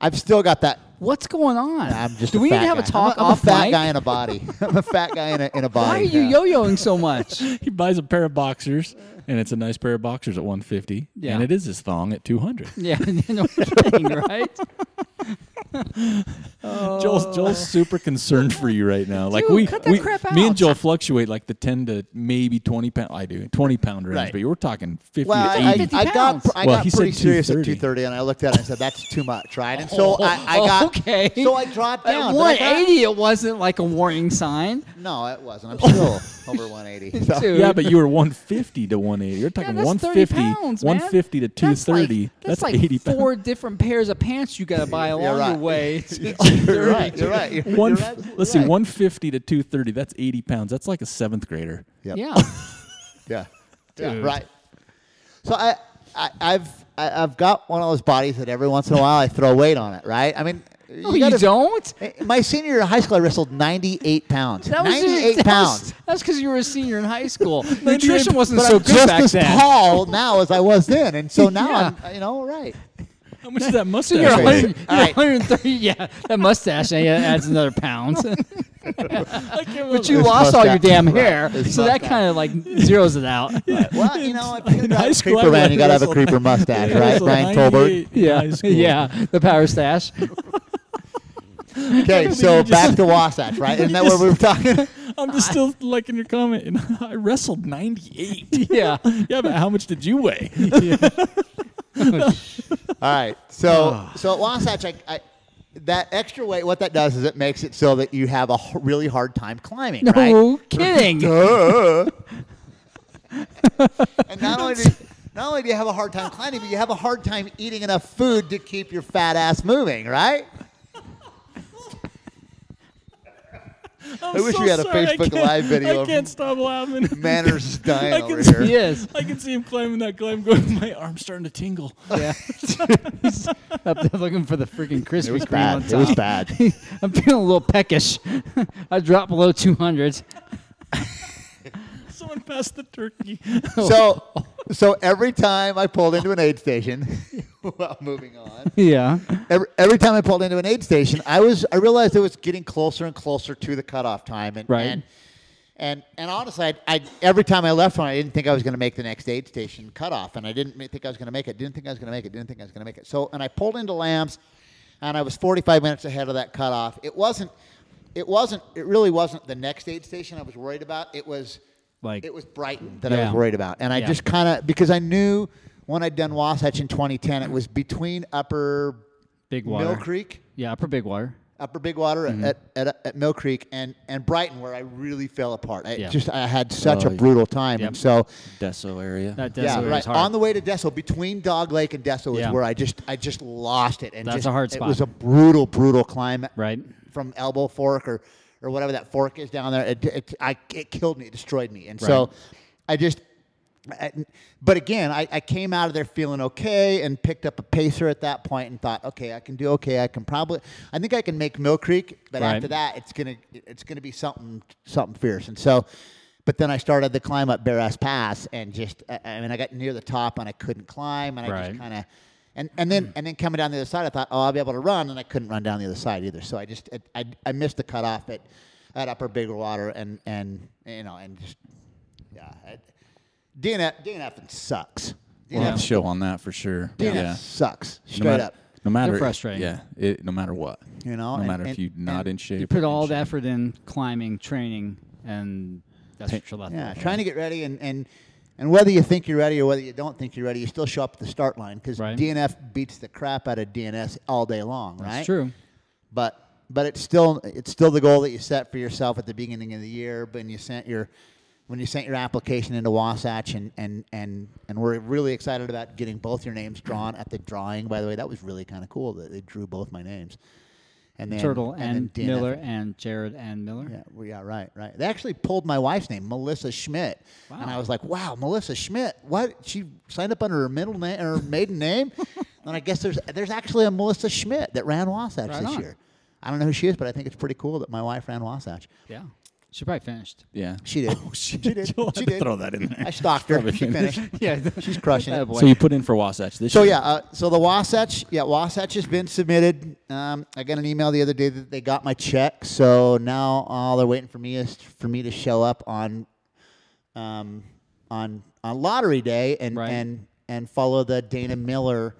[SPEAKER 3] I've still got that.
[SPEAKER 2] What's going on?
[SPEAKER 3] I'm just.
[SPEAKER 2] Do
[SPEAKER 3] a
[SPEAKER 2] we need
[SPEAKER 3] fat
[SPEAKER 2] to have
[SPEAKER 3] guy.
[SPEAKER 2] a talk
[SPEAKER 3] I'm a, I'm a
[SPEAKER 2] off
[SPEAKER 3] fat
[SPEAKER 2] mic?
[SPEAKER 3] guy in a body. I'm a fat guy in a in a body.
[SPEAKER 2] Why are you
[SPEAKER 3] yeah.
[SPEAKER 2] yo-yoing so much?
[SPEAKER 1] He buys a pair of boxers, and it's a nice pair of boxers at 150,
[SPEAKER 2] Yeah.
[SPEAKER 1] and it is his thong at 200.
[SPEAKER 2] yeah, no kidding, right?
[SPEAKER 1] Joel's, Joel's super concerned for you right now. Like
[SPEAKER 2] Dude,
[SPEAKER 1] we,
[SPEAKER 2] cut that
[SPEAKER 1] we
[SPEAKER 2] crap
[SPEAKER 1] me and
[SPEAKER 2] out.
[SPEAKER 1] Joel fluctuate like the 10 to maybe 20 pound. I do 20 pound range,
[SPEAKER 3] Right.
[SPEAKER 1] but you're talking 50
[SPEAKER 3] Well,
[SPEAKER 1] to
[SPEAKER 3] I,
[SPEAKER 1] 80.
[SPEAKER 3] I, I got
[SPEAKER 2] pounds.
[SPEAKER 3] I
[SPEAKER 1] Well,
[SPEAKER 3] got
[SPEAKER 1] he said
[SPEAKER 3] pretty serious at
[SPEAKER 1] 230.
[SPEAKER 3] two thirty, and I looked at it and I said, "That's too much, right?" And so I, I got
[SPEAKER 2] Oh, okay.
[SPEAKER 3] So I dropped
[SPEAKER 2] At
[SPEAKER 3] down. but I got-
[SPEAKER 2] 180, it wasn't like a warning sign.
[SPEAKER 3] no, it wasn't. I'm still over one eighty.
[SPEAKER 2] Dude.
[SPEAKER 1] yeah, but you were 150 to 180. You're talking
[SPEAKER 2] Yeah, that's 30
[SPEAKER 1] 150,
[SPEAKER 2] pounds, man.
[SPEAKER 1] 150 to
[SPEAKER 2] That's
[SPEAKER 1] 230.
[SPEAKER 2] like- That's like,
[SPEAKER 1] 80 pounds.
[SPEAKER 2] four different pairs of pants you got to buy along
[SPEAKER 3] right.
[SPEAKER 2] the way. to-
[SPEAKER 3] You're right. You're right. You're,
[SPEAKER 1] One,
[SPEAKER 3] you're
[SPEAKER 1] f-
[SPEAKER 3] absolutely
[SPEAKER 1] let's see,
[SPEAKER 3] right.
[SPEAKER 1] 150 to 230. That's 80 pounds. That's like a seventh grader.
[SPEAKER 3] Yep.
[SPEAKER 2] Yeah.
[SPEAKER 3] Yeah. Yeah, Right. So I, I I've I, I've got one of those bodies that every once in a while I throw weight on it. Right. I mean,
[SPEAKER 2] No, you,
[SPEAKER 3] gotta- Eh,
[SPEAKER 2] don't.
[SPEAKER 3] My senior year of high school, I wrestled 98 pounds.
[SPEAKER 2] That was
[SPEAKER 3] 98
[SPEAKER 2] that
[SPEAKER 3] pounds.
[SPEAKER 2] was- That's because you were a senior in high school. Nutrition wasn't
[SPEAKER 3] but
[SPEAKER 2] so
[SPEAKER 3] I'm
[SPEAKER 2] good
[SPEAKER 3] just
[SPEAKER 2] back
[SPEAKER 3] as
[SPEAKER 2] then.
[SPEAKER 3] tall now as I was then, and so now
[SPEAKER 2] Yeah.
[SPEAKER 3] I'm, you know, right.
[SPEAKER 1] How much is that mustache?
[SPEAKER 2] You're,
[SPEAKER 1] weigh?
[SPEAKER 3] That's right.
[SPEAKER 2] 100, you're 130.
[SPEAKER 3] All right.
[SPEAKER 2] Yeah, that mustache yeah, adds another pound. but you
[SPEAKER 3] It's
[SPEAKER 2] lost all your
[SPEAKER 3] mustache.
[SPEAKER 2] damn
[SPEAKER 3] Right.
[SPEAKER 2] hair,
[SPEAKER 3] It's
[SPEAKER 2] so that
[SPEAKER 3] mustache.
[SPEAKER 2] kind of like zeroes it out.
[SPEAKER 3] Well, you know, if you're
[SPEAKER 1] In
[SPEAKER 3] gonna
[SPEAKER 1] high
[SPEAKER 3] have a
[SPEAKER 1] school,
[SPEAKER 3] creeper
[SPEAKER 1] I
[SPEAKER 3] man, you gotta have a
[SPEAKER 1] wrestled-
[SPEAKER 3] creeper mustache, right?
[SPEAKER 1] Wrestled
[SPEAKER 3] Brian Tolbert.
[SPEAKER 1] 98 in
[SPEAKER 2] Yeah,
[SPEAKER 1] high school.
[SPEAKER 2] yeah, the power stash.
[SPEAKER 3] Okay, so
[SPEAKER 1] just-
[SPEAKER 3] back to Wasatch, right? Isn't that what we were talking?
[SPEAKER 1] I'm just still liking your comment. And I wrestled 98.
[SPEAKER 2] Yeah.
[SPEAKER 1] yeah, but how much did you weigh?
[SPEAKER 3] All right. So
[SPEAKER 1] Ah.
[SPEAKER 3] so at Wasatch, I, I, that extra weight, what that does is it makes it so that you have a h- really hard time climbing, right?
[SPEAKER 2] No kidding.
[SPEAKER 3] Duh. and not only do you, not only do you have a hard time climbing, but you have a hard time eating enough food to keep your fat ass moving, right? I wish we had a Facebook Live video
[SPEAKER 1] I
[SPEAKER 3] of
[SPEAKER 1] can't stop laughing.
[SPEAKER 3] Manners is dying
[SPEAKER 1] I
[SPEAKER 3] over
[SPEAKER 1] can see
[SPEAKER 3] here.
[SPEAKER 2] Yes.
[SPEAKER 1] I can see him climbing that climb, going, my arm's starting to tingle.
[SPEAKER 2] Yeah. He's up there looking for the freaking Krispy Kreme on top.
[SPEAKER 3] bad.
[SPEAKER 2] I'm feeling a little peckish. I dropped below 200.
[SPEAKER 1] Someone passed the turkey.
[SPEAKER 3] so so every time I pulled into an aid station, well, moving on.
[SPEAKER 2] Yeah.
[SPEAKER 3] Every, every time I pulled into an aid station, I was I realized I was getting closer and closer to the cutoff time, and
[SPEAKER 2] Right.
[SPEAKER 3] and and, and honestly, I, I every time I left one, I didn't think I was going to make the next aid station cutoff, and I didn't ma- think I was going to make it. Didn't think I was going to make it. Didn't think I was going to make it. So and I pulled into Lambs, and I was 45 minutes ahead of that cutoff. It wasn't. It wasn't. It really wasn't the next aid station I was worried about. It was
[SPEAKER 2] Like-
[SPEAKER 3] it was Brighton that I
[SPEAKER 2] Yeah.
[SPEAKER 3] was worried about, and I
[SPEAKER 2] Yeah.
[SPEAKER 3] just kind of because I knew when I'd done Wasatch in 2010, it was between Upper
[SPEAKER 2] Big water. Mm-hmm.
[SPEAKER 3] Mill Creek,
[SPEAKER 2] Yeah, upper big water.
[SPEAKER 3] Upper Big Water at, at, at Mill Creek, and, and Brighton, where I really fell apart. I
[SPEAKER 2] Yeah.
[SPEAKER 3] just I had such
[SPEAKER 1] Oh,
[SPEAKER 3] a brutal time, and so
[SPEAKER 1] Deso area.
[SPEAKER 2] That does
[SPEAKER 3] yeah,
[SPEAKER 2] it
[SPEAKER 3] right on the way to Deso, between Dog Lake and Deso
[SPEAKER 2] Yeah.
[SPEAKER 3] is where I just I just lost it, and
[SPEAKER 2] That's
[SPEAKER 3] just-
[SPEAKER 2] a hard
[SPEAKER 3] It was a
[SPEAKER 2] spot.
[SPEAKER 3] brutal, brutal climb
[SPEAKER 2] Right.
[SPEAKER 3] from Elbow Fork or or whatever that fork is down there. It it, I, it killed me, it destroyed me, and
[SPEAKER 2] Right.
[SPEAKER 3] so I just I- but again, I, I came out of there feeling okay and picked up a pacer at that point and thought, okay, I can do okay. I can probably, I think I can make Mill Creek, but
[SPEAKER 2] Right.
[SPEAKER 3] after that, it's gonna it's gonna be something something fierce. And so, but then I started the climb up Bear Ass Pass and just, I, I mean, I got near the top and I couldn't climb and I
[SPEAKER 2] Right.
[SPEAKER 3] just kind of. And, and then and then coming down the other side, I thought, oh, I'll be able to run, and I couldn't run down the other side either. So I just it, I, I missed the cutoff at, at Upper Bigwater, and and you know and just yeah, it, Dan Eff- Dan Effin sucks. Dan,
[SPEAKER 1] We'll have
[SPEAKER 3] Eff-
[SPEAKER 1] to show on that for sure.
[SPEAKER 3] Dan
[SPEAKER 1] Yeah.
[SPEAKER 3] Eff sucks
[SPEAKER 1] No
[SPEAKER 3] straight
[SPEAKER 1] matter,
[SPEAKER 3] up.
[SPEAKER 1] No matter.
[SPEAKER 2] frustrating.
[SPEAKER 1] Yeah. It, no matter what.
[SPEAKER 3] You know,
[SPEAKER 1] No
[SPEAKER 3] and-
[SPEAKER 1] matter if
[SPEAKER 3] and-
[SPEAKER 1] you're not
[SPEAKER 3] and
[SPEAKER 1] in shape.
[SPEAKER 2] You
[SPEAKER 1] or
[SPEAKER 2] put
[SPEAKER 1] in
[SPEAKER 2] all the
[SPEAKER 1] shape.
[SPEAKER 2] effort in climbing, training, and that's what you're left
[SPEAKER 3] Yeah,
[SPEAKER 2] with.
[SPEAKER 3] trying to get ready, and, and and whether you think you're ready or whether you don't think you're ready, you still show up at the start line because
[SPEAKER 2] Right.
[SPEAKER 3] DNF beats the crap out of DNS all day long, right?
[SPEAKER 2] That's true.
[SPEAKER 3] But but it's still it's still the goal that you set for yourself at the beginning of the year when you sent your when you sent your application into Wasatch and and and and we're really excited about getting both your names drawn at the drawing. By the way, that was really kind of cool that they drew both my names. And then
[SPEAKER 2] Turtle
[SPEAKER 3] then
[SPEAKER 2] and,
[SPEAKER 3] DNF
[SPEAKER 2] Miller and Jared and Miller.
[SPEAKER 3] yeah, well, yeah, right, right. They actually pulled my wife's name, Melissa Schmidt, and I
[SPEAKER 2] Wow.
[SPEAKER 3] was like, "Wow, Melissa Schmidt! What? She signed up under her middle name, her maiden name." and I guess there's there's actually a Melissa Schmidt that ran Wasatch
[SPEAKER 2] Right
[SPEAKER 3] this
[SPEAKER 2] on.
[SPEAKER 3] year. I don't know who she is, but I think it's pretty cool that my wife ran Wasatch.
[SPEAKER 2] Yeah. She probably finished.
[SPEAKER 1] Yeah. Oh,
[SPEAKER 3] She did. she did.
[SPEAKER 1] You'll
[SPEAKER 3] She
[SPEAKER 1] have to
[SPEAKER 3] did.
[SPEAKER 1] Throw that in there.
[SPEAKER 3] I stalked her. She finished.
[SPEAKER 2] Yeah.
[SPEAKER 3] She's crushing it.
[SPEAKER 1] So you put in for Wasatch this
[SPEAKER 3] So
[SPEAKER 1] year.
[SPEAKER 3] yeah, uh, so the Wasatch, yeah, Wasatch has been submitted. Um, I got an email the other day that they got my check, so now all they're waiting for me is for me to show up on, um, on on lottery day and
[SPEAKER 2] Right.
[SPEAKER 3] and and follow the Dana Miller.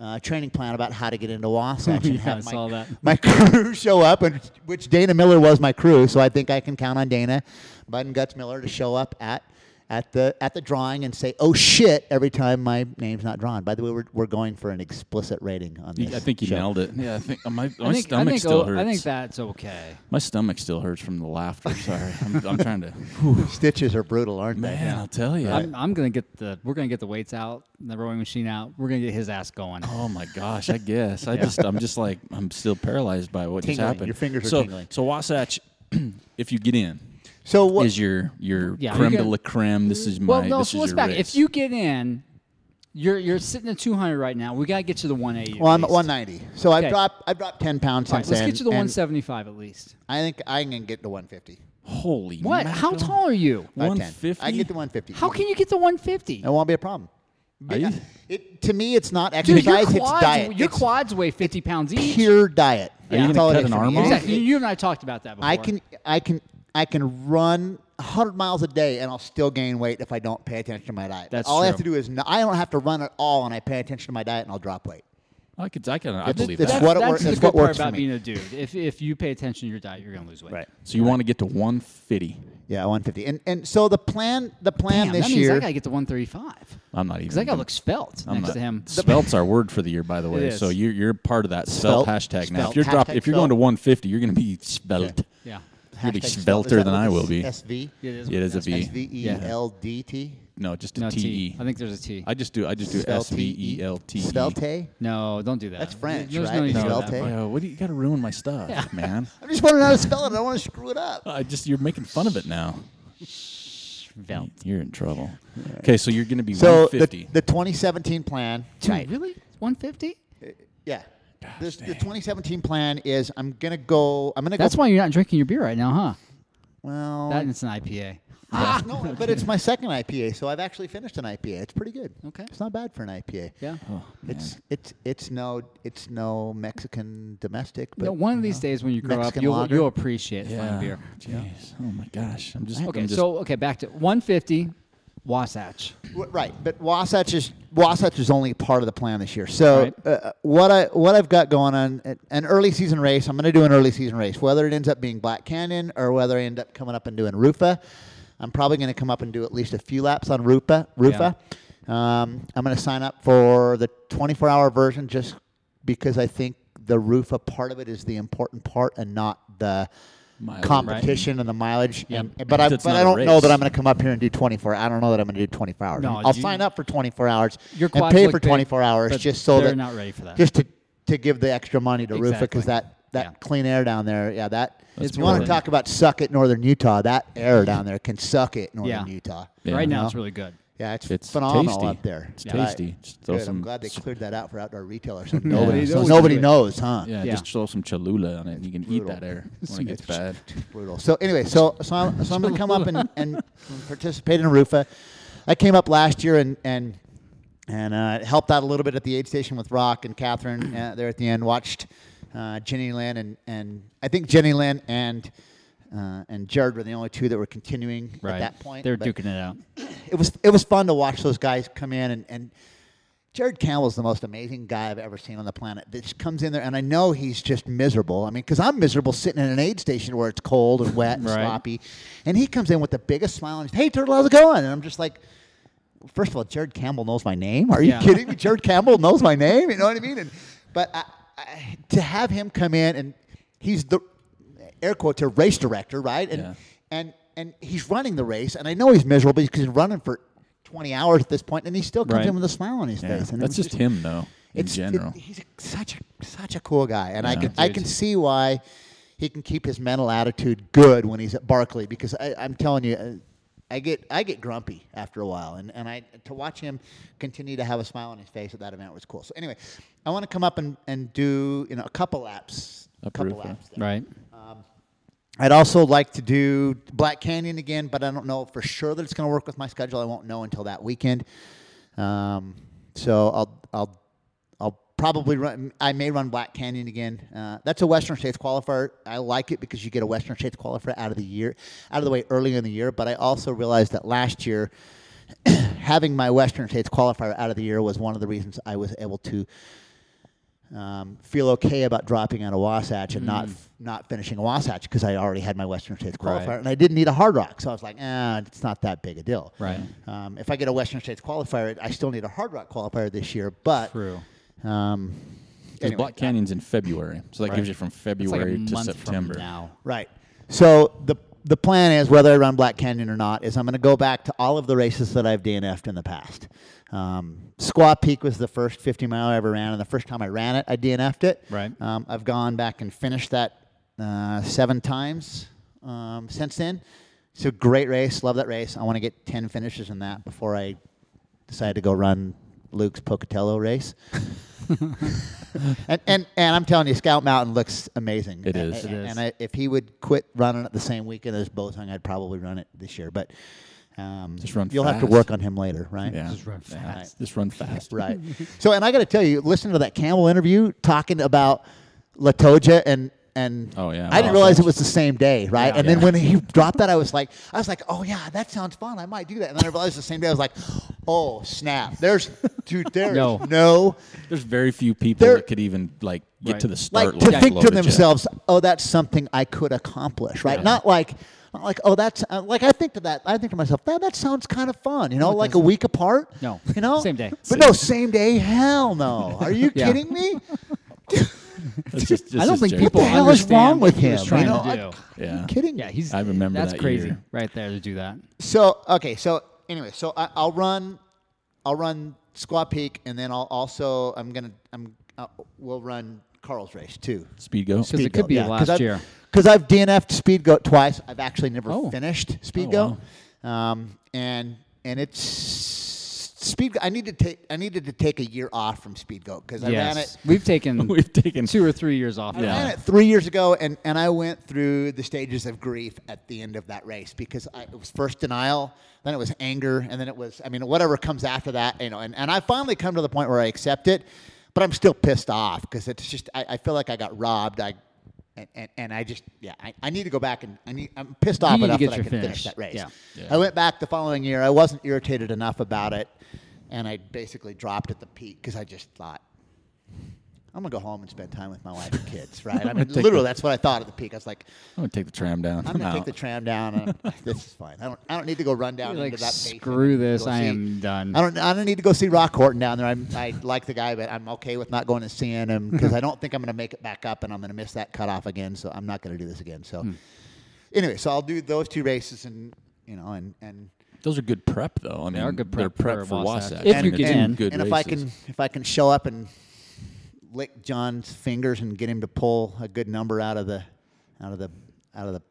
[SPEAKER 3] Uh, training plan about how to get into Wasatch and
[SPEAKER 2] Yeah, I
[SPEAKER 3] have my,
[SPEAKER 2] saw that.
[SPEAKER 3] my crew show up, and which Dana Miller was my crew, so I think I can count on Dana, Bud and Guts Miller to show up at at the at the drawing and say, "Oh shit!" every time my name's not drawn. By the way, we're, we're going for an explicit rating on
[SPEAKER 1] You-
[SPEAKER 3] this.
[SPEAKER 1] I think you
[SPEAKER 3] show.
[SPEAKER 1] nailed it. Yeah, I think uh, my, my
[SPEAKER 2] I think, I
[SPEAKER 1] stomach
[SPEAKER 2] think,
[SPEAKER 1] still
[SPEAKER 2] oh,
[SPEAKER 1] hurts.
[SPEAKER 2] I think that's okay.
[SPEAKER 1] my stomach still hurts from the laughter. Sorry, I'm, I'm trying to.
[SPEAKER 3] Stitches are brutal, aren't they?
[SPEAKER 1] Man, I'll tell you.
[SPEAKER 2] I'm, I'm gonna get the we're gonna get the weights out, the rowing machine out. We're gonna get his ass going.
[SPEAKER 1] Oh my gosh! I guess I just I'm just like I'm still paralyzed by what just
[SPEAKER 3] Tingling.
[SPEAKER 1] happened.
[SPEAKER 3] Your fingers are
[SPEAKER 1] so,
[SPEAKER 3] tingling.
[SPEAKER 1] So Wasatch, if you get in,
[SPEAKER 3] So
[SPEAKER 1] is
[SPEAKER 3] what?
[SPEAKER 1] your your
[SPEAKER 2] Yeah,
[SPEAKER 1] creme
[SPEAKER 2] you
[SPEAKER 1] de
[SPEAKER 2] can-
[SPEAKER 1] la creme? This is my.
[SPEAKER 2] well, no,
[SPEAKER 1] this
[SPEAKER 2] so
[SPEAKER 1] is
[SPEAKER 2] let's
[SPEAKER 1] your
[SPEAKER 2] back.
[SPEAKER 1] race.
[SPEAKER 2] If you get in, you're you're sitting at 200 right now. We gotta get to the 180.
[SPEAKER 3] well, I'm
[SPEAKER 2] at
[SPEAKER 3] at
[SPEAKER 2] least.
[SPEAKER 3] 190, so
[SPEAKER 2] Okay.
[SPEAKER 3] I've dropped I've dropped 10 pounds
[SPEAKER 2] All right,
[SPEAKER 3] since
[SPEAKER 2] let's
[SPEAKER 3] then.
[SPEAKER 2] get to the
[SPEAKER 3] and
[SPEAKER 2] 175 at least.
[SPEAKER 3] I think I can get to 150.
[SPEAKER 1] holy
[SPEAKER 2] What? How tall are you?
[SPEAKER 3] 5'10". I can get
[SPEAKER 1] 150?
[SPEAKER 3] to 150.
[SPEAKER 2] How can you get to 150?
[SPEAKER 3] It won't be a problem.
[SPEAKER 1] Are you-
[SPEAKER 3] It, to me, it's not
[SPEAKER 2] Dude,
[SPEAKER 3] exercise.
[SPEAKER 2] your
[SPEAKER 3] it's diet.
[SPEAKER 2] quads, your
[SPEAKER 3] It's-
[SPEAKER 2] quads weigh 50 pounds each.
[SPEAKER 3] pure diet.
[SPEAKER 1] Are you
[SPEAKER 3] That's
[SPEAKER 1] gonna
[SPEAKER 3] all it
[SPEAKER 1] cut
[SPEAKER 3] is
[SPEAKER 1] an
[SPEAKER 3] for me.
[SPEAKER 1] arm off?
[SPEAKER 3] It-
[SPEAKER 2] Exactly.
[SPEAKER 3] it-
[SPEAKER 2] You and I talked about that before.
[SPEAKER 3] I can I can I can run 100 miles a day and I'll still gain weight if I don't pay attention to my diet.
[SPEAKER 2] That's
[SPEAKER 3] all I have to
[SPEAKER 2] true.
[SPEAKER 3] do is no, I don't have to run at all and I pay attention to my diet and I'll drop weight.
[SPEAKER 1] I could. I can. I
[SPEAKER 3] It's-
[SPEAKER 1] believe
[SPEAKER 3] it's
[SPEAKER 1] that.
[SPEAKER 2] That's,
[SPEAKER 3] what it
[SPEAKER 2] that's
[SPEAKER 3] works-
[SPEAKER 2] the
[SPEAKER 3] it's
[SPEAKER 2] good
[SPEAKER 3] what
[SPEAKER 2] part
[SPEAKER 3] works for
[SPEAKER 2] about
[SPEAKER 3] me.
[SPEAKER 2] being a dude. If if you pay attention to your diet, you're gonna lose weight.
[SPEAKER 1] So you want to get to 150?
[SPEAKER 3] Yeah, 150. And and so the plan the plan
[SPEAKER 2] Damn,
[SPEAKER 3] this
[SPEAKER 2] that means
[SPEAKER 3] year Mm-hmm.
[SPEAKER 2] I gotta get to 135.
[SPEAKER 1] I'm not even.
[SPEAKER 2] Because that guy looks spelt
[SPEAKER 1] I'm
[SPEAKER 2] next
[SPEAKER 1] not-
[SPEAKER 2] to him.
[SPEAKER 1] Spelt's our word for the year, by the way.
[SPEAKER 2] It
[SPEAKER 1] So
[SPEAKER 2] is.
[SPEAKER 1] you're you're part of that spelt,
[SPEAKER 3] Spelt.
[SPEAKER 1] hashtag now. If
[SPEAKER 3] Spelt.
[SPEAKER 1] you're drop,
[SPEAKER 3] Hashtag
[SPEAKER 1] if you're going to
[SPEAKER 3] spelt.
[SPEAKER 1] 150, you're going to be spelt.
[SPEAKER 2] Yeah.
[SPEAKER 1] You're going to be
[SPEAKER 3] Hashtag spelt. Is
[SPEAKER 1] spelter
[SPEAKER 3] that
[SPEAKER 1] than
[SPEAKER 3] what
[SPEAKER 1] I
[SPEAKER 3] this-
[SPEAKER 1] will be.
[SPEAKER 3] SV.
[SPEAKER 2] It is,
[SPEAKER 1] Yeah, it is a
[SPEAKER 2] That's-
[SPEAKER 1] V.
[SPEAKER 3] S V E L D T.
[SPEAKER 1] No, just a
[SPEAKER 2] No T. E.
[SPEAKER 1] T-E.
[SPEAKER 2] I think there's a T.
[SPEAKER 1] I just do I just do S
[SPEAKER 3] Spelt
[SPEAKER 1] V E L T. E.
[SPEAKER 3] Svelte.
[SPEAKER 2] no, don't do that.
[SPEAKER 3] That's French,
[SPEAKER 2] There's
[SPEAKER 3] right?
[SPEAKER 2] No need to do
[SPEAKER 3] No.
[SPEAKER 2] that.
[SPEAKER 3] Svelte.
[SPEAKER 1] Yo, "Oh, what do you got to ruin my stuff, man?
[SPEAKER 3] I'm just wondering how to spell it. I don't want to screw it up.
[SPEAKER 1] I just you're making fun of it now.
[SPEAKER 2] Velt.
[SPEAKER 1] You're in trouble. Okay, so you're going to be
[SPEAKER 3] So the,
[SPEAKER 1] 150.
[SPEAKER 3] the 2017 plan.
[SPEAKER 2] Dude, really? 150?
[SPEAKER 3] Yeah. This, the 2017 plan is I'm gonna go. I'm gonna
[SPEAKER 2] That's
[SPEAKER 3] go. Oh.
[SPEAKER 2] why you're not drinking your beer right now, huh?
[SPEAKER 3] Well,
[SPEAKER 2] That and it's an IPA.
[SPEAKER 3] Ah, no, but it's my second IPA, so I've actually finished an IPA. It's pretty good.
[SPEAKER 2] Okay.
[SPEAKER 3] it's not bad for an IPA.
[SPEAKER 2] Yeah.
[SPEAKER 1] Oh,
[SPEAKER 3] it's it's it's no it's no Mexican domestic, but
[SPEAKER 2] You know, one of these days when you grow
[SPEAKER 3] Mexican
[SPEAKER 2] up, you'll,
[SPEAKER 3] lager.
[SPEAKER 2] you'll appreciate fine beer.
[SPEAKER 1] Jeez. Oh my gosh. I'm just
[SPEAKER 2] Okay,
[SPEAKER 1] I'm just,
[SPEAKER 2] so okay, back to 150 Wasatch.
[SPEAKER 3] W- right. But Wasatch is Wasatch is only part of the plan this year. So
[SPEAKER 2] Right.
[SPEAKER 3] uh, what I what I've got going on uh, an early season race. I'm going to do an early season race, whether it ends up being Black Canyon or whether I end up coming up and doing Rufa. I'm probably going to come up and do at least a few laps on Rufa. Rufa. Um, I'm going to sign up for the 24 hour version just because I think the Rufa part of it is the important part and not the
[SPEAKER 1] Mileage.
[SPEAKER 3] competition and the mileage.
[SPEAKER 2] Yep.
[SPEAKER 3] And, but I,
[SPEAKER 1] That's
[SPEAKER 3] but
[SPEAKER 1] not
[SPEAKER 3] I
[SPEAKER 1] a
[SPEAKER 3] don't know
[SPEAKER 1] race.
[SPEAKER 3] that I'm going to come up here and do 24. I don't know that I'm going to do 24 hours.
[SPEAKER 2] No,
[SPEAKER 3] I'll
[SPEAKER 2] you-
[SPEAKER 3] sign up for 24 hours
[SPEAKER 2] Your
[SPEAKER 3] and
[SPEAKER 2] quads
[SPEAKER 3] pay
[SPEAKER 2] look
[SPEAKER 3] for
[SPEAKER 2] big,
[SPEAKER 3] 24 hours
[SPEAKER 2] but
[SPEAKER 3] just so
[SPEAKER 2] they're
[SPEAKER 3] that
[SPEAKER 2] not ready for that.
[SPEAKER 3] Just to to give the extra money to Rufa
[SPEAKER 2] Exactly.
[SPEAKER 3] because that that
[SPEAKER 2] Yeah.
[SPEAKER 3] clean air down there, yeah, that
[SPEAKER 2] That's
[SPEAKER 3] you want to
[SPEAKER 2] brilliant.
[SPEAKER 3] talk about suck it northern Utah. That air down there can suck it northern
[SPEAKER 2] Yeah.
[SPEAKER 3] Utah.
[SPEAKER 1] Yeah.
[SPEAKER 2] Right
[SPEAKER 3] You
[SPEAKER 2] now,
[SPEAKER 3] know?
[SPEAKER 2] it's really good.
[SPEAKER 3] Yeah, it's,
[SPEAKER 1] It's
[SPEAKER 3] phenomenal
[SPEAKER 1] tasty.
[SPEAKER 3] up there.
[SPEAKER 1] It's
[SPEAKER 2] Yeah.
[SPEAKER 1] tasty. Just throw
[SPEAKER 3] Good,
[SPEAKER 1] some.
[SPEAKER 3] I'm glad they
[SPEAKER 1] s-
[SPEAKER 3] cleared that out for outdoor retailers. So
[SPEAKER 1] Yeah.
[SPEAKER 3] nobody,
[SPEAKER 1] So
[SPEAKER 3] knows,
[SPEAKER 2] it's
[SPEAKER 3] nobody
[SPEAKER 2] good.
[SPEAKER 3] knows, huh?
[SPEAKER 1] Yeah,
[SPEAKER 2] Yeah.
[SPEAKER 1] just throw some Cholula on it, and you can eat
[SPEAKER 3] Brutal.
[SPEAKER 1] that air when it gets bad.
[SPEAKER 3] brutal. So anyway, so so I'm, so I'm going to come up and, and participate in Rufa. I came up last year and and and uh, helped out a little bit at the aid station with Rock and Catherine uh, there at the end. Watched uh, Jenny Lynn and and I think Jenny Lynn and. Uh, and Jared were the only two that were continuing
[SPEAKER 2] Right.
[SPEAKER 3] at that point.
[SPEAKER 2] They're
[SPEAKER 3] but-
[SPEAKER 2] duking it out.
[SPEAKER 3] it was it was fun to watch those guys come in and, and Jared Campbell's the most amazing guy I've ever seen on the planet. That just comes in there, and I know he's just miserable. I mean, because I'm miserable sitting in an aid station where it's cold and wet and
[SPEAKER 2] Right.
[SPEAKER 3] sloppy, and he comes in with the biggest smile and he's, "Hey, Turtle, how's it going?" And I'm just like, first of all, Jared Campbell knows my name. Are you
[SPEAKER 2] Yeah.
[SPEAKER 3] kidding me? Jared Campbell knows my name. You know what I mean? And but I, I, to have him come in and he's the air quotes a race director, right? And
[SPEAKER 1] Yeah.
[SPEAKER 3] and and he's running the race, and I know he's miserable because he's running for 20 hours at this point, and he still comes
[SPEAKER 1] Right.
[SPEAKER 3] in with a smile on his
[SPEAKER 1] Yeah,
[SPEAKER 3] face. And
[SPEAKER 1] that's
[SPEAKER 3] it's
[SPEAKER 1] just him, though. In
[SPEAKER 3] it-
[SPEAKER 1] general,
[SPEAKER 3] he's a, such a such a cool guy, and I
[SPEAKER 1] Yeah.
[SPEAKER 3] can I
[SPEAKER 2] Dude.
[SPEAKER 3] can see why he can keep his mental attitude good when he's at Barkley because I, I'm telling you. uh, I get I get grumpy after a while, and, and I to watch him continue to have a smile on his face at that event was cool. So anyway, I want to come up and, and do you know a couple laps, a
[SPEAKER 1] Up
[SPEAKER 3] couple
[SPEAKER 1] Rufa.
[SPEAKER 3] laps. there.
[SPEAKER 2] Right.
[SPEAKER 3] I'd also like to do Black Canyon again, but I don't know for sure that it's going to work with my schedule. I won't know until that weekend. Um, so I'll I'll I'll probably run. I may run Black Canyon again. Uh, that's a Western States qualifier. I like it because you get a Western States qualifier out of the year, out of the way early in the year. But I also realized that last year having my Western States qualifier out of the year was one of the reasons I was able to um, feel okay about dropping out of Wasatch and not not finishing Wasatch because I already had my Western States qualifier
[SPEAKER 2] Mm. Right.
[SPEAKER 3] and I didn't need a Hard Rock, so I was like, ah, it's not that big a deal.
[SPEAKER 2] Right.
[SPEAKER 3] Um, if I get a Western States qualifier, I still need a Hard Rock qualifier this year, but
[SPEAKER 2] True.
[SPEAKER 3] Um,
[SPEAKER 1] 'Cause
[SPEAKER 3] anyway,
[SPEAKER 1] Black Canyon's in February, so that gives you from
[SPEAKER 2] It's like a
[SPEAKER 1] February to
[SPEAKER 2] month
[SPEAKER 1] September.
[SPEAKER 2] from now.
[SPEAKER 3] uh, Right. So the the plan is whether I run Black Canyon or not is I'm going to go back to all of the races that I've DNF'd in the past. Um, Squaw Peak was the first 50 mile I ever ran, and the first time I ran it, I DNF'd it.
[SPEAKER 2] Right.
[SPEAKER 3] Um, I've gone back and finished that uh, seven times um, since then. It's a great race. Love that race. I want to get 10 finishes in that before I decide to go run Luke's Pocatello race. and, and and I'm telling you, Scout Mountain looks amazing.
[SPEAKER 1] It
[SPEAKER 3] A-
[SPEAKER 1] is.
[SPEAKER 3] a-
[SPEAKER 1] It
[SPEAKER 3] And,
[SPEAKER 2] is.
[SPEAKER 3] I, if he would quit running it the same weekend as Bozung, I'd probably run it this year. But um,
[SPEAKER 1] Just run
[SPEAKER 3] You'll have
[SPEAKER 1] fast.
[SPEAKER 3] to work on him later, right?
[SPEAKER 1] Yeah.
[SPEAKER 2] Just run
[SPEAKER 1] Yeah.
[SPEAKER 2] fast.
[SPEAKER 1] Just run fast.
[SPEAKER 3] Right. so, and I got to tell you, listening to that Campbell interview talking about Latoja and and
[SPEAKER 1] Oh, yeah.
[SPEAKER 3] I didn't realize it was the same day, right?
[SPEAKER 2] Yeah.
[SPEAKER 3] and then
[SPEAKER 1] Yeah.
[SPEAKER 3] when he dropped that, I was like, I was like, oh yeah, that sounds fun. I might do that. And then I realized the same day, I was like, oh snap, there's dude, there's
[SPEAKER 2] No.
[SPEAKER 3] no
[SPEAKER 1] There's very few people
[SPEAKER 3] There-
[SPEAKER 1] that could even like get
[SPEAKER 2] Right.
[SPEAKER 1] to the start.
[SPEAKER 3] like to
[SPEAKER 1] line
[SPEAKER 3] think to
[SPEAKER 1] loaded yet.
[SPEAKER 3] themselves, "Oh, that's something I could accomplish," right? Not like, not like, "Oh, that's uh, like I think to that." I think to myself, "That that sounds kind of fun," you know, like a week apart.
[SPEAKER 2] No.
[SPEAKER 3] you know,
[SPEAKER 2] Same day.
[SPEAKER 3] But no, same day. Hell no! Are you
[SPEAKER 2] Yeah.
[SPEAKER 3] kidding me?
[SPEAKER 1] It's just- it's
[SPEAKER 2] I don't
[SPEAKER 1] just
[SPEAKER 2] think
[SPEAKER 1] joking.
[SPEAKER 2] people
[SPEAKER 3] What the hell is
[SPEAKER 2] understand
[SPEAKER 3] wrong
[SPEAKER 2] what
[SPEAKER 3] with
[SPEAKER 2] he was
[SPEAKER 3] him?
[SPEAKER 2] Trying
[SPEAKER 3] You know,
[SPEAKER 2] to
[SPEAKER 3] I-
[SPEAKER 2] do.
[SPEAKER 1] Yeah.
[SPEAKER 3] you kidding?
[SPEAKER 2] Yeah, he's.
[SPEAKER 1] I remember
[SPEAKER 2] that's
[SPEAKER 1] that
[SPEAKER 2] crazy
[SPEAKER 1] year.
[SPEAKER 2] right there to do that.
[SPEAKER 3] So okay, so anyway, so I, I'll run, I'll run Squaw Peak, and then I'll also I'm gonna I'm uh, we'll run Carl's race too.
[SPEAKER 1] Speed go.
[SPEAKER 2] Because it could be last year.
[SPEAKER 3] Because I've DNF'd Speed Goat twice. I've actually never
[SPEAKER 2] Oh.
[SPEAKER 3] finished Speed
[SPEAKER 1] Oh,
[SPEAKER 3] Goat. Um, and and it's Speed. Goat- I needed to take I needed to take a year off from Speed Goat because I ran it.
[SPEAKER 2] Yes, we've taken
[SPEAKER 1] We've taken-
[SPEAKER 2] two or three years off.
[SPEAKER 3] I
[SPEAKER 2] now.
[SPEAKER 3] ran it three years ago, and, and I went through the stages of grief at the end of that race because I, it was first denial, then it was anger, and then it was I mean whatever comes after that, you know. And, and I finally come to the point where I accept it, but I'm still pissed off because it's just I, I feel like I got robbed. I and, and, and I just yeah I, I need to go back and I need I'm pissed off
[SPEAKER 2] need to
[SPEAKER 3] enough
[SPEAKER 2] get
[SPEAKER 3] that I
[SPEAKER 2] your
[SPEAKER 3] can finish.
[SPEAKER 2] finish.
[SPEAKER 3] that race.
[SPEAKER 2] Yeah.
[SPEAKER 1] Yeah.
[SPEAKER 3] I went back the following year. I wasn't irritated enough about it, and I basically dropped at the peak because I just thought I'm gonna go home and spend time with my wife and kids, right? I mean,
[SPEAKER 1] take
[SPEAKER 3] literally,
[SPEAKER 1] the-
[SPEAKER 3] that's what I thought at the peak. I was like,
[SPEAKER 1] I'm gonna take the tram down.
[SPEAKER 3] I'm gonna
[SPEAKER 1] out.
[SPEAKER 3] take the tram down. And this is fine. I don't, I don't need to go run down
[SPEAKER 2] You're
[SPEAKER 3] into
[SPEAKER 2] like,
[SPEAKER 3] that. basin
[SPEAKER 2] "Screw
[SPEAKER 3] and go
[SPEAKER 2] this, I
[SPEAKER 3] see-
[SPEAKER 2] am done."
[SPEAKER 3] I don't, I don't need to go see Rock Horton down there. I'm, I like the guy, but I'm okay with not going and seeing him because I don't think I'm gonna make it back up, and I'm gonna miss that cutoff again. So I'm not gonna do this again. So
[SPEAKER 2] Hmm.
[SPEAKER 3] anyway, so I'll do those two races, and you know, and and.
[SPEAKER 1] Those are good prep though. I mean,
[SPEAKER 2] are good
[SPEAKER 1] they're
[SPEAKER 2] prep for
[SPEAKER 1] for
[SPEAKER 2] Wasatch.
[SPEAKER 1] Wasatch.
[SPEAKER 2] If
[SPEAKER 1] and
[SPEAKER 2] you
[SPEAKER 1] it's
[SPEAKER 2] get
[SPEAKER 1] two
[SPEAKER 2] in.
[SPEAKER 1] good
[SPEAKER 3] and if I
[SPEAKER 1] races.
[SPEAKER 3] can if I can show up and lick John's fingers and get him to pull a good number out of the out of the out of the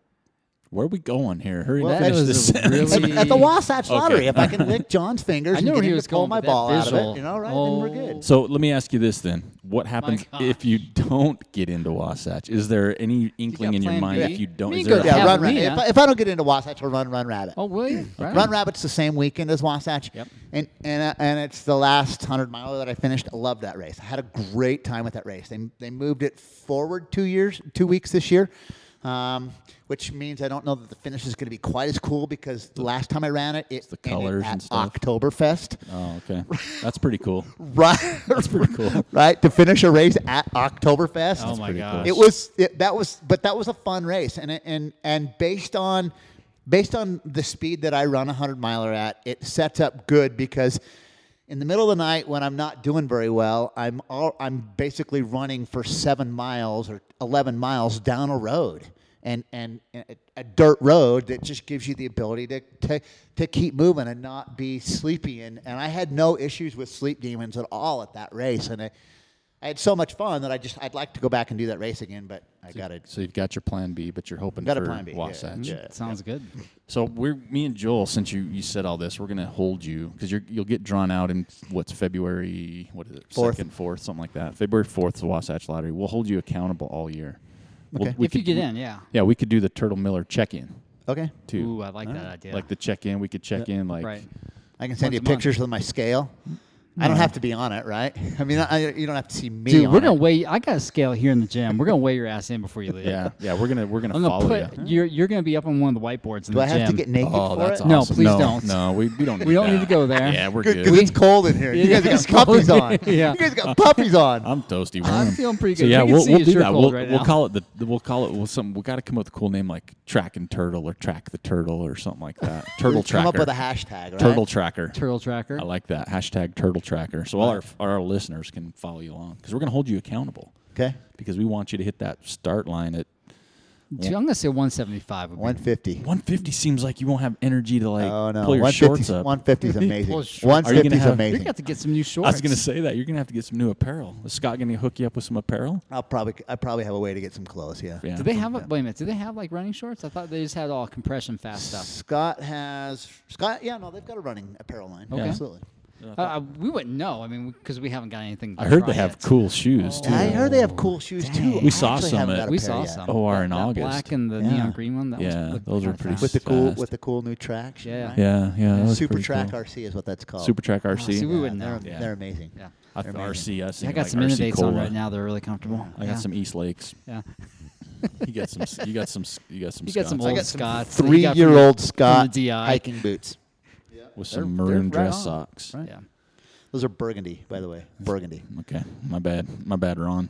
[SPEAKER 1] Where are we going here? Hurry
[SPEAKER 3] Well,
[SPEAKER 1] and
[SPEAKER 2] that
[SPEAKER 1] finish
[SPEAKER 2] was
[SPEAKER 1] this
[SPEAKER 2] a
[SPEAKER 1] sentence.
[SPEAKER 3] At,
[SPEAKER 2] really-
[SPEAKER 3] at the Wasatch Lottery,
[SPEAKER 1] Okay.
[SPEAKER 3] if I can lick John's fingers
[SPEAKER 2] I
[SPEAKER 3] and
[SPEAKER 2] knew
[SPEAKER 3] get
[SPEAKER 2] he
[SPEAKER 3] him
[SPEAKER 2] was
[SPEAKER 3] to pull
[SPEAKER 2] going
[SPEAKER 3] my
[SPEAKER 2] with that
[SPEAKER 3] ball out of
[SPEAKER 2] visual.
[SPEAKER 3] it, you know, right? Then we're
[SPEAKER 2] Oh.
[SPEAKER 3] good.
[SPEAKER 1] So let me ask you this then: What happens
[SPEAKER 2] gosh.
[SPEAKER 1] if you don't get into Wasatch? Is there any inkling
[SPEAKER 2] got
[SPEAKER 1] in your
[SPEAKER 2] plan
[SPEAKER 1] mind
[SPEAKER 2] B?
[SPEAKER 1] if you don't?
[SPEAKER 2] Me
[SPEAKER 1] Is
[SPEAKER 2] go
[SPEAKER 1] there a
[SPEAKER 2] to
[SPEAKER 3] Yeah,
[SPEAKER 2] hell
[SPEAKER 1] plan
[SPEAKER 3] Run
[SPEAKER 2] with
[SPEAKER 1] B?
[SPEAKER 3] Rabbit.
[SPEAKER 2] me,
[SPEAKER 3] If,
[SPEAKER 2] huh?
[SPEAKER 3] I- if I don't get into Wasatch, I'll run Run Rabbit.
[SPEAKER 2] Oh, will you? Right.
[SPEAKER 3] Run Rabbit's the same weekend as Wasatch.
[SPEAKER 2] Yep.
[SPEAKER 3] And and uh, and it's the last hundred mile that I finished. I loved that race. I had a great time with that race. They they moved it forward two years, two weeks this year. Um, which means I don't know that the finish is going to be quite as cool because the last time I ran it, it's
[SPEAKER 1] the colours and stuff.
[SPEAKER 3] Oktoberfest,
[SPEAKER 1] Oh, okay. That's pretty cool.
[SPEAKER 3] right?
[SPEAKER 1] That's pretty cool.
[SPEAKER 3] right to finish a race at Oktoberfest.
[SPEAKER 2] Oh my
[SPEAKER 1] pretty cool.
[SPEAKER 2] gosh.
[SPEAKER 3] It was it, that was, but that was a fun race, and it- and and based on based on the speed that I run a hundred miler at, it sets up good because in the middle of the night when I'm not doing very well, I'm all I'm basically running for seven miles or eleven miles down a road. And, and and a- a dirt road that just gives you the ability to, to, to keep moving and not be sleepy. And, and I had no issues with sleep demons at all at that race. And it, I had so much fun that I just I'd like to go back and do that race again, but I got it.
[SPEAKER 1] So you've got your plan B, but you're hoping
[SPEAKER 3] Got a
[SPEAKER 1] for
[SPEAKER 3] plan B, yeah.
[SPEAKER 1] Wasatch.
[SPEAKER 3] Yeah.
[SPEAKER 2] Sounds good.
[SPEAKER 1] So we're me and Joel. Since you you said all this, we're gonna hold you because you'll get drawn out in what's February. What is it?
[SPEAKER 3] Fourth.
[SPEAKER 1] Second, fourth, something like that. February fourth, the Wasatch Lottery. We'll hold you accountable all year. We'll-
[SPEAKER 3] Okay.
[SPEAKER 1] we
[SPEAKER 2] if you
[SPEAKER 1] could-
[SPEAKER 2] get in, yeah.
[SPEAKER 1] yeah, we could do the Turtle Miller check-in
[SPEAKER 3] Okay,
[SPEAKER 1] too.
[SPEAKER 2] Ooh, I like that idea.
[SPEAKER 1] Like the check-in, we could check in like
[SPEAKER 2] right.
[SPEAKER 3] I can
[SPEAKER 2] Once
[SPEAKER 3] send you
[SPEAKER 2] a month.
[SPEAKER 3] pictures with my scale. I don't have to be on it, right? I mean, I, you don't have to see me.
[SPEAKER 2] Dude,
[SPEAKER 3] on
[SPEAKER 2] we're gonna
[SPEAKER 3] it.
[SPEAKER 2] weigh. I got a scale here in the gym. We're gonna weigh your ass in before you leave.
[SPEAKER 1] Yeah, yeah, we're gonna we're gonna,
[SPEAKER 2] I'm gonna
[SPEAKER 1] follow
[SPEAKER 2] put
[SPEAKER 1] you.
[SPEAKER 2] you're you're gonna be up on one of the whiteboards in
[SPEAKER 3] Do
[SPEAKER 2] the
[SPEAKER 3] I have to
[SPEAKER 2] gym.
[SPEAKER 3] get naked
[SPEAKER 1] Oh,
[SPEAKER 3] for
[SPEAKER 1] that's
[SPEAKER 3] it?
[SPEAKER 1] awesome.
[SPEAKER 2] No, please
[SPEAKER 1] no,
[SPEAKER 2] don't.
[SPEAKER 1] No, we, we don't. Need
[SPEAKER 2] We don't
[SPEAKER 1] that.
[SPEAKER 2] need to go there.
[SPEAKER 1] Yeah, we're
[SPEAKER 3] Good,
[SPEAKER 1] good.
[SPEAKER 3] 'cause it's cold in here. You
[SPEAKER 2] Yeah,
[SPEAKER 3] guys have
[SPEAKER 2] it's
[SPEAKER 3] got
[SPEAKER 2] cold.
[SPEAKER 3] puppies on.
[SPEAKER 2] Yeah.
[SPEAKER 3] You guys got puppies on.
[SPEAKER 1] I'm toasty.
[SPEAKER 2] I'm
[SPEAKER 1] warm.
[SPEAKER 2] feeling pretty
[SPEAKER 1] So
[SPEAKER 2] good.
[SPEAKER 1] yeah,
[SPEAKER 2] You can
[SPEAKER 1] we'll,
[SPEAKER 2] see
[SPEAKER 1] we'll
[SPEAKER 2] it's
[SPEAKER 1] do
[SPEAKER 2] your
[SPEAKER 1] that.
[SPEAKER 2] cold
[SPEAKER 1] We'll,
[SPEAKER 2] right
[SPEAKER 1] we'll
[SPEAKER 2] now.
[SPEAKER 1] call it the the- we'll call it we'll some we got to come up with a cool name like Track and Turtle or Track the Turtle or something like that. Turtle
[SPEAKER 3] Come
[SPEAKER 1] Tracker.
[SPEAKER 3] up with a hashtag. Right?
[SPEAKER 1] Turtle Tracker.
[SPEAKER 2] turtle tracker.
[SPEAKER 1] I like that hashtag Turtle Tracker. So all our our listeners can follow you along because we're gonna hold you accountable.
[SPEAKER 3] Okay.
[SPEAKER 1] Because we want you to hit that start line at
[SPEAKER 2] Dude, I'm gonna say 175. Would
[SPEAKER 3] One
[SPEAKER 2] be.
[SPEAKER 3] fifty.
[SPEAKER 1] 150. Seems like you won't have energy to like
[SPEAKER 3] Oh no.
[SPEAKER 1] pull your
[SPEAKER 3] One
[SPEAKER 1] shorts
[SPEAKER 3] fifty.
[SPEAKER 1] up.
[SPEAKER 3] One fifty is amazing.
[SPEAKER 2] Pull shorts.
[SPEAKER 3] One
[SPEAKER 1] Are you
[SPEAKER 3] fifty
[SPEAKER 1] gonna
[SPEAKER 3] is
[SPEAKER 1] have-
[SPEAKER 2] You're gonna
[SPEAKER 3] amazing.
[SPEAKER 2] have to get some new shorts.
[SPEAKER 1] I was gonna say that you're gonna have to get some new apparel. Is Scott gonna hook you up with some apparel?
[SPEAKER 3] I'll probably I probably have a way to get some clothes. Yeah.
[SPEAKER 1] Yeah.
[SPEAKER 2] Do they have a, wait a minute? Do they have like running shorts? I thought they just had all compression fast stuff.
[SPEAKER 3] Scott has Scott. Yeah. No, they've got a running apparel line.
[SPEAKER 2] Okay.
[SPEAKER 3] Absolutely.
[SPEAKER 2] Uh, uh, we wouldn't know. I mean, because we haven't got anything.
[SPEAKER 1] I
[SPEAKER 2] to
[SPEAKER 1] heard
[SPEAKER 2] try
[SPEAKER 1] they have
[SPEAKER 2] yet.
[SPEAKER 1] cool shoes too.
[SPEAKER 3] Yeah, Oh, I heard they have cool shoes too.
[SPEAKER 1] We
[SPEAKER 3] I
[SPEAKER 1] saw
[SPEAKER 3] actually
[SPEAKER 1] some
[SPEAKER 3] haven't
[SPEAKER 1] at-
[SPEAKER 3] got a
[SPEAKER 2] We
[SPEAKER 3] pair
[SPEAKER 2] saw
[SPEAKER 3] yet.
[SPEAKER 2] some.
[SPEAKER 1] OR
[SPEAKER 2] That-
[SPEAKER 1] in
[SPEAKER 2] that
[SPEAKER 1] August.
[SPEAKER 2] Black and the
[SPEAKER 3] Yeah.
[SPEAKER 2] neon green one. That was,
[SPEAKER 1] Oh, Yeah,
[SPEAKER 2] looked
[SPEAKER 1] those were
[SPEAKER 2] kinda
[SPEAKER 1] pretty
[SPEAKER 2] fast.
[SPEAKER 3] with the cool
[SPEAKER 1] Fast.
[SPEAKER 3] with the cool new tracks.
[SPEAKER 2] Yeah.
[SPEAKER 3] right?
[SPEAKER 1] Yeah, yeah. that was
[SPEAKER 3] Super
[SPEAKER 1] pretty
[SPEAKER 3] Track
[SPEAKER 1] cool.
[SPEAKER 3] RC is what that's called.
[SPEAKER 1] Super Track RC.
[SPEAKER 2] Oh, see, we
[SPEAKER 3] Yeah,
[SPEAKER 2] wouldn't know.
[SPEAKER 3] they're,
[SPEAKER 1] Yeah.
[SPEAKER 3] they're amazing.
[SPEAKER 2] Yeah.
[SPEAKER 1] I
[SPEAKER 3] They're
[SPEAKER 1] th-
[SPEAKER 3] amazing.
[SPEAKER 1] RC. I, was
[SPEAKER 2] I
[SPEAKER 1] thinking
[SPEAKER 2] got
[SPEAKER 1] like
[SPEAKER 2] some
[SPEAKER 1] RC
[SPEAKER 2] innovates on
[SPEAKER 1] Cola.
[SPEAKER 2] right now. They're really comfortable.
[SPEAKER 1] I
[SPEAKER 2] yeah.
[SPEAKER 1] got some East Lakes.
[SPEAKER 2] Yeah.
[SPEAKER 1] You got some. You got some. You got some.
[SPEAKER 2] You got some
[SPEAKER 1] Scots
[SPEAKER 2] old
[SPEAKER 3] got some
[SPEAKER 2] Scots. that you got from
[SPEAKER 3] Three-year-old
[SPEAKER 2] the- from
[SPEAKER 3] Scott
[SPEAKER 2] the DI.
[SPEAKER 3] hiking boots.
[SPEAKER 1] with some
[SPEAKER 2] They're-
[SPEAKER 1] maroon
[SPEAKER 2] they're right
[SPEAKER 1] dress
[SPEAKER 2] on.
[SPEAKER 1] socks.
[SPEAKER 2] Yeah.
[SPEAKER 3] Those are burgundy, by the way.
[SPEAKER 1] Mm.
[SPEAKER 3] Burgundy.
[SPEAKER 1] Okay, my bad. My bad, Ron.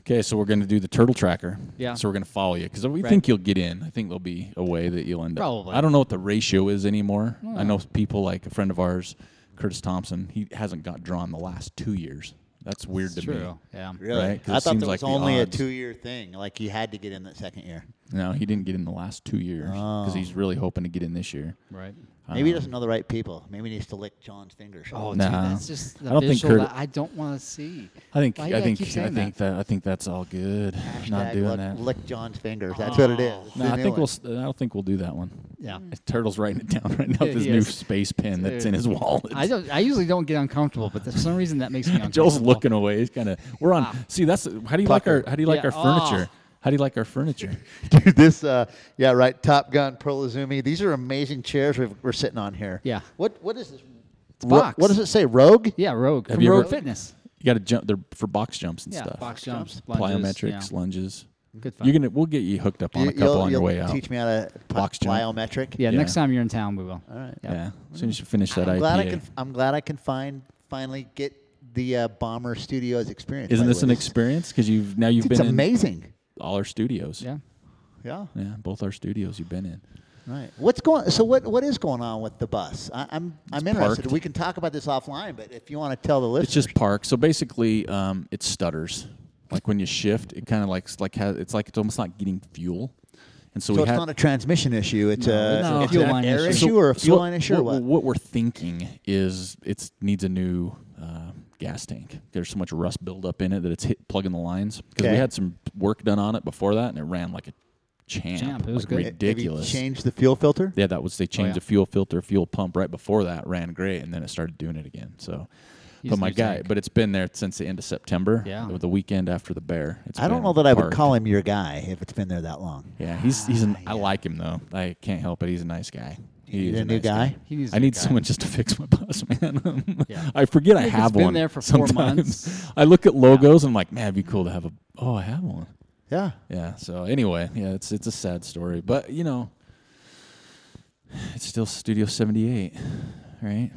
[SPEAKER 1] okay, so we're gonna do the turtle tracker.
[SPEAKER 2] Yeah.
[SPEAKER 1] So we're gonna follow you because we
[SPEAKER 2] Right.
[SPEAKER 1] think you'll get in. I think there'll be a way that you'll end up.
[SPEAKER 2] Probably.
[SPEAKER 1] I don't know what the ratio is anymore. I know people like a friend of ours, Curtis Thompson. He hasn't got drawn the last two years. That's weird to
[SPEAKER 2] True.
[SPEAKER 1] me.
[SPEAKER 2] Yeah.
[SPEAKER 1] Right, 'cause
[SPEAKER 3] I
[SPEAKER 1] it
[SPEAKER 3] thought
[SPEAKER 1] seems
[SPEAKER 3] that
[SPEAKER 1] like
[SPEAKER 3] was
[SPEAKER 1] the
[SPEAKER 3] only a
[SPEAKER 1] odds-
[SPEAKER 3] two-year thing. Like you had to get in that second year.
[SPEAKER 1] No, he didn't get in the last two years because he's really hoping to get in this year. Um,
[SPEAKER 2] Right.
[SPEAKER 3] Oh. Maybe he doesn't know the right people. Maybe he needs to lick John's fingers.
[SPEAKER 2] Oh,
[SPEAKER 1] Nah.
[SPEAKER 2] dude, that's just the
[SPEAKER 1] I don't think
[SPEAKER 2] visual
[SPEAKER 1] Kurt-
[SPEAKER 2] that I don't want to see.
[SPEAKER 1] I think.
[SPEAKER 2] Why you
[SPEAKER 1] I
[SPEAKER 2] gotta
[SPEAKER 1] think.
[SPEAKER 2] keep saying
[SPEAKER 1] I think that. I think that's all good. Not
[SPEAKER 3] Hashtag
[SPEAKER 1] doing
[SPEAKER 3] lick,
[SPEAKER 1] that.
[SPEAKER 3] lick John's fingers. That's what it
[SPEAKER 2] Oh.
[SPEAKER 3] is. It's
[SPEAKER 1] No,
[SPEAKER 3] the
[SPEAKER 1] I
[SPEAKER 3] new
[SPEAKER 1] think
[SPEAKER 3] one.
[SPEAKER 1] we'll. s- I don't think we'll do that one.
[SPEAKER 2] Yeah.
[SPEAKER 1] Turtle's writing it down right now. with This
[SPEAKER 2] He
[SPEAKER 1] new
[SPEAKER 2] is.
[SPEAKER 1] space pen that's
[SPEAKER 2] Dude.
[SPEAKER 1] in his wallet.
[SPEAKER 2] I don't. I usually don't get uncomfortable, but for some reason that makes me uncomfortable.
[SPEAKER 1] Joel's looking away. He's kind of. We're on. See, that's how do you like our how do you like
[SPEAKER 2] Yeah,
[SPEAKER 1] our
[SPEAKER 2] oh.
[SPEAKER 1] furniture? How do you like our furniture?
[SPEAKER 3] Dude, this, uh, yeah, right. Top Gun, Pearl Izumi. These are amazing chairs we've, we're sitting on here.
[SPEAKER 2] Yeah.
[SPEAKER 3] What What is this? Ro-
[SPEAKER 2] box.
[SPEAKER 3] What does it say? Rogue?
[SPEAKER 2] Yeah, Rogue.
[SPEAKER 1] Have
[SPEAKER 2] from
[SPEAKER 1] you ever-
[SPEAKER 2] Rogue Fitness.
[SPEAKER 1] You got to jump. They're for box jumps and
[SPEAKER 2] Yeah,
[SPEAKER 1] stuff.
[SPEAKER 2] box jumps, lunges,
[SPEAKER 1] plyometrics,
[SPEAKER 2] yeah.
[SPEAKER 1] lunges.
[SPEAKER 2] Good fun.
[SPEAKER 1] You're gonna. We'll get you hooked up on
[SPEAKER 3] You-
[SPEAKER 1] a couple
[SPEAKER 3] you'll-
[SPEAKER 1] on your
[SPEAKER 3] you'll
[SPEAKER 1] way out.
[SPEAKER 3] Teach me how to pl-
[SPEAKER 1] Box jump.
[SPEAKER 3] plyometric.
[SPEAKER 2] yeah, next
[SPEAKER 1] yeah.
[SPEAKER 2] time you're in town, we will. All right.
[SPEAKER 1] yeah. As soon as you finish that
[SPEAKER 3] I'm
[SPEAKER 1] IPA.
[SPEAKER 3] glad I can. I'm glad I can find finally get the uh, Bomber Studios experience. by
[SPEAKER 1] Isn't
[SPEAKER 3] the
[SPEAKER 1] this
[SPEAKER 3] way.
[SPEAKER 1] an experience? Because you've now you've
[SPEAKER 3] It's
[SPEAKER 1] been in
[SPEAKER 3] amazing.
[SPEAKER 1] all our studios.
[SPEAKER 2] Yeah.
[SPEAKER 3] Yeah.
[SPEAKER 1] Yeah. Both our studios you've been in.
[SPEAKER 3] Right. What's going? So what? What is going on with the bus? I, I'm. I'm interested.
[SPEAKER 1] parked.
[SPEAKER 3] We can talk about this offline, but if you want to tell the listeners,
[SPEAKER 1] It's just park. So basically, um, it stutters. Like when you shift, it kind of like like has, it's like it's almost like getting fuel. And so,
[SPEAKER 3] so
[SPEAKER 1] we
[SPEAKER 3] it's
[SPEAKER 1] had,
[SPEAKER 3] not a transmission issue. It's a
[SPEAKER 2] no,
[SPEAKER 3] it's
[SPEAKER 2] fuel
[SPEAKER 3] an
[SPEAKER 2] line
[SPEAKER 3] air
[SPEAKER 2] issue.
[SPEAKER 3] issue, or a
[SPEAKER 1] so
[SPEAKER 3] fuel line issue or what?
[SPEAKER 1] we're thinking is it needs a new uh, gas tank. There's so much rust buildup in it that it's hit plugging the lines because
[SPEAKER 3] Okay.
[SPEAKER 1] we had some work done on it before that, and it ran like a Champ.
[SPEAKER 2] Champ, it was
[SPEAKER 1] like
[SPEAKER 3] Eh,
[SPEAKER 2] good. Maybe
[SPEAKER 1] Ridiculous.
[SPEAKER 3] Change the fuel filter.
[SPEAKER 1] Yeah, that was they changed
[SPEAKER 2] Oh, yeah.
[SPEAKER 1] the fuel filter, fuel pump right before that ran great, and then it started doing it again. So,
[SPEAKER 2] He's
[SPEAKER 1] but my
[SPEAKER 2] new
[SPEAKER 1] guy,
[SPEAKER 2] tank.
[SPEAKER 1] but it's been there since the end of September.
[SPEAKER 2] Yeah.
[SPEAKER 1] the weekend after the bear. It's
[SPEAKER 3] I don't
[SPEAKER 1] been
[SPEAKER 3] know that I would
[SPEAKER 1] parked.
[SPEAKER 3] call him your guy if it's been there that long.
[SPEAKER 1] Yeah, he's he's an. I like him though. I can't help it. He's a nice guy. He
[SPEAKER 3] need
[SPEAKER 1] is
[SPEAKER 3] a new
[SPEAKER 1] nice
[SPEAKER 3] guy?
[SPEAKER 2] He needs a
[SPEAKER 1] I
[SPEAKER 2] new
[SPEAKER 1] need
[SPEAKER 2] guy.
[SPEAKER 1] someone just to fix my bus, man.
[SPEAKER 2] Yeah.
[SPEAKER 1] I forget I,
[SPEAKER 2] think it's
[SPEAKER 1] have
[SPEAKER 2] been
[SPEAKER 1] one.
[SPEAKER 2] there for four
[SPEAKER 1] sometimes.
[SPEAKER 2] months.
[SPEAKER 1] I look at logos and I'm like, man, it'd be cool to have a. Oh, I have one.
[SPEAKER 3] Yeah.
[SPEAKER 1] Yeah. So anyway, yeah, it's it's a sad story, but you know, it's still Studio 78, right?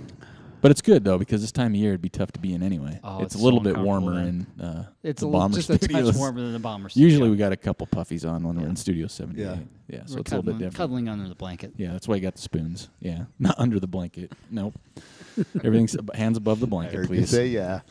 [SPEAKER 1] But it's good though because this time of year it'd be tough to be in anyway.
[SPEAKER 2] Oh,
[SPEAKER 1] it's,
[SPEAKER 2] it's
[SPEAKER 1] a little
[SPEAKER 2] so
[SPEAKER 1] bit warmer in
[SPEAKER 2] uncomfortable
[SPEAKER 1] uh,
[SPEAKER 2] It's
[SPEAKER 1] the
[SPEAKER 2] a little,
[SPEAKER 1] bomber
[SPEAKER 2] just a touch
[SPEAKER 1] studios.
[SPEAKER 2] warmer than the bombers.
[SPEAKER 1] Usually we got a couple puffies on when we're in Studio 78. Yeah.
[SPEAKER 3] Yeah.
[SPEAKER 1] so it's a little bit different.
[SPEAKER 2] Cuddling under the blanket.
[SPEAKER 1] Yeah, that's why you got the spoons. Yeah, not under the blanket. Nope. Everything's ab- hands above the blanket,
[SPEAKER 3] Heard you
[SPEAKER 1] please.
[SPEAKER 3] say yeah.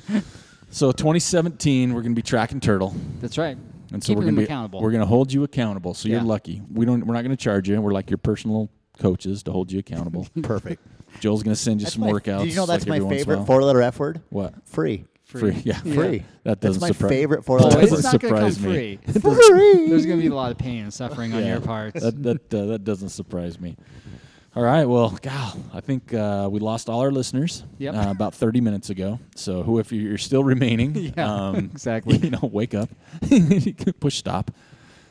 [SPEAKER 1] So 2017, we're gonna be tracking turtle.
[SPEAKER 2] That's right.
[SPEAKER 1] And so
[SPEAKER 2] Keeping
[SPEAKER 1] we're gonna
[SPEAKER 2] them
[SPEAKER 1] be,
[SPEAKER 2] accountable.
[SPEAKER 1] We're gonna hold you accountable. So you're
[SPEAKER 2] Yeah.
[SPEAKER 1] lucky. We don't. We're not gonna charge you. We're like your personal coaches to hold you accountable.
[SPEAKER 3] Perfect.
[SPEAKER 1] Joel's gonna send you
[SPEAKER 3] That's
[SPEAKER 1] some
[SPEAKER 3] my-
[SPEAKER 1] workouts.
[SPEAKER 3] Did you know that's
[SPEAKER 1] like, every
[SPEAKER 3] my
[SPEAKER 1] once in a
[SPEAKER 3] favorite
[SPEAKER 1] while.
[SPEAKER 3] four-letter F word?
[SPEAKER 1] What?
[SPEAKER 3] Free.
[SPEAKER 1] Free. Yeah.
[SPEAKER 3] Free.
[SPEAKER 1] That
[SPEAKER 3] That's
[SPEAKER 1] doesn't
[SPEAKER 3] my
[SPEAKER 1] surpri-
[SPEAKER 3] favorite
[SPEAKER 1] that
[SPEAKER 3] four-letter
[SPEAKER 2] oh,
[SPEAKER 3] F
[SPEAKER 2] it's
[SPEAKER 1] doesn't
[SPEAKER 3] word.
[SPEAKER 2] not gonna come
[SPEAKER 1] surprise
[SPEAKER 2] free.
[SPEAKER 1] me.
[SPEAKER 2] There's gonna be a lot of pain and suffering on your
[SPEAKER 1] Yeah.
[SPEAKER 2] part.
[SPEAKER 1] That that uh, that doesn't surprise me. All right, well, gal, I think uh, we lost all our listeners
[SPEAKER 2] Yep.
[SPEAKER 1] uh, about 30 minutes ago. So, who if you're still remaining, um,
[SPEAKER 2] Yeah, exactly.
[SPEAKER 1] You know, wake up, You can push stop.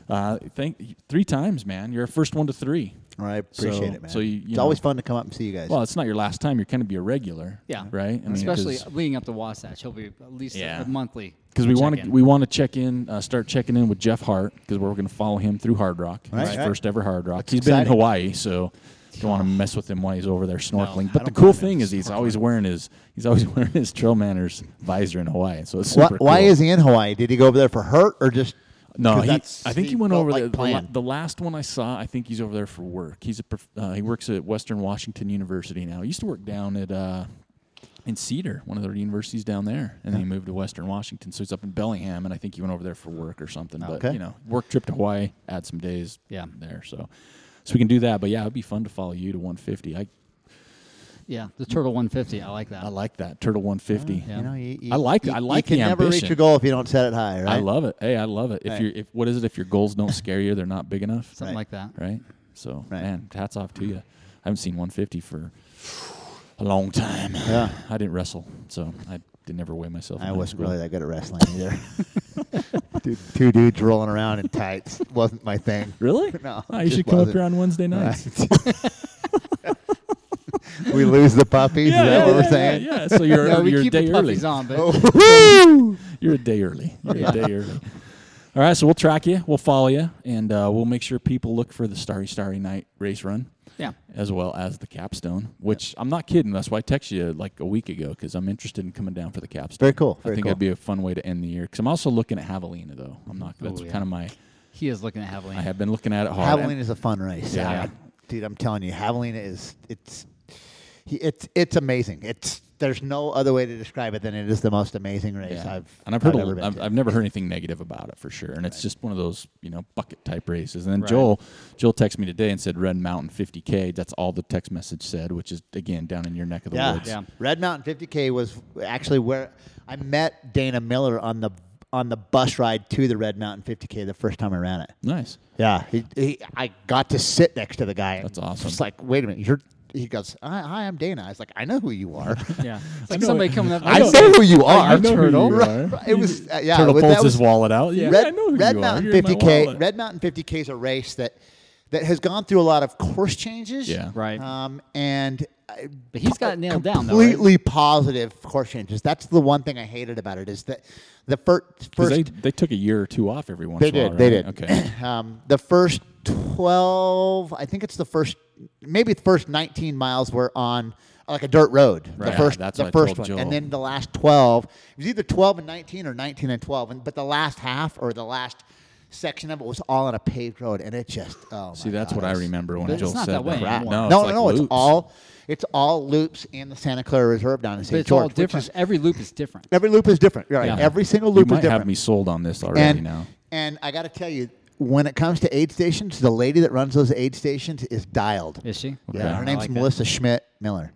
[SPEAKER 1] Uh, thank three times, man. You're our first one to three.
[SPEAKER 3] All right, appreciate
[SPEAKER 1] So-
[SPEAKER 3] it, man.
[SPEAKER 1] so you- you
[SPEAKER 3] it's
[SPEAKER 1] know.
[SPEAKER 3] always fun to come up and see you guys.
[SPEAKER 1] Well, it's not your last time. You're kind of be a regular.
[SPEAKER 2] Yeah.
[SPEAKER 1] Right. I mean,
[SPEAKER 2] Especially
[SPEAKER 1] 'cause-
[SPEAKER 2] leading up to Wasatch, he'll be at least a-
[SPEAKER 1] Yeah.
[SPEAKER 2] a monthly.
[SPEAKER 1] because we
[SPEAKER 2] check
[SPEAKER 1] want to
[SPEAKER 2] in.
[SPEAKER 1] we want to check in, uh, start checking in with Jeff Hart because we're going to follow him through Hard Rock.
[SPEAKER 3] Right,
[SPEAKER 1] his
[SPEAKER 3] right.
[SPEAKER 1] first ever Hard Rock.
[SPEAKER 3] That's
[SPEAKER 1] He's been in
[SPEAKER 3] exciting.
[SPEAKER 1] Hawaii, so don't want to mess with him while he's over there snorkeling.
[SPEAKER 2] I
[SPEAKER 1] but the
[SPEAKER 2] don't
[SPEAKER 1] cool
[SPEAKER 2] blame him.
[SPEAKER 1] thing is he's always wearing his he's always wearing his trail manners visor in Hawaii. So it's
[SPEAKER 3] why,
[SPEAKER 1] super.
[SPEAKER 3] why
[SPEAKER 1] cool.
[SPEAKER 3] is he in Hawaii? Did he go over there for hurt or just?
[SPEAKER 1] No,
[SPEAKER 3] 'cause
[SPEAKER 1] he, I
[SPEAKER 3] that's-
[SPEAKER 1] think he went
[SPEAKER 3] felt
[SPEAKER 1] over
[SPEAKER 3] like
[SPEAKER 1] there. The, la-
[SPEAKER 3] playing.
[SPEAKER 1] the last one I saw, I think he's over there for work. He's a prof- uh, he works at Western Washington University now. He used to work down at uh, in Cedar, one of their universities down there, and then he moved to Western Washington. So he's up in Bellingham, and I think he went over there for work or something. But
[SPEAKER 3] Okay.
[SPEAKER 1] you know, work trip to Hawaii, add some days,
[SPEAKER 2] Yeah.
[SPEAKER 1] there. So so we can do that. But yeah, it'd be fun to follow you to 150. I
[SPEAKER 2] Yeah, the Turtle 150. I like that.
[SPEAKER 1] I like that Turtle 150.
[SPEAKER 2] Yeah.
[SPEAKER 3] You know, you, you,
[SPEAKER 1] I like-
[SPEAKER 3] you,
[SPEAKER 1] I like
[SPEAKER 3] You
[SPEAKER 1] the
[SPEAKER 3] can never reach
[SPEAKER 1] ambition.
[SPEAKER 3] a goal if you don't set it high, right?
[SPEAKER 1] I love it. Hey, I love it. If
[SPEAKER 3] Right.
[SPEAKER 1] you if what is it? If your goals don't scare you, they're not big enough.
[SPEAKER 2] Something
[SPEAKER 3] Right.
[SPEAKER 2] like that.
[SPEAKER 1] right? So
[SPEAKER 3] Right.
[SPEAKER 1] man, hats off to you. I haven't seen 150 for a long time.
[SPEAKER 3] Yeah.
[SPEAKER 1] I didn't wrestle, so I didn't ever weigh myself. in
[SPEAKER 3] I
[SPEAKER 1] high
[SPEAKER 3] wasn't
[SPEAKER 1] school.
[SPEAKER 3] really that good at wrestling either. Dude, two dudes rolling around in tights wasn't my thing.
[SPEAKER 1] Really?
[SPEAKER 3] No,
[SPEAKER 1] Oh, you
[SPEAKER 3] just
[SPEAKER 1] should come up
[SPEAKER 3] wasn't.
[SPEAKER 1] here on Wednesday nights.
[SPEAKER 3] we lose the puppies.
[SPEAKER 1] Yeah,
[SPEAKER 3] is
[SPEAKER 1] yeah,
[SPEAKER 3] that what
[SPEAKER 1] yeah,
[SPEAKER 3] we're
[SPEAKER 1] yeah,
[SPEAKER 3] saying?
[SPEAKER 1] yeah. So you're,
[SPEAKER 2] No, we
[SPEAKER 1] you're a
[SPEAKER 2] keep
[SPEAKER 1] day
[SPEAKER 2] the
[SPEAKER 1] early. Oh.
[SPEAKER 2] puppies on, but
[SPEAKER 1] You're a day early. You're a day early. All right, so we'll track you, we'll follow you, and uh, we'll make sure people look for the Starry Starry Night race run.
[SPEAKER 2] yeah,
[SPEAKER 1] as well as the capstone, which I'm not kidding. That's why I texted you like a week ago because I'm interested in coming down for the capstone.
[SPEAKER 3] Very cool,
[SPEAKER 1] I
[SPEAKER 3] very
[SPEAKER 1] think
[SPEAKER 3] cool.
[SPEAKER 1] that'd be a fun way to end the year because I'm also looking at Javelina though. I'm not. That's
[SPEAKER 2] yeah.
[SPEAKER 1] kind of my.
[SPEAKER 2] he is looking at heavily.
[SPEAKER 1] I have been looking at it hard.
[SPEAKER 3] Javelina is a fun race.
[SPEAKER 1] Yeah.
[SPEAKER 3] I- dude, I'm telling you, Javelina is it's he- it's it's amazing. It's there's no other way to describe it than it is the most amazing race
[SPEAKER 1] Yeah.
[SPEAKER 3] I've
[SPEAKER 1] and I've heard.
[SPEAKER 3] ever
[SPEAKER 1] I've,
[SPEAKER 3] been
[SPEAKER 1] I've,
[SPEAKER 3] to.
[SPEAKER 1] I've never heard anything negative about it for sure. And it's just one of those you know bucket type races. And then Joel, Joel texted me today and said Red Mountain 50k. That's all the text message said, which is again down in your neck of the
[SPEAKER 3] yeah.
[SPEAKER 1] woods.
[SPEAKER 2] Yeah.
[SPEAKER 3] Red Mountain 50K was actually where I met Dana Miller on the on the bus ride to the Red Mountain 50K the first time I ran it.
[SPEAKER 1] Nice.
[SPEAKER 3] Yeah, he, he, I got to sit next to the guy. and
[SPEAKER 1] That's awesome.
[SPEAKER 3] Just like, wait a minute, you're. He goes, hi, hi, I'm Dana. I was like, I know who you are.
[SPEAKER 2] yeah, it's like somebody coming up.
[SPEAKER 3] I
[SPEAKER 2] and
[SPEAKER 3] know who you are.
[SPEAKER 1] I know who
[SPEAKER 3] Turtle.
[SPEAKER 1] you
[SPEAKER 3] Right,
[SPEAKER 1] are.
[SPEAKER 3] right. It was uh, yeah.
[SPEAKER 1] Turtle
[SPEAKER 3] well,
[SPEAKER 1] pulls
[SPEAKER 3] that
[SPEAKER 1] his
[SPEAKER 3] was-
[SPEAKER 1] wallet out. Yeah,
[SPEAKER 3] Red,
[SPEAKER 1] I know who
[SPEAKER 3] Red
[SPEAKER 1] you
[SPEAKER 3] Mountain
[SPEAKER 1] are. You're in my
[SPEAKER 3] 50k.
[SPEAKER 1] wallet.
[SPEAKER 3] Red Mountain 50k is a race that that has gone through a lot of course changes.
[SPEAKER 1] Yeah.
[SPEAKER 2] Right.
[SPEAKER 3] Um, and I-
[SPEAKER 2] But he's got it nailed down, though, right?
[SPEAKER 3] Completely positive course changes. That's the one thing I hated about it is that the first
[SPEAKER 1] Because
[SPEAKER 3] first
[SPEAKER 1] they, they took a year or two off every once
[SPEAKER 3] they
[SPEAKER 1] in a
[SPEAKER 3] did.
[SPEAKER 1] while.
[SPEAKER 3] They
[SPEAKER 1] right?
[SPEAKER 3] did.
[SPEAKER 1] Okay.
[SPEAKER 3] um, the first twelve, I think it's the first, maybe the first nineteen miles were on like a dirt road.
[SPEAKER 1] Right.
[SPEAKER 3] The first,
[SPEAKER 1] Yeah, that's
[SPEAKER 3] the
[SPEAKER 1] what I
[SPEAKER 3] first
[SPEAKER 1] told
[SPEAKER 3] one,
[SPEAKER 1] Joel.
[SPEAKER 3] and then the last twelve. It was either twelve and nineteen or nineteen and twelve, and but the last half or the last section of it was all on a paved road, and it just oh. my
[SPEAKER 1] See, that's
[SPEAKER 3] God,
[SPEAKER 1] what I
[SPEAKER 3] it was
[SPEAKER 1] remember when
[SPEAKER 2] But it's
[SPEAKER 1] Joel
[SPEAKER 2] not
[SPEAKER 1] said
[SPEAKER 2] that way
[SPEAKER 1] Crap.
[SPEAKER 2] anymore.
[SPEAKER 1] No,
[SPEAKER 3] no,
[SPEAKER 1] it's like
[SPEAKER 3] no, it's
[SPEAKER 1] loops.
[SPEAKER 3] all it's all loops in the Santa Clara Reserve down in
[SPEAKER 2] but
[SPEAKER 3] St.
[SPEAKER 2] it's
[SPEAKER 3] George.
[SPEAKER 2] all
[SPEAKER 3] which
[SPEAKER 2] different.
[SPEAKER 3] is-
[SPEAKER 2] Every loop is different.
[SPEAKER 3] every loop is different. Right. Every single
[SPEAKER 1] You
[SPEAKER 3] loop
[SPEAKER 1] might
[SPEAKER 3] is different.
[SPEAKER 1] have me sold on this already
[SPEAKER 3] and,
[SPEAKER 1] now.
[SPEAKER 3] And I got to tell you, when it comes to aid stations, the lady that runs those aid stations is dialed.
[SPEAKER 2] Is she?
[SPEAKER 1] Okay. I
[SPEAKER 3] Yeah, her name's
[SPEAKER 2] like that.
[SPEAKER 3] Melissa Schmidt Miller.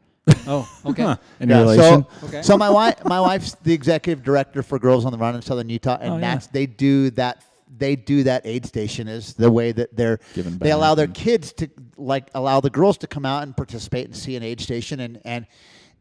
[SPEAKER 2] Oh, okay.
[SPEAKER 1] Huh. Any
[SPEAKER 3] yeah,
[SPEAKER 1] relation?
[SPEAKER 3] So,
[SPEAKER 2] Okay.
[SPEAKER 3] so my wife, my wife's the executive director for Girls on the Run in Southern Utah,
[SPEAKER 1] Oh,
[SPEAKER 3] and
[SPEAKER 1] yeah.
[SPEAKER 3] that's they do that they do that aid station is the way that they're
[SPEAKER 1] Giving
[SPEAKER 3] they allow
[SPEAKER 1] back
[SPEAKER 3] their
[SPEAKER 1] and-
[SPEAKER 3] kids to like allow the girls to come out and participate and see an aid station and and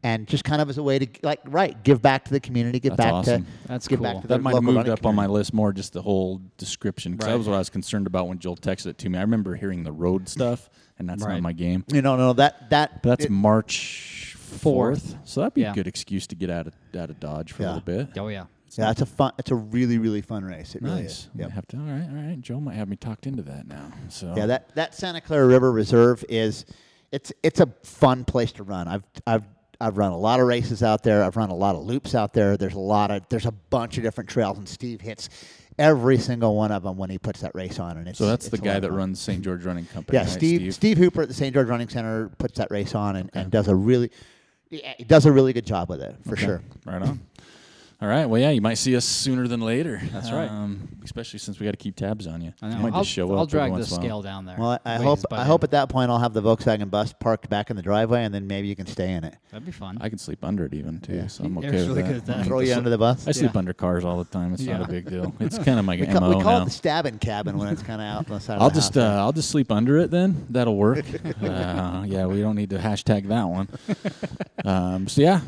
[SPEAKER 3] and just kind of as a way to like right give back to the community, give
[SPEAKER 1] That's
[SPEAKER 3] back
[SPEAKER 1] awesome.
[SPEAKER 3] to
[SPEAKER 2] That's
[SPEAKER 3] give
[SPEAKER 2] cool.
[SPEAKER 3] back to
[SPEAKER 1] That
[SPEAKER 3] the
[SPEAKER 1] might have
[SPEAKER 3] local
[SPEAKER 1] moved
[SPEAKER 3] running
[SPEAKER 1] up on my list more, just the whole description, because that was what I was concerned about when Joel texted it to me. I remember hearing the road stuff, and that's not
[SPEAKER 2] Right.
[SPEAKER 1] my game.
[SPEAKER 3] You know, no, that that
[SPEAKER 1] But that's
[SPEAKER 3] it-
[SPEAKER 1] March
[SPEAKER 2] Fourth.
[SPEAKER 1] fourth, so that'd be a
[SPEAKER 2] Yeah.
[SPEAKER 1] good excuse to get out of out of Dodge for
[SPEAKER 3] Yeah.
[SPEAKER 1] a little bit.
[SPEAKER 2] Oh yeah.
[SPEAKER 3] yeah, that's a fun. It's a really really fun race. It really
[SPEAKER 1] Nice.
[SPEAKER 3] is.
[SPEAKER 1] Might
[SPEAKER 3] Yep.
[SPEAKER 1] Have to, all right, all right. Joe might have me talked into that now. So
[SPEAKER 3] Yeah, that that Santa Clara River Reserve is it's it's a fun place to run. I've I've I've run a lot of races out there. I've run a lot of loops out there. There's a lot of there's a bunch of different trails, and Steve hits every single one of them when he puts that race on. And it's
[SPEAKER 1] so that's the
[SPEAKER 3] it's a lot
[SPEAKER 1] guy
[SPEAKER 3] of
[SPEAKER 1] that
[SPEAKER 3] fun.
[SPEAKER 1] runs St. George Running Company.
[SPEAKER 3] Yeah,
[SPEAKER 1] right,
[SPEAKER 3] Steve, Steve Hooper at the St. George Running Center puts that race on and, and does a really yeah, he does a really good job with it for sure.
[SPEAKER 1] Right on. All right. Well, yeah, you might see us sooner than later. That's
[SPEAKER 2] right.
[SPEAKER 1] Um, especially since we got to keep tabs on you.
[SPEAKER 2] I
[SPEAKER 1] You
[SPEAKER 2] know.
[SPEAKER 1] might
[SPEAKER 2] I'll,
[SPEAKER 1] just show
[SPEAKER 2] I'll
[SPEAKER 1] up. every
[SPEAKER 2] drag the
[SPEAKER 1] once in a while.
[SPEAKER 2] scale down there.
[SPEAKER 3] Well, I, I
[SPEAKER 2] Ways,
[SPEAKER 3] hope
[SPEAKER 2] but
[SPEAKER 3] I hope at that point I'll have the Volkswagen bus parked back in the driveway, and then maybe you can stay in it.
[SPEAKER 2] that'd be fun.
[SPEAKER 1] I can sleep under it even too, so I'm
[SPEAKER 2] Eric's
[SPEAKER 1] okay with
[SPEAKER 2] really
[SPEAKER 1] that.
[SPEAKER 2] good at that.
[SPEAKER 1] I
[SPEAKER 3] Throw you
[SPEAKER 1] just-
[SPEAKER 3] under the bus.
[SPEAKER 1] I sleep
[SPEAKER 2] Yeah.
[SPEAKER 1] under cars all the time. It's
[SPEAKER 2] Yeah.
[SPEAKER 1] not a big deal. It's kind of my
[SPEAKER 3] We
[SPEAKER 1] MO
[SPEAKER 3] call, we call
[SPEAKER 1] now.
[SPEAKER 3] it the stabbing cabin when it's kind of out on the side of
[SPEAKER 1] I'll
[SPEAKER 3] the
[SPEAKER 1] just uh,
[SPEAKER 3] house.
[SPEAKER 1] I'll just sleep under it then. That'll work. uh, yeah, we don't need to hashtag that one. Um, so yeah,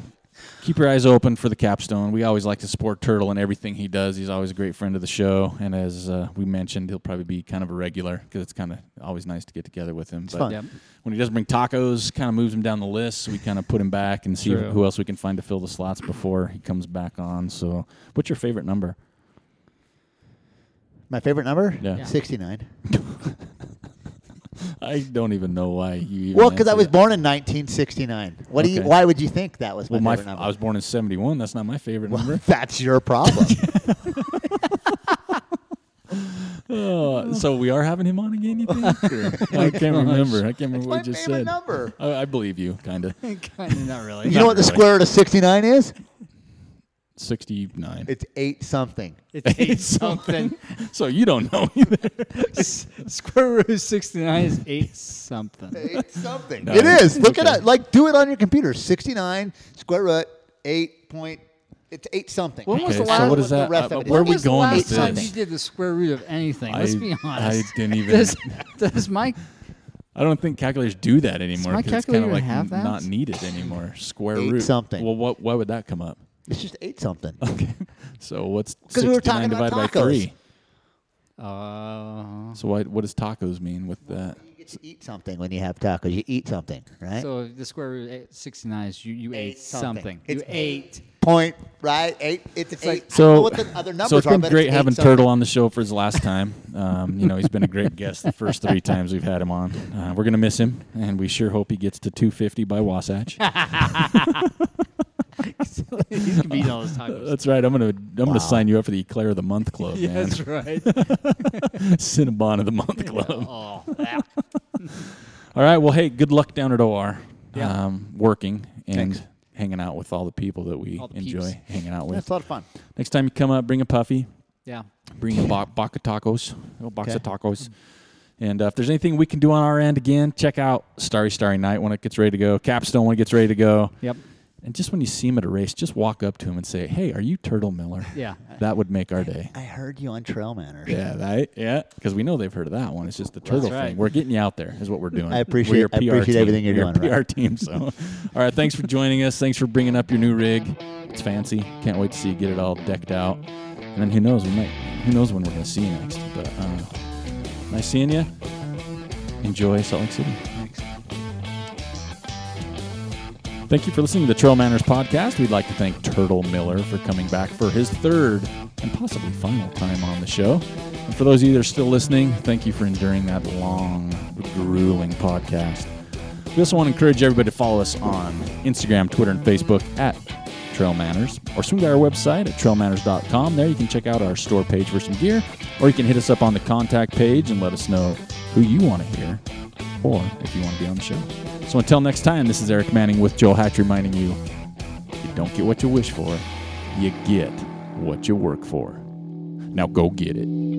[SPEAKER 1] keep your eyes open for the capstone. We always like to support Turtle and everything he does. He's always a great friend of the show, and as uh, we mentioned, he'll probably be kind of a regular because it's kind of always nice to get together with him. It's
[SPEAKER 3] fun.
[SPEAKER 2] Yep.
[SPEAKER 1] When he does bring tacos, kind of moves him down the list. So we kind of put him back and see
[SPEAKER 2] True.
[SPEAKER 1] who else we can find to fill the slots before he comes back on. So, what's your favorite number?
[SPEAKER 3] my favorite number,
[SPEAKER 1] Yeah. Yeah.
[SPEAKER 3] 69.
[SPEAKER 1] I don't even know why you. Even
[SPEAKER 3] Well, because I
[SPEAKER 1] answered
[SPEAKER 3] was
[SPEAKER 1] that.
[SPEAKER 3] born in 1969. What do you?
[SPEAKER 1] Okay.
[SPEAKER 3] Why would you think that was my
[SPEAKER 1] Well, my
[SPEAKER 3] favorite number?
[SPEAKER 1] I was born in '71. That's not my favorite number.
[SPEAKER 3] That's your problem.
[SPEAKER 1] Uh, so we are having him on again. You think? Or- I can't remember. I can't remember what
[SPEAKER 3] my
[SPEAKER 1] you just
[SPEAKER 3] favorite
[SPEAKER 1] said.
[SPEAKER 3] number.
[SPEAKER 1] I, I believe you, kind of.
[SPEAKER 2] Kinda, not really.
[SPEAKER 3] you know what the
[SPEAKER 1] really.
[SPEAKER 3] square root of 69 is?
[SPEAKER 1] Sixty-nine.
[SPEAKER 3] It's eight something.
[SPEAKER 2] It's eight something.
[SPEAKER 1] so you don't know either.
[SPEAKER 2] S- Square root of sixty nine is eight something.
[SPEAKER 3] Eight something.
[SPEAKER 1] No,
[SPEAKER 3] it is. Look
[SPEAKER 1] okay.
[SPEAKER 3] at it. up. Like do it on your computer. 69 square root eight point. It's eight something.
[SPEAKER 2] When was
[SPEAKER 1] Okay,
[SPEAKER 2] the
[SPEAKER 1] so
[SPEAKER 2] last?
[SPEAKER 1] what is
[SPEAKER 3] the
[SPEAKER 1] that?
[SPEAKER 3] rest
[SPEAKER 1] uh,
[SPEAKER 3] of it is.
[SPEAKER 1] where are
[SPEAKER 3] When
[SPEAKER 1] we
[SPEAKER 3] was the
[SPEAKER 1] going with
[SPEAKER 3] last
[SPEAKER 2] Last time
[SPEAKER 1] this?
[SPEAKER 2] you did the square root of anything. Let's
[SPEAKER 1] I-
[SPEAKER 2] be
[SPEAKER 1] I
[SPEAKER 2] honest.
[SPEAKER 1] didn't even.
[SPEAKER 2] Does, does my
[SPEAKER 1] I don't think calculators do that anymore.
[SPEAKER 2] my
[SPEAKER 1] 'cause it's kind
[SPEAKER 2] calculator
[SPEAKER 1] of like
[SPEAKER 2] have
[SPEAKER 1] n-
[SPEAKER 2] that?
[SPEAKER 1] not needed anymore. Square
[SPEAKER 3] Eight
[SPEAKER 1] root
[SPEAKER 3] something.
[SPEAKER 1] Well, what? Why would that come up?
[SPEAKER 3] It's just eight something.
[SPEAKER 1] Okay. So what's
[SPEAKER 3] we
[SPEAKER 1] sixty-nine
[SPEAKER 3] were talking about
[SPEAKER 1] divided by
[SPEAKER 3] tacos.
[SPEAKER 1] three?
[SPEAKER 2] uh,
[SPEAKER 1] So why, what does tacos mean with that?
[SPEAKER 3] You get to eat something when you have tacos. You eat something, right?
[SPEAKER 2] so the square root of sixty nine is you you ate,
[SPEAKER 3] Eight something.
[SPEAKER 2] something.
[SPEAKER 3] It's
[SPEAKER 2] You ate.
[SPEAKER 3] point, right? Eight. It's, eight.
[SPEAKER 2] like-
[SPEAKER 3] I don't know
[SPEAKER 1] So,
[SPEAKER 3] what the other numbers
[SPEAKER 1] so it's
[SPEAKER 3] are,
[SPEAKER 1] been
[SPEAKER 3] but
[SPEAKER 1] great
[SPEAKER 3] it's eight
[SPEAKER 1] having
[SPEAKER 3] something.
[SPEAKER 1] Turtle on the show for his last time. Um, you know, he's been a great guest the first three times we've had him on. Uh, we're gonna miss him, and we sure hope he gets to 250 by Wasatch.
[SPEAKER 2] He's gonna be eating all those tacos.
[SPEAKER 1] That's right. I'm gonna I'm gonna sign you up for the Eclair of the Month Club,
[SPEAKER 2] Yeah,
[SPEAKER 1] man.
[SPEAKER 2] that's right.
[SPEAKER 1] Cinnabon of the Month Club.
[SPEAKER 2] oh, that-
[SPEAKER 1] All right. Well, hey, good luck down at OR.
[SPEAKER 2] Yeah.
[SPEAKER 1] Um, working and
[SPEAKER 3] Thanks.
[SPEAKER 1] hanging out with all the people that we
[SPEAKER 2] All the
[SPEAKER 1] enjoy
[SPEAKER 2] peeps.
[SPEAKER 1] hanging out
[SPEAKER 3] That's
[SPEAKER 1] with.
[SPEAKER 3] a lot of fun.
[SPEAKER 1] Next time you come up, bring a puffy.
[SPEAKER 2] yeah.
[SPEAKER 1] bring a bo- box of tacos, a box of
[SPEAKER 3] Okay.
[SPEAKER 1] tacos. And uh, if there's anything we can do on our end, again, check out Starry Starry Night when it gets ready to go, Capstone when it gets ready to go.
[SPEAKER 2] Yep.
[SPEAKER 1] And just when you see him at a race, just walk up to him and say, "Hey, are you Turtle Miller?"
[SPEAKER 2] Yeah.
[SPEAKER 1] that would make our day.
[SPEAKER 3] I heard you on Trail Manners.
[SPEAKER 1] Yeah, right. Yeah, because we know they've heard of that one. It's just the turtle
[SPEAKER 2] right.
[SPEAKER 1] thing. We're getting you out there, is what we're doing.
[SPEAKER 3] I appreciate-
[SPEAKER 1] We're your PR
[SPEAKER 3] I appreciate
[SPEAKER 1] team.
[SPEAKER 3] everything you're
[SPEAKER 1] We're your PR team.
[SPEAKER 3] doing, Ryan.
[SPEAKER 1] So, all right. Thanks for joining us. Thanks for bringing up your new rig. It's fancy. Can't wait to see you get it all decked out. And then who knows? We might. Who knows when we're gonna see you next? But uh, nice seeing you. Enjoy Salt Lake City. Thank you for listening to the Trail Manners podcast. We'd like to thank Turtle Miller for coming back for his third and possibly final time on the show. And for those of you that are still listening, thank you for enduring that long, grueling podcast. We also want to encourage everybody to follow us on Instagram, Twitter, and Facebook at Trail Manners, or swing by our website at trailmanners.com. There you can check out our store page for some gear, or you can hit us up on the contact page and let us know who you want to hear or if you want to be on the show. So until next time, this is Eric Manning with Joel Hatch reminding you you don't get what you wish for, you get what you work for. Now go get it.